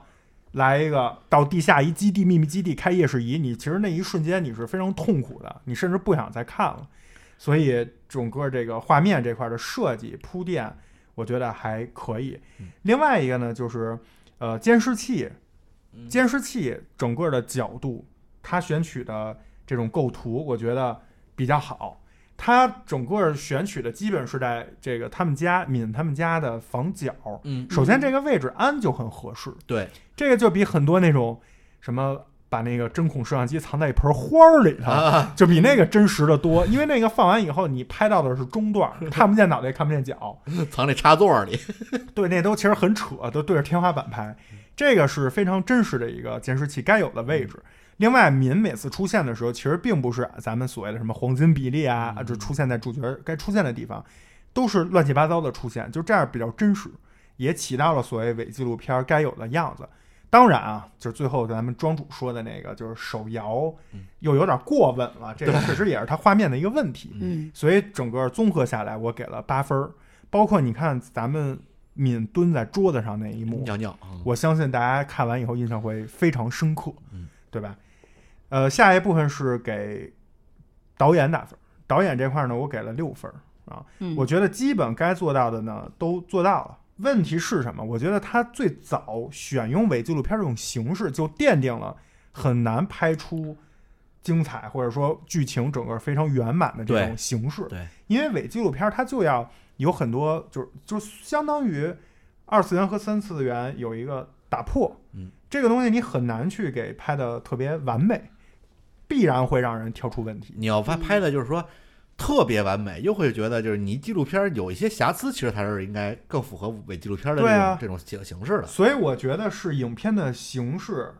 [SPEAKER 1] 来一个到地下一基地秘密基地开夜视仪，你其实那一瞬间你是非常痛苦的，你甚至不想再看了。所以整个这个画面这块的设计铺垫，我觉得还可以
[SPEAKER 2] 嗯。
[SPEAKER 1] 另外一个呢，就是呃监视器，
[SPEAKER 2] 嗯
[SPEAKER 1] 监视器整个的角度，它选取的这种构图，我觉得比较好。它整个选取的基本是在这个他们家敏他们家的房角。
[SPEAKER 2] 嗯，
[SPEAKER 1] 首先，这个位置安就很合适，
[SPEAKER 2] 对，
[SPEAKER 1] 这个就比很多那种什么把那个针孔摄像机藏在一盆花儿里头，
[SPEAKER 2] 啊，
[SPEAKER 1] 就比那个真实的多。因为那个放完以后，你拍到的是中段，看不见脑袋，看不见脚，
[SPEAKER 2] 藏那插座 里。
[SPEAKER 1] 对，那都其实很扯，都对着天花板拍。这个是非常真实的一个监视器该有的位置。另外，敏每次出现的时候，其实并不是咱们所谓的什么黄金比例啊，
[SPEAKER 2] 嗯
[SPEAKER 1] 就出现在主角该出现的地方，都是乱七八糟的出现，就这样比较真实，也起到了所谓伪纪录片该有的样子。当然啊，就是最后咱们庄主说的那个，就是手摇
[SPEAKER 2] 嗯
[SPEAKER 1] 又有点过稳了，这个确实也是它画面的一个问题。
[SPEAKER 3] 嗯
[SPEAKER 1] 所以整个综合下来，我给了八分儿。包括你看咱们敏蹲在桌子上那一幕，
[SPEAKER 2] 尿尿，嗯
[SPEAKER 1] 我相信大家看完以后印象会非常深刻
[SPEAKER 2] 嗯，
[SPEAKER 1] 对吧？呃，下一部分是给导演打分儿，导演这块儿呢，我给了六分儿啊。
[SPEAKER 3] 嗯，
[SPEAKER 1] 我觉得基本该做到的呢都做到了。问题是什么？我觉得他最早选用伪纪录片这种形式，就奠定了很难拍出精彩或者说剧情整个非常圆满的这种
[SPEAKER 2] 对
[SPEAKER 1] 形式。
[SPEAKER 2] 对
[SPEAKER 1] 因为伪纪录片它就要有很多，就是就相当于二次元和三次元有一个打破，
[SPEAKER 2] 嗯，
[SPEAKER 1] 这个东西你很难去给拍的特别完美，必然会让人挑出问题。
[SPEAKER 2] 你要拍拍的就是说特别完美，又会觉得就是你纪录片儿有一些瑕疵，其实才是应该更符合伪纪录片儿的这
[SPEAKER 1] 对
[SPEAKER 2] 种、
[SPEAKER 1] 啊
[SPEAKER 2] 这种形形式的。
[SPEAKER 1] 所以我觉得是影片的形式，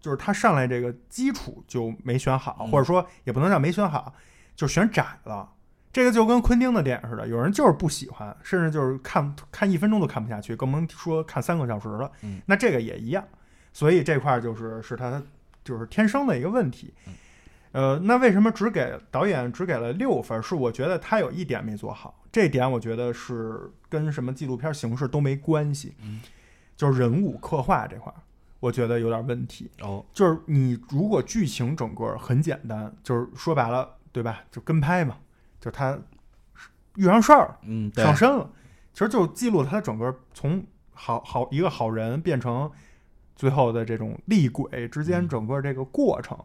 [SPEAKER 1] 就是它上来这个基础就没选好，
[SPEAKER 2] 嗯
[SPEAKER 1] 或者说也不能叫没选好，就选窄了。这个就跟昆汀的电影似的，有人就是不喜欢，甚至就是看看一分钟都看不下去，更甭说看三个小时了。
[SPEAKER 2] 嗯
[SPEAKER 1] 那这个也一样，所以这块儿就是是他就是天生的一个问题。
[SPEAKER 2] 嗯
[SPEAKER 1] 呃，那为什么只给导演只给了六分儿？是我觉得他有一点没做好，这点我觉得是跟什么纪录片形式都没关系，
[SPEAKER 2] 嗯
[SPEAKER 1] 就是人物刻画这块儿，我觉得有点问题。
[SPEAKER 2] 哦，
[SPEAKER 1] 就是你如果剧情整个很简单，就是说白了，对吧？就跟拍嘛，就是他遇上事儿
[SPEAKER 2] 嗯，对
[SPEAKER 1] 上，身了，其实就记录了他整个从好好一个好人变成最后的这种厉鬼之间
[SPEAKER 2] 嗯
[SPEAKER 1] 整个这个过程。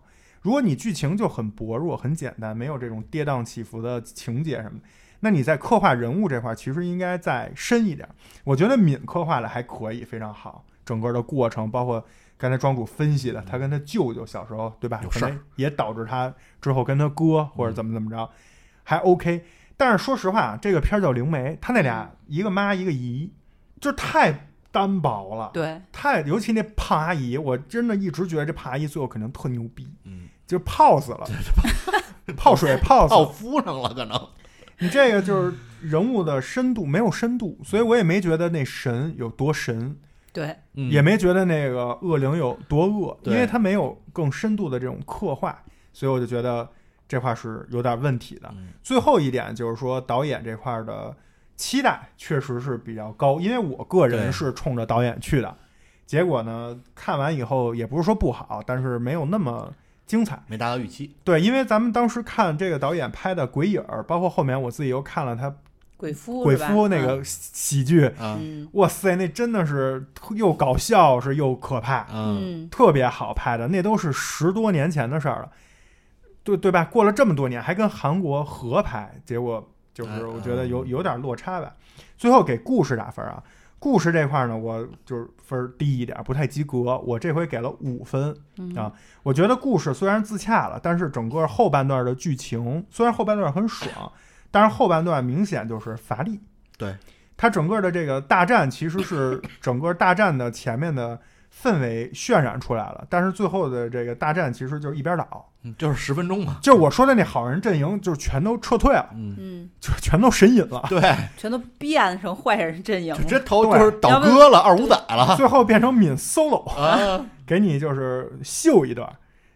[SPEAKER 1] 如果你剧情就很薄弱、很简单，没有这种跌宕起伏的情节什么的，那你在刻画人物这块儿其实应该再深一点。我觉得敏刻画的还可以，非常好，整个的过程包括。刚才庄主分析的，他跟他舅舅小时候，对吧？
[SPEAKER 2] 有
[SPEAKER 1] 可
[SPEAKER 2] 事儿
[SPEAKER 1] 能也导致他之后跟他哥或者怎么怎么着，还 OK。但是说实话啊，这个片儿叫《灵媒》，他那俩一个妈一个姨，就是太单薄了，
[SPEAKER 3] 对，
[SPEAKER 1] 太尤其那胖阿姨，我真的一直觉得这胖阿姨最后肯定特牛逼，
[SPEAKER 2] 嗯，
[SPEAKER 1] 就是泡死了，泡水泡死
[SPEAKER 2] 泡
[SPEAKER 1] 了。
[SPEAKER 2] 敷上了可能。
[SPEAKER 1] 你这个就是人物的深度没有深度，所以我也没觉得那神有多神，
[SPEAKER 3] 对，
[SPEAKER 2] 嗯
[SPEAKER 1] 也没觉得那个恶灵有多恶，因
[SPEAKER 2] 对
[SPEAKER 1] 为他没有更深度的这种刻画，所以我就觉得这块是有点问题的。
[SPEAKER 2] 嗯
[SPEAKER 1] 最后一点就是说，导演这块儿的期待确实是比较高，因为我个人
[SPEAKER 2] 对
[SPEAKER 1] 是冲着导演去的，结果呢，看完以后也不是说不好，但是没有那么精彩。
[SPEAKER 2] 没达到预期。
[SPEAKER 1] 对，因为咱们当时看这个导演拍的《鬼影》，包括后面我自己又看了他《
[SPEAKER 3] 鬼夫
[SPEAKER 1] 鬼
[SPEAKER 3] 是吧啊
[SPEAKER 1] 夫》那，个喜喜剧，
[SPEAKER 2] 啊
[SPEAKER 3] 嗯
[SPEAKER 1] 哇塞，那真的是又搞笑是又可怕，
[SPEAKER 2] 嗯，
[SPEAKER 3] 嗯
[SPEAKER 1] 特别好拍的，那都是十多年前的事儿了，对对吧？过了这么多年，还跟韩国合拍，结果就是
[SPEAKER 2] 嗯
[SPEAKER 1] 我觉得
[SPEAKER 2] 嗯
[SPEAKER 1] 有有点落差吧。最后给故事打分啊，故事这块儿呢，我就是分儿低一点，不太及格，我这回给了五分。
[SPEAKER 3] 嗯
[SPEAKER 1] 啊我觉得故事虽然自洽了，但是整个后半段的剧情虽然后半段很爽，但是后半段明显就是乏力。
[SPEAKER 2] 对，
[SPEAKER 1] 它整个的这个大战其实是整个大战的前面的氛围渲染出来了，但是最后的这个大战其实就是一边倒，
[SPEAKER 2] 嗯就是十分钟嘛。
[SPEAKER 1] 就是我说的那好人阵营就是全都撤退了，
[SPEAKER 2] 嗯，
[SPEAKER 3] 嗯，
[SPEAKER 1] 就是全都神隐 了，
[SPEAKER 2] 对，
[SPEAKER 3] 全都变成坏人阵营
[SPEAKER 2] 就
[SPEAKER 3] 了，
[SPEAKER 2] 这头
[SPEAKER 1] 对
[SPEAKER 2] 就是倒戈了，二五仔了
[SPEAKER 1] 最后变成敏 solo。
[SPEAKER 2] 啊。
[SPEAKER 1] 给你就是秀一段儿，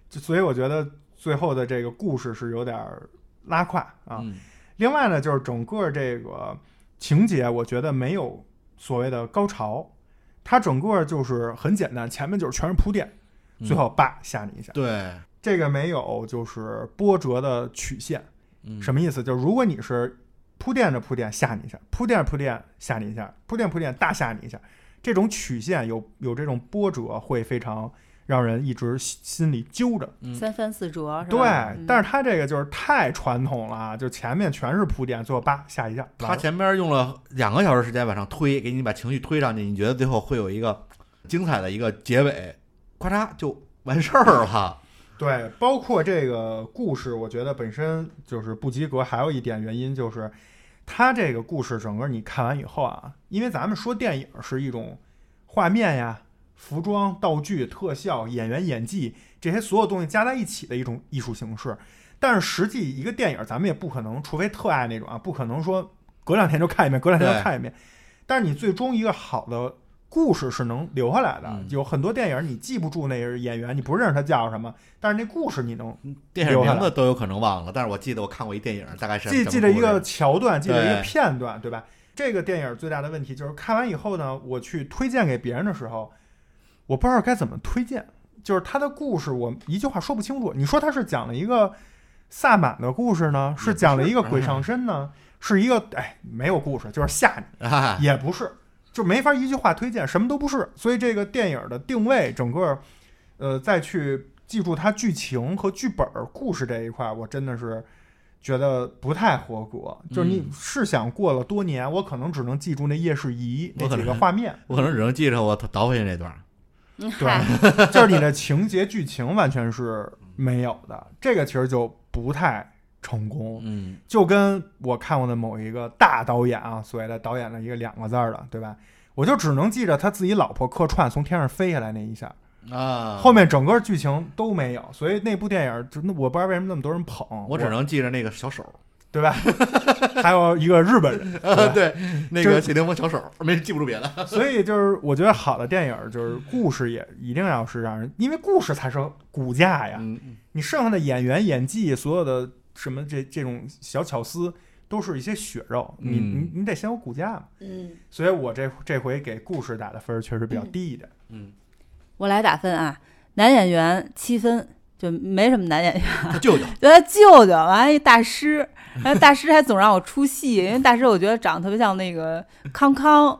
[SPEAKER 1] 就所以我觉得最后的这个故事是有点儿拉胯啊。
[SPEAKER 2] 嗯
[SPEAKER 1] 另外呢，就是整个这个情节，我觉得没有所谓的高潮，它整个就是很简单，前面就是全是铺垫，最后叭吓你一下，
[SPEAKER 2] 对，
[SPEAKER 1] 这个没有就是波折的曲线。
[SPEAKER 2] 嗯
[SPEAKER 1] 什么意思？就是如果你是铺垫着铺垫吓你一下，铺垫着铺垫吓你一下，铺垫着铺垫大吓你一下，这种曲线有有这种波折，会非常让人一直心心里揪着。
[SPEAKER 2] 嗯
[SPEAKER 3] 三番四折是
[SPEAKER 1] 对
[SPEAKER 3] 吧？嗯，
[SPEAKER 1] 但是他这个就是太传统了啊，就前面全是铺垫，最后叭吓一下，
[SPEAKER 2] 他前面用了两个小时时间往上推，给你把情绪推上去，你觉得最后会有一个精彩的一个结尾，咔嚓就完事儿了。
[SPEAKER 1] 对，包括这个故事，我觉得本身就是不及格。还有一点原因就是，它这个故事整个你看完以后啊，因为咱们说电影是一种画面呀、服装、道具、特效、演员演技这些所有东西加在一起的一种艺术形式，但是实际一个电影，咱们也不可能，除非特爱那种啊，不可能说隔两天就看一遍，隔两天就
[SPEAKER 2] 对
[SPEAKER 1] 看一遍。但是你最终一个好的故事是能留下来的，
[SPEAKER 2] 嗯
[SPEAKER 1] 有很多电影你记不住那个演员，你不认识他叫什么，但是那故事你能
[SPEAKER 2] 电影名字都有可能忘了，但是我记得我看过一电影，大概是
[SPEAKER 1] 记
[SPEAKER 2] 这么
[SPEAKER 1] 记得一
[SPEAKER 2] 故事
[SPEAKER 1] 个桥段，记得一个
[SPEAKER 2] 对
[SPEAKER 1] 片段，对吧？这个电影最大的问题就是看完以后呢，我去推荐给别人的时候，我不知道该怎么推荐，就是它的故事我一句话说不清楚。你说它是讲了一个萨满的故事呢，是讲了一个鬼上身呢，是一个哎没有故事，就是吓你，
[SPEAKER 2] 哎，
[SPEAKER 1] 也不是，就没法一句话推荐，什么都不是。所以这个电影的定位，整个呃再去记住它剧情和剧本儿故事这一块儿，我真的是觉得不太合格。就是你
[SPEAKER 2] 嗯
[SPEAKER 1] 是想过了多年，我可能只能记住那夜视仪那
[SPEAKER 2] 嗯我可
[SPEAKER 1] 几
[SPEAKER 2] 能
[SPEAKER 1] 个画 面，
[SPEAKER 2] 我可能只能记着我倒回去那段儿。
[SPEAKER 3] 嗯嗨
[SPEAKER 1] 对，就是你的情节剧情完全是没有的，这个其实就不太成功。
[SPEAKER 2] 嗯
[SPEAKER 1] 就跟我看过的某一个大导演啊，所谓的导演的一个两个字儿的，对吧？我就只能记着他自己老婆客串从天上飞下来那一下，
[SPEAKER 2] 啊，
[SPEAKER 1] 后面整个剧情都没有，所以那部电影就那我不知道为什么那么多人捧，
[SPEAKER 2] 我只能记着那个小手儿，
[SPEAKER 1] 对 吧？还有一个日本人，对吧
[SPEAKER 2] 对，那
[SPEAKER 1] 就
[SPEAKER 2] 个谢霆锋小手儿，没记不住别的。
[SPEAKER 1] 所以就是我觉得好的电影就是故事也一定要是让人，因为故事才是骨架呀，
[SPEAKER 2] 嗯，
[SPEAKER 1] 你剩下的演员演技所有的什么这这种小巧思都是一些血肉，你你
[SPEAKER 2] 嗯
[SPEAKER 1] 你得先有骨架嘛。
[SPEAKER 3] 嗯，
[SPEAKER 1] 所以我这这回给故事打的分儿确实比较低一点。
[SPEAKER 2] 嗯
[SPEAKER 3] 我来打分啊，男演员七分，就没什么男演员，
[SPEAKER 2] 他舅舅，
[SPEAKER 3] 就他舅舅，完了一大师，然后大师还总让我出戏，因为大师我觉得长得特别像那个 康康，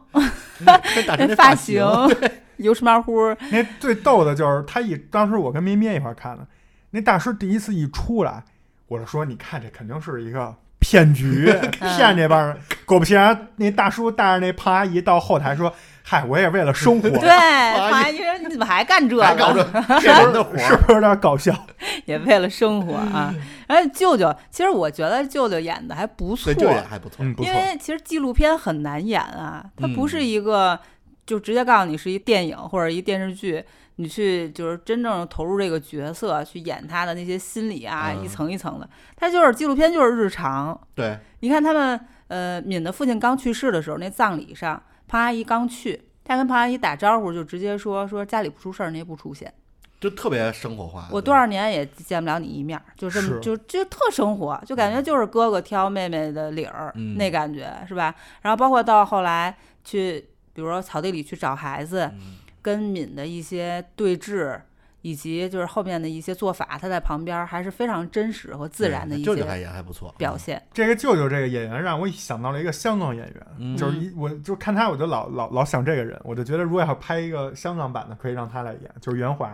[SPEAKER 2] 跟大神
[SPEAKER 3] 那
[SPEAKER 2] 那
[SPEAKER 3] 发
[SPEAKER 2] 型
[SPEAKER 3] 型，油吃麻乎，
[SPEAKER 1] 那最逗的就是他一当时我跟咩咩一块儿看的，那大师第一次一出来，我就说你看这肯定是一个骗局， 骗
[SPEAKER 3] 嗯
[SPEAKER 1] 这帮人。果不其然，那大叔带着那胖阿姨到后台说：“嗨，我也为了生活。”
[SPEAKER 3] 对，阿姨说你怎么还干 这
[SPEAKER 2] 还搞
[SPEAKER 3] 个？
[SPEAKER 2] 这这人的活
[SPEAKER 1] 是
[SPEAKER 2] 儿，
[SPEAKER 1] 不是有点搞笑？
[SPEAKER 3] 也为了生 活啊。然后舅舅，其实我觉得舅舅演的还不
[SPEAKER 2] 所
[SPEAKER 3] 错
[SPEAKER 2] 以，这也还不错。
[SPEAKER 1] 嗯，不
[SPEAKER 3] 因
[SPEAKER 1] 错。
[SPEAKER 3] 为其实纪录片很难演啊，它不是
[SPEAKER 2] 嗯
[SPEAKER 3] 一个就直接告诉你是一电影或者一电视剧，你去就是真正投入这个角色去演他的那些心理啊，
[SPEAKER 2] 嗯
[SPEAKER 3] 一层一层的。它就是纪录片，就是日常。
[SPEAKER 2] 对，
[SPEAKER 3] 你看他们，呃，敏的父亲刚去世的时候，那葬礼上，胖阿姨刚去，他跟胖阿姨打招呼就直接说说家里不出事儿，你也不出现。
[SPEAKER 2] 就特别生活化。
[SPEAKER 3] 我多少年也见不了你一面儿，就这么
[SPEAKER 1] 是
[SPEAKER 3] 就就特生活，就感觉就是哥哥挑妹妹的理儿、
[SPEAKER 2] 嗯
[SPEAKER 3] 那感觉是吧？然后包括到后来去，比如说草地里去找孩子，
[SPEAKER 2] 嗯
[SPEAKER 3] 跟敏的一些对峙，以及就是后面的一些做法，他在旁边还是非常真实和自然的
[SPEAKER 2] 对
[SPEAKER 3] 一
[SPEAKER 2] 舅舅还
[SPEAKER 3] 些
[SPEAKER 2] 也还不错，嗯
[SPEAKER 3] 表现。
[SPEAKER 1] 这个舅舅这个演员让我想到了一个香港演员，
[SPEAKER 2] 嗯
[SPEAKER 1] 就是一我就看他我就老老老想这个人，我就觉得如果要拍一个香港版的，可以让他来演，就是袁华，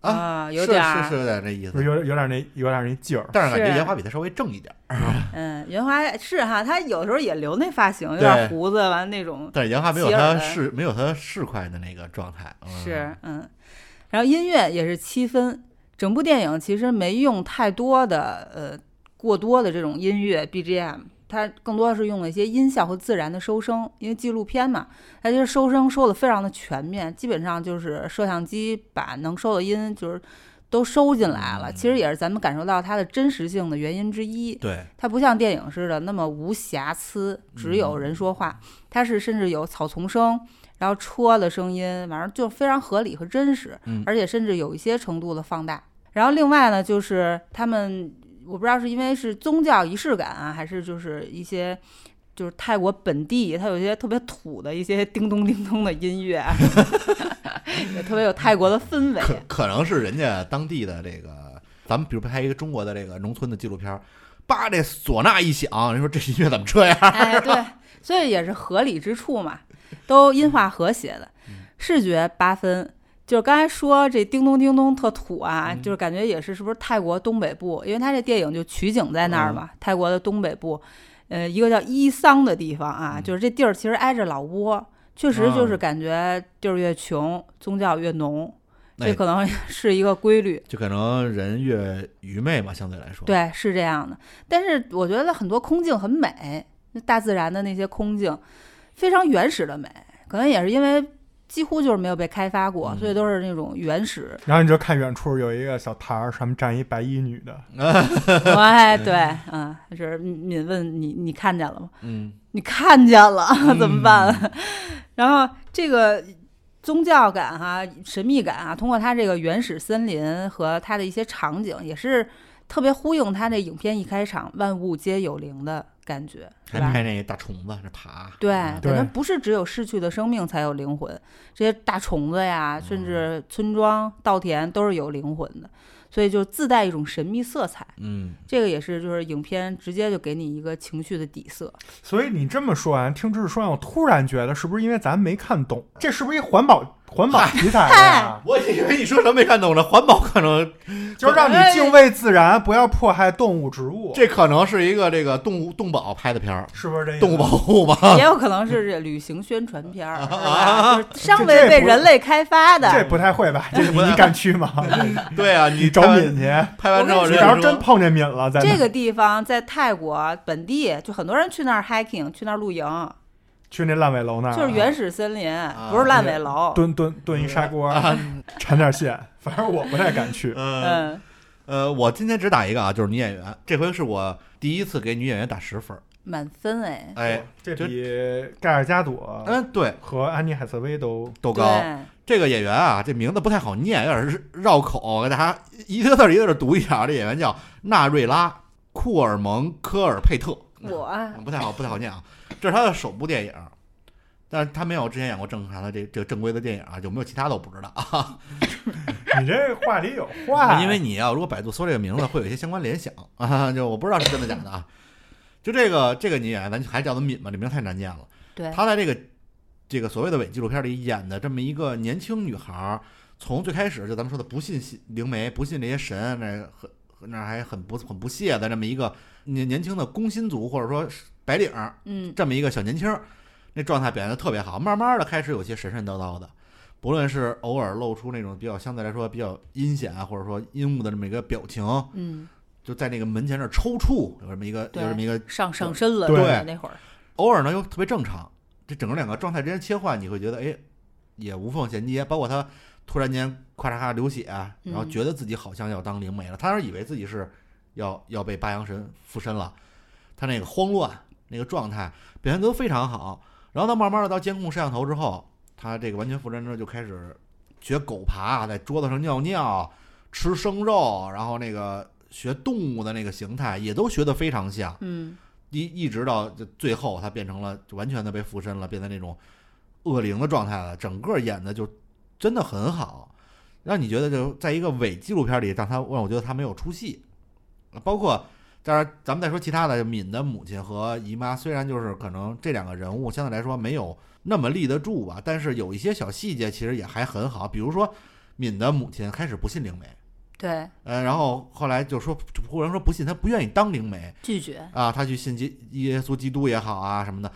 [SPEAKER 2] 啊
[SPEAKER 3] 啊，有
[SPEAKER 2] 是
[SPEAKER 3] 点
[SPEAKER 2] 是
[SPEAKER 3] 儿
[SPEAKER 2] 是，有点这意
[SPEAKER 1] 就是
[SPEAKER 2] 思。
[SPEAKER 1] 有有点那有点那劲儿。。
[SPEAKER 2] 但是感觉
[SPEAKER 3] 是
[SPEAKER 2] 烟花比他稍微正一点儿，
[SPEAKER 3] 嗯，袁华是哈，他有时候也留那发型，有
[SPEAKER 2] 对
[SPEAKER 3] 点胡子，完那种
[SPEAKER 2] 但是烟花没有
[SPEAKER 3] 喜尔
[SPEAKER 2] 他
[SPEAKER 3] 的
[SPEAKER 2] 市没有他市侩的那个状态。嗯
[SPEAKER 3] 是，嗯，然后音乐也是七分，整部电影其实没用太多的呃过多的这种音乐 BGM，它更多是用了一些音效和自然的收声，因为纪录片嘛，它就是收声收的非常的全面，基本上就是摄像机把能收的音就是都收进来了，其实也是咱们感受到它的真实性的原因之一。
[SPEAKER 2] 对，
[SPEAKER 3] 它不像电影似的那么无瑕疵，只有
[SPEAKER 2] 嗯
[SPEAKER 3] 人说话，它是甚至有草丛声，然后车的声音，反正就非常合理和真实，
[SPEAKER 2] 嗯
[SPEAKER 3] 而且甚至有一些程度的放大。然后另外呢，就是他们，我不知道是因为是宗教仪式感啊，还是就是一些。就是泰国本地，它有一些特别土的一些叮咚叮咚的音乐，啊 也特别有泰国的氛围。啊
[SPEAKER 2] 可可能是人家当地的这个，咱们比如拍一个中国的这个农村的纪录片儿，叭这唢呐一响，人说这音乐怎么这样？
[SPEAKER 3] 哎，对，所以也是合理之处嘛，都音画和谐的。视觉八分，就是刚才说这叮咚叮咚特土啊，就是感觉也是是不是泰国东北部？因为它这电影就取景在那儿嘛，泰国的东北部，呃，一个叫伊桑的地方啊，就是这地儿其实挨着老挝，确实就是
[SPEAKER 2] 嗯
[SPEAKER 3] 感觉地儿越穷，宗教越浓，
[SPEAKER 2] 哎
[SPEAKER 3] 这可能是一个规律。
[SPEAKER 2] 就可能人越愚昧吧，相对来说。，
[SPEAKER 3] 对，是这样的。但是我觉得很多空镜很美，那大自然的那些空镜非常原始的美，可能也是因为几乎就是没有被开发过，所以都是那种原始
[SPEAKER 1] 然后你就看远处有一个小台儿，上面站一白衣女的，
[SPEAKER 3] 哎，对，嗯，就是敏问你，你看见了吗？
[SPEAKER 2] 嗯，
[SPEAKER 3] 你看见了 怎么办？ 然后这个宗教感哈、神秘感啊，通过它这个原始森林和它的一些场景，也是特别呼应它这影片一开场“万物皆有灵”的感觉，
[SPEAKER 2] 还
[SPEAKER 3] 是吧？
[SPEAKER 2] 拍那大虫子这爬。
[SPEAKER 3] 对，
[SPEAKER 2] 嗯
[SPEAKER 3] 感
[SPEAKER 1] 对
[SPEAKER 3] 觉不是只有逝去的生命才有灵魂，这些大虫子呀，甚
[SPEAKER 1] 嗯
[SPEAKER 3] 至村庄、稻田都是有灵魂的，所以就自带一种神秘色彩。
[SPEAKER 2] 嗯，
[SPEAKER 3] 这个也是，就是影片直接就给你一个情绪的底色。
[SPEAKER 1] 所以你这么说完，听知识说完，我突然觉得是不是因为咱没看懂？这是不是一环保环保题材啊呀、
[SPEAKER 2] 我以为你说什么没看懂呢？环保可能
[SPEAKER 1] 就是让你敬畏自然，不要迫害动物、植物，
[SPEAKER 2] 这可能是一个这个动物动保拍的片儿，
[SPEAKER 1] 是不是这意思
[SPEAKER 2] 动物保护吧。
[SPEAKER 3] 也有可能是这旅行宣传片儿，是
[SPEAKER 2] 啊
[SPEAKER 3] 吧？就是尚
[SPEAKER 1] 这
[SPEAKER 3] 未
[SPEAKER 1] 也
[SPEAKER 3] 被
[SPEAKER 1] 不
[SPEAKER 3] 人类开发
[SPEAKER 1] 这
[SPEAKER 3] 的。嗯
[SPEAKER 1] 不太会 吧？这你
[SPEAKER 2] 不太
[SPEAKER 1] 你敢去吗？
[SPEAKER 2] 对啊，你
[SPEAKER 1] 你找
[SPEAKER 2] 拍完
[SPEAKER 1] 敏去，
[SPEAKER 2] 拍完之后
[SPEAKER 3] 我
[SPEAKER 1] 你
[SPEAKER 2] 人
[SPEAKER 1] 要
[SPEAKER 2] 家
[SPEAKER 1] 是真
[SPEAKER 2] 说，
[SPEAKER 1] 碰见敏了，在那
[SPEAKER 3] 这个地方在泰国本地，就很多人去那儿 hiking，去那儿露
[SPEAKER 1] 啊
[SPEAKER 3] 营，
[SPEAKER 1] 去那烂尾楼那儿啊，
[SPEAKER 3] 就是原始森林，
[SPEAKER 1] 啊
[SPEAKER 3] 不是烂尾楼。
[SPEAKER 1] 炖炖炖一砂锅，缠点线，反正我不太敢去。
[SPEAKER 2] 嗯
[SPEAKER 3] 嗯
[SPEAKER 2] 呃，我今天只打一个啊，就是女演员，这回是我第一次给女演员打十分儿。
[SPEAKER 3] 满分哎，
[SPEAKER 2] 哎，，
[SPEAKER 1] 这
[SPEAKER 2] 这
[SPEAKER 1] 比盖尔加朵
[SPEAKER 2] 嗯，对，
[SPEAKER 1] 和安妮海瑟薇都
[SPEAKER 2] 豆
[SPEAKER 3] 对，
[SPEAKER 2] 高这个演员啊，这名字不太好念，有点绕口，给大家一个字儿一个字儿读一下。啊这演员叫纳瑞拉·库尔蒙科尔佩特，
[SPEAKER 3] 我啊
[SPEAKER 2] 嗯不太好，不太好念啊。这是他的首部电影，但是他没有之前演过正常的这这个正规的电影啊，有没有其他的我不知道啊。
[SPEAKER 1] 你这话里有话，
[SPEAKER 2] 因为你要如果百度搜这个名字，会有一些相关联想 啊，就我不知道是真的假的啊。就这个这个女演员，咱还叫她敏吧，这名太难念了。
[SPEAKER 3] 对，
[SPEAKER 2] 她在这个这个所谓的伪纪录片里演的这么一个年轻女孩儿，从最开始就咱们说的不信信灵媒，不信这些神，那很那还很不很不屑的这么一个年年轻的工薪族或者说是白领儿
[SPEAKER 3] 嗯，
[SPEAKER 2] 这么一个小年轻儿，那状态表现的特别好，慢慢的开始有些神神叨叨的，不论是偶尔露出那种比较相对来说比较阴险啊，或者说阴雾的这么一个表情，
[SPEAKER 3] 嗯，
[SPEAKER 2] 就在那个门前这儿抽搐，有这么一个
[SPEAKER 3] 对
[SPEAKER 2] 有这么一个，
[SPEAKER 3] 上上身了，
[SPEAKER 1] 对
[SPEAKER 3] 是吧那会儿，
[SPEAKER 2] 偶尔呢又特别正常，这整个两个状态之间切换，你会觉得哎也无缝衔接，包括他突然间咔嚓咔流血、啊然后
[SPEAKER 3] 嗯
[SPEAKER 2] 觉得自己好像要当灵媒了，他当时以为自己是要要被八阳神附身了，他那个慌乱那个状态表现得都非常好，然后他慢慢的到监控摄像头之后，他这个完全附身之后就开始学狗爬，在桌子上尿尿，吃生肉，然后那个学动物的那个形态也都学得非常像。
[SPEAKER 3] 嗯，
[SPEAKER 2] 一一直到就最后，他变成了就完全的被附身了，变成那种恶灵的状态了。整个演的就真的很好，让你觉得就在一个伪纪录片里，让他让我觉得他没有出戏。包括当然，咱们再说其他的，敏的母亲和姨妈，虽然就是可能这两个人物相对来说没有那么立得住吧，但是有一些小细节其实也还很好，比如说敏的母亲开始不信灵媒，
[SPEAKER 3] 对，
[SPEAKER 2] 呃，然后后来就说忽然说不信，她不愿意当灵媒。
[SPEAKER 3] 拒绝，
[SPEAKER 2] 啊，他去信基耶稣基督也好啊什么的。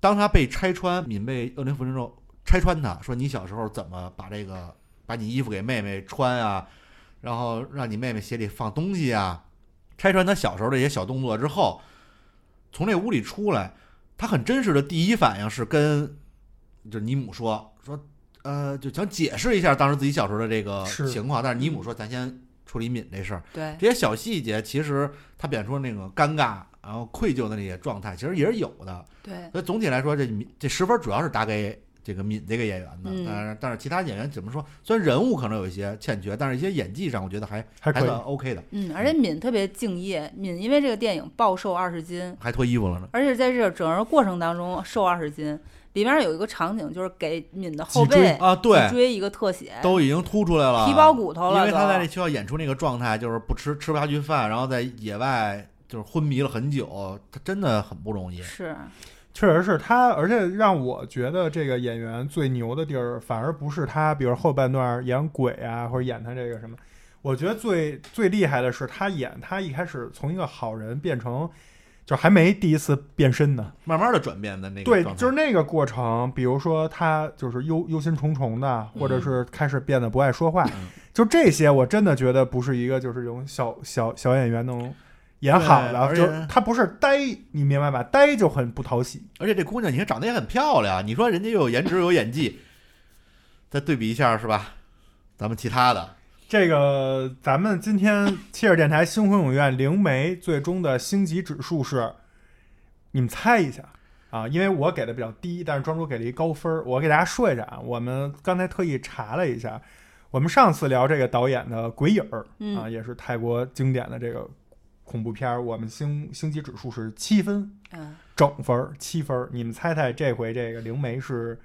[SPEAKER 2] 当他被拆穿，敏被恶灵附身之后，拆穿他说：“你小时候怎么把这个把你衣服给妹妹穿啊？然后让你妹妹鞋里放东西啊？”拆穿他小时候这些小动作之后，从这屋里出来，他很真实的第一反应是跟就是尼姆说说，呃，就想解释一下当时自己小时候的这个
[SPEAKER 1] 是
[SPEAKER 2] 情况，但是尼姆说：“咱先处理敏这事儿。”
[SPEAKER 3] 对，
[SPEAKER 2] 这些小细节，其实他表现出那个尴尬，然后愧疚的那些状态，其实也是有的。
[SPEAKER 3] 对，
[SPEAKER 2] 所以总体来说，这敏这十分主要是打给这个敏这个演员的。
[SPEAKER 3] 嗯
[SPEAKER 2] 但是但是其他演员怎么说？虽然人物可能有一些欠缺，但是一些演技上，我觉得还
[SPEAKER 1] 还可
[SPEAKER 2] 算
[SPEAKER 1] 以，
[SPEAKER 2] OK 的。
[SPEAKER 3] 嗯，而且敏特别敬业，敏因为这个电影暴瘦二十斤，
[SPEAKER 2] 还脱衣服了呢，
[SPEAKER 3] 而且在这整个过程当中瘦二十斤，里面有一个场景就是给敏的后
[SPEAKER 1] 脊椎
[SPEAKER 3] 背
[SPEAKER 2] 啊，对
[SPEAKER 3] 脊，椎一个特写，
[SPEAKER 2] 都已经凸出来了，
[SPEAKER 3] 皮包骨头
[SPEAKER 1] 啊
[SPEAKER 3] 了
[SPEAKER 2] 因为他
[SPEAKER 3] 都
[SPEAKER 2] 在那学校演出那个状态，就是不吃吃不下去饭，然后在野外就是昏迷了很久，他真的很不容易。
[SPEAKER 3] 是，
[SPEAKER 1] 确实是他，而且让我觉得这个演员最牛的地儿，反而不是他，比如后半段演鬼啊，或者演他这个什么，我觉得最最厉害的是他演他一开始从一个好人变成，就还没第一次变身呢，
[SPEAKER 2] 慢慢的转变的那个
[SPEAKER 1] 对
[SPEAKER 2] 状，态
[SPEAKER 1] 就是那个过程，比如说他就是忧忧心忡忡的，或者是开始变得不爱说话，
[SPEAKER 2] 嗯
[SPEAKER 1] 就这些，我真的觉得不是一个就是这种小小小演员能演好
[SPEAKER 2] 对
[SPEAKER 1] 的，
[SPEAKER 2] 而
[SPEAKER 1] 就
[SPEAKER 2] 且
[SPEAKER 1] 他不是呆，你明白吧？呆就很不讨喜。
[SPEAKER 2] 而且这姑娘，你看长得也很漂亮，你说人家又有颜值又有演技，再对比一下是吧？咱们其他的，
[SPEAKER 1] 这个咱们今天切尔电台星空影院灵媒最终的星级指数是，你们猜一下啊？因为我给的比较低，但是庄主给了一高分儿，我给大家说一下啊。我们刚才特意查了一下，我们上次聊这个导演的《鬼影儿》啊，
[SPEAKER 3] 嗯，
[SPEAKER 1] 也是泰国经典的这个恐怖片儿，我们星星级指数是七分，
[SPEAKER 3] 嗯，
[SPEAKER 1] 整分儿七分儿。你们猜猜这回这个灵媒是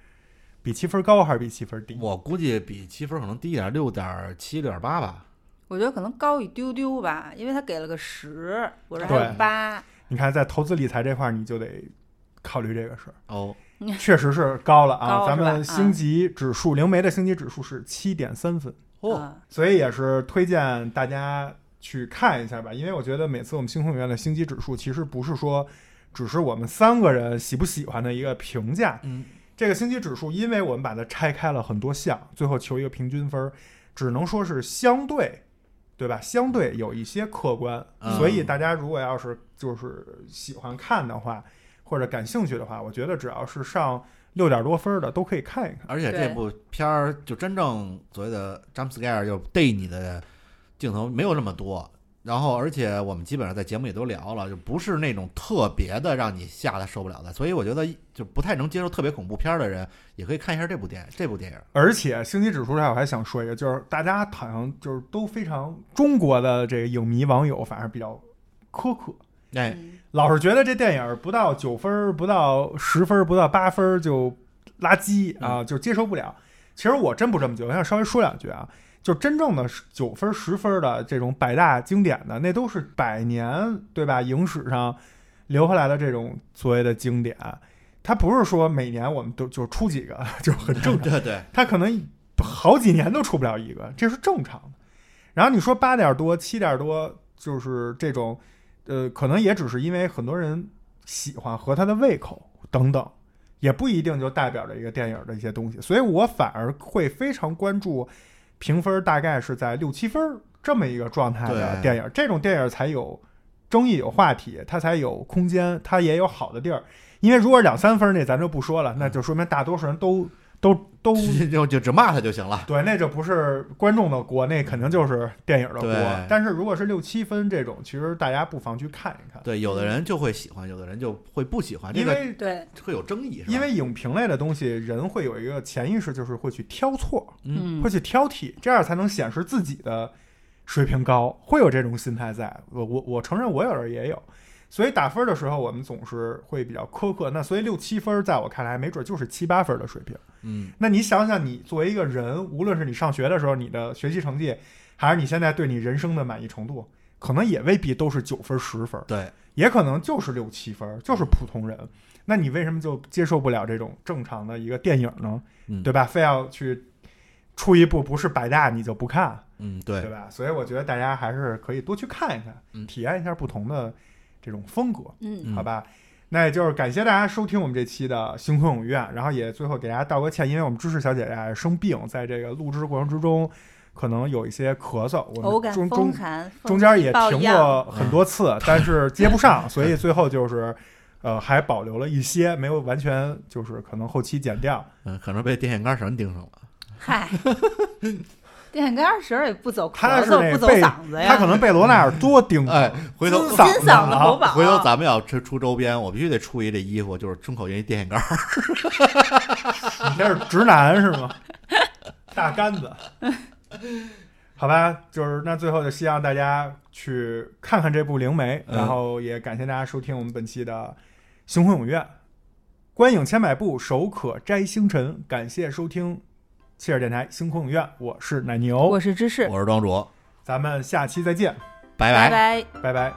[SPEAKER 1] 比七分高还是比七分低？
[SPEAKER 2] 我估计比七分可能低一点，六点七、六点八吧。
[SPEAKER 3] 我觉得可能高一丢丢吧，因为他给了个十，我这还
[SPEAKER 1] 对
[SPEAKER 3] 有八，
[SPEAKER 1] 你看，在投资理财这块儿，你就得考虑这个事 儿。
[SPEAKER 2] 哦，
[SPEAKER 1] 确实是高了啊！
[SPEAKER 3] 高
[SPEAKER 1] 咱
[SPEAKER 3] 是吧嗯
[SPEAKER 1] 们星级指数，灵媒的星级指数是七点三分，
[SPEAKER 2] 哦，
[SPEAKER 3] 嗯
[SPEAKER 1] 所以也是推荐大家去看一下吧。因为我觉得每次我们星空影院的星级指数，其实不是说只是我们三个人喜不喜欢的一个评价。
[SPEAKER 2] 嗯，
[SPEAKER 1] 这个星级指数，因为我们把它拆开了很多项，最后求一个平均分儿，只能说是相对，对吧？相对有一些客观，
[SPEAKER 2] 嗯
[SPEAKER 1] 所以大家如果要是就是喜欢看的话，或者感兴趣的话，我觉得只要是上六点多分儿的都可以看一看。
[SPEAKER 2] 而且这
[SPEAKER 3] 对
[SPEAKER 2] 部片儿就真正所谓的 jump scare 就 day 你的镜头没有那么多。然后，而且我们基本上在节目也都聊了，就不是那种特别的让你吓得受不了的，所以我觉得就不太能接受特别恐怖片儿的人，也可以看一下这部电影。这部电影，
[SPEAKER 1] 而且星级指数上，我还想说一个，就是大家好像就是都非常中国的这个影迷网友，反而比较苛刻，
[SPEAKER 2] 哎，
[SPEAKER 3] 嗯
[SPEAKER 1] 老是觉得这电影儿不到九分儿、不到十分儿、不到八分儿就垃圾啊，就接受不了。其实我真不这么觉得，我想稍微说两句啊。就真正的九分、十分的这种百大经典的，那都是百年对吧？影史上留下来的这种所谓的经典，它不是说每年我们都就出几个 就很正常，
[SPEAKER 2] 对对，
[SPEAKER 1] 它可能好几年都出不了一个，这是正常的。然后你说八点多、七点多，就是这种，呃，可能也只是因为很多人喜欢和他的胃口等等，也不一定就代表着一个电影的一些东西。所以我反而会非常关注评分，大概是在六七分儿这么一个状态的
[SPEAKER 2] 对
[SPEAKER 1] 电影，这种电影才有争议、有话题，它才有空间，它也有好的地儿。因为如果两三分儿那咱就不说了，那就说明大多数人都都都
[SPEAKER 2] 就就就只骂他就行了。
[SPEAKER 1] 对，那就不是观众的锅，那肯定就是电影的锅
[SPEAKER 2] 对。
[SPEAKER 1] 但是如果是六七分这种，其实大家不妨去看一看，
[SPEAKER 2] 对，有的人就会喜欢，有的人就会不喜啊欢，
[SPEAKER 1] 嗯
[SPEAKER 2] 这
[SPEAKER 1] 因
[SPEAKER 2] 个
[SPEAKER 1] 为
[SPEAKER 3] 对，
[SPEAKER 2] 会有争议，是吧？
[SPEAKER 1] 因为影评类的东西，人会有一个潜意识，就是会去挑错，
[SPEAKER 3] 嗯
[SPEAKER 1] 会去挑剔，这样才能显示自己的水平高，会有这种心态在。我我我承认，我有时候也有。所以打分的时候，我们总是会比较苛刻。那所以六七分，在我看来，没准就是七八分的水平。
[SPEAKER 2] 嗯，
[SPEAKER 1] 那你想想，你作为一个人，无论是你上学的时候你的学习成绩，还是你现在对你人生的满意程度，可能也未必都是九分、十分，
[SPEAKER 2] 对，
[SPEAKER 1] 也可能就是六七分，就是普通人。那你为什么就接受不了这种正常的一个电影呢？
[SPEAKER 2] 嗯
[SPEAKER 1] 对吧？非要去出一部不是百大你就不看，
[SPEAKER 2] 嗯，对
[SPEAKER 1] 对，吧？所以我觉得大家还是可以多去看一看，
[SPEAKER 2] 嗯
[SPEAKER 1] 体验一下不同的这种风格。
[SPEAKER 3] 嗯，
[SPEAKER 2] 嗯
[SPEAKER 1] 好吧。那也就是感谢大家收听我们这期的星空影院，然后也最后给大家道个歉，因为我们芝士小姐姐生病，在这个录制过程之中，可能有一些咳嗽，我
[SPEAKER 3] 偶
[SPEAKER 1] 们
[SPEAKER 3] 感
[SPEAKER 1] 嗯中
[SPEAKER 3] 风
[SPEAKER 1] 中
[SPEAKER 3] 寒，
[SPEAKER 1] 中间也停
[SPEAKER 3] 抱恙
[SPEAKER 1] 过很多次，但是接不上，所以最后就是，呃，还保留了一些，没有完全就是可能后期剪掉，
[SPEAKER 2] 嗯，可能被电线杆绳钉上了。
[SPEAKER 3] 嗨，电线杆绳儿也不走
[SPEAKER 1] 他
[SPEAKER 3] 咳
[SPEAKER 1] 是
[SPEAKER 3] 嗽，
[SPEAKER 1] 那
[SPEAKER 3] 不走
[SPEAKER 1] 被
[SPEAKER 3] 嗓子呀，
[SPEAKER 1] 她可能被罗纳尔多盯 住，
[SPEAKER 2] 哎，回头
[SPEAKER 1] 滋
[SPEAKER 3] 金
[SPEAKER 1] 嗓子
[SPEAKER 3] 嗓子
[SPEAKER 1] 啊
[SPEAKER 3] 喉宝，
[SPEAKER 2] 回头咱们要出出周边，我必须得出一这衣服，就是胸口印一电线杆儿。
[SPEAKER 1] 你这是直男是吗？大杆子，好吧，就是那最后就希望大家去看看这部《灵媒》，
[SPEAKER 2] 嗯
[SPEAKER 1] 然后也感谢大家收听我们本期的《星空影院》，观影千百步，手可摘星辰。感谢收听切尔电台《星空影院》，我是奶牛
[SPEAKER 3] 我，是芝士，
[SPEAKER 2] 我是庄主，
[SPEAKER 1] 咱们下期再见，
[SPEAKER 2] 拜
[SPEAKER 3] 拜拜。
[SPEAKER 1] 拜拜。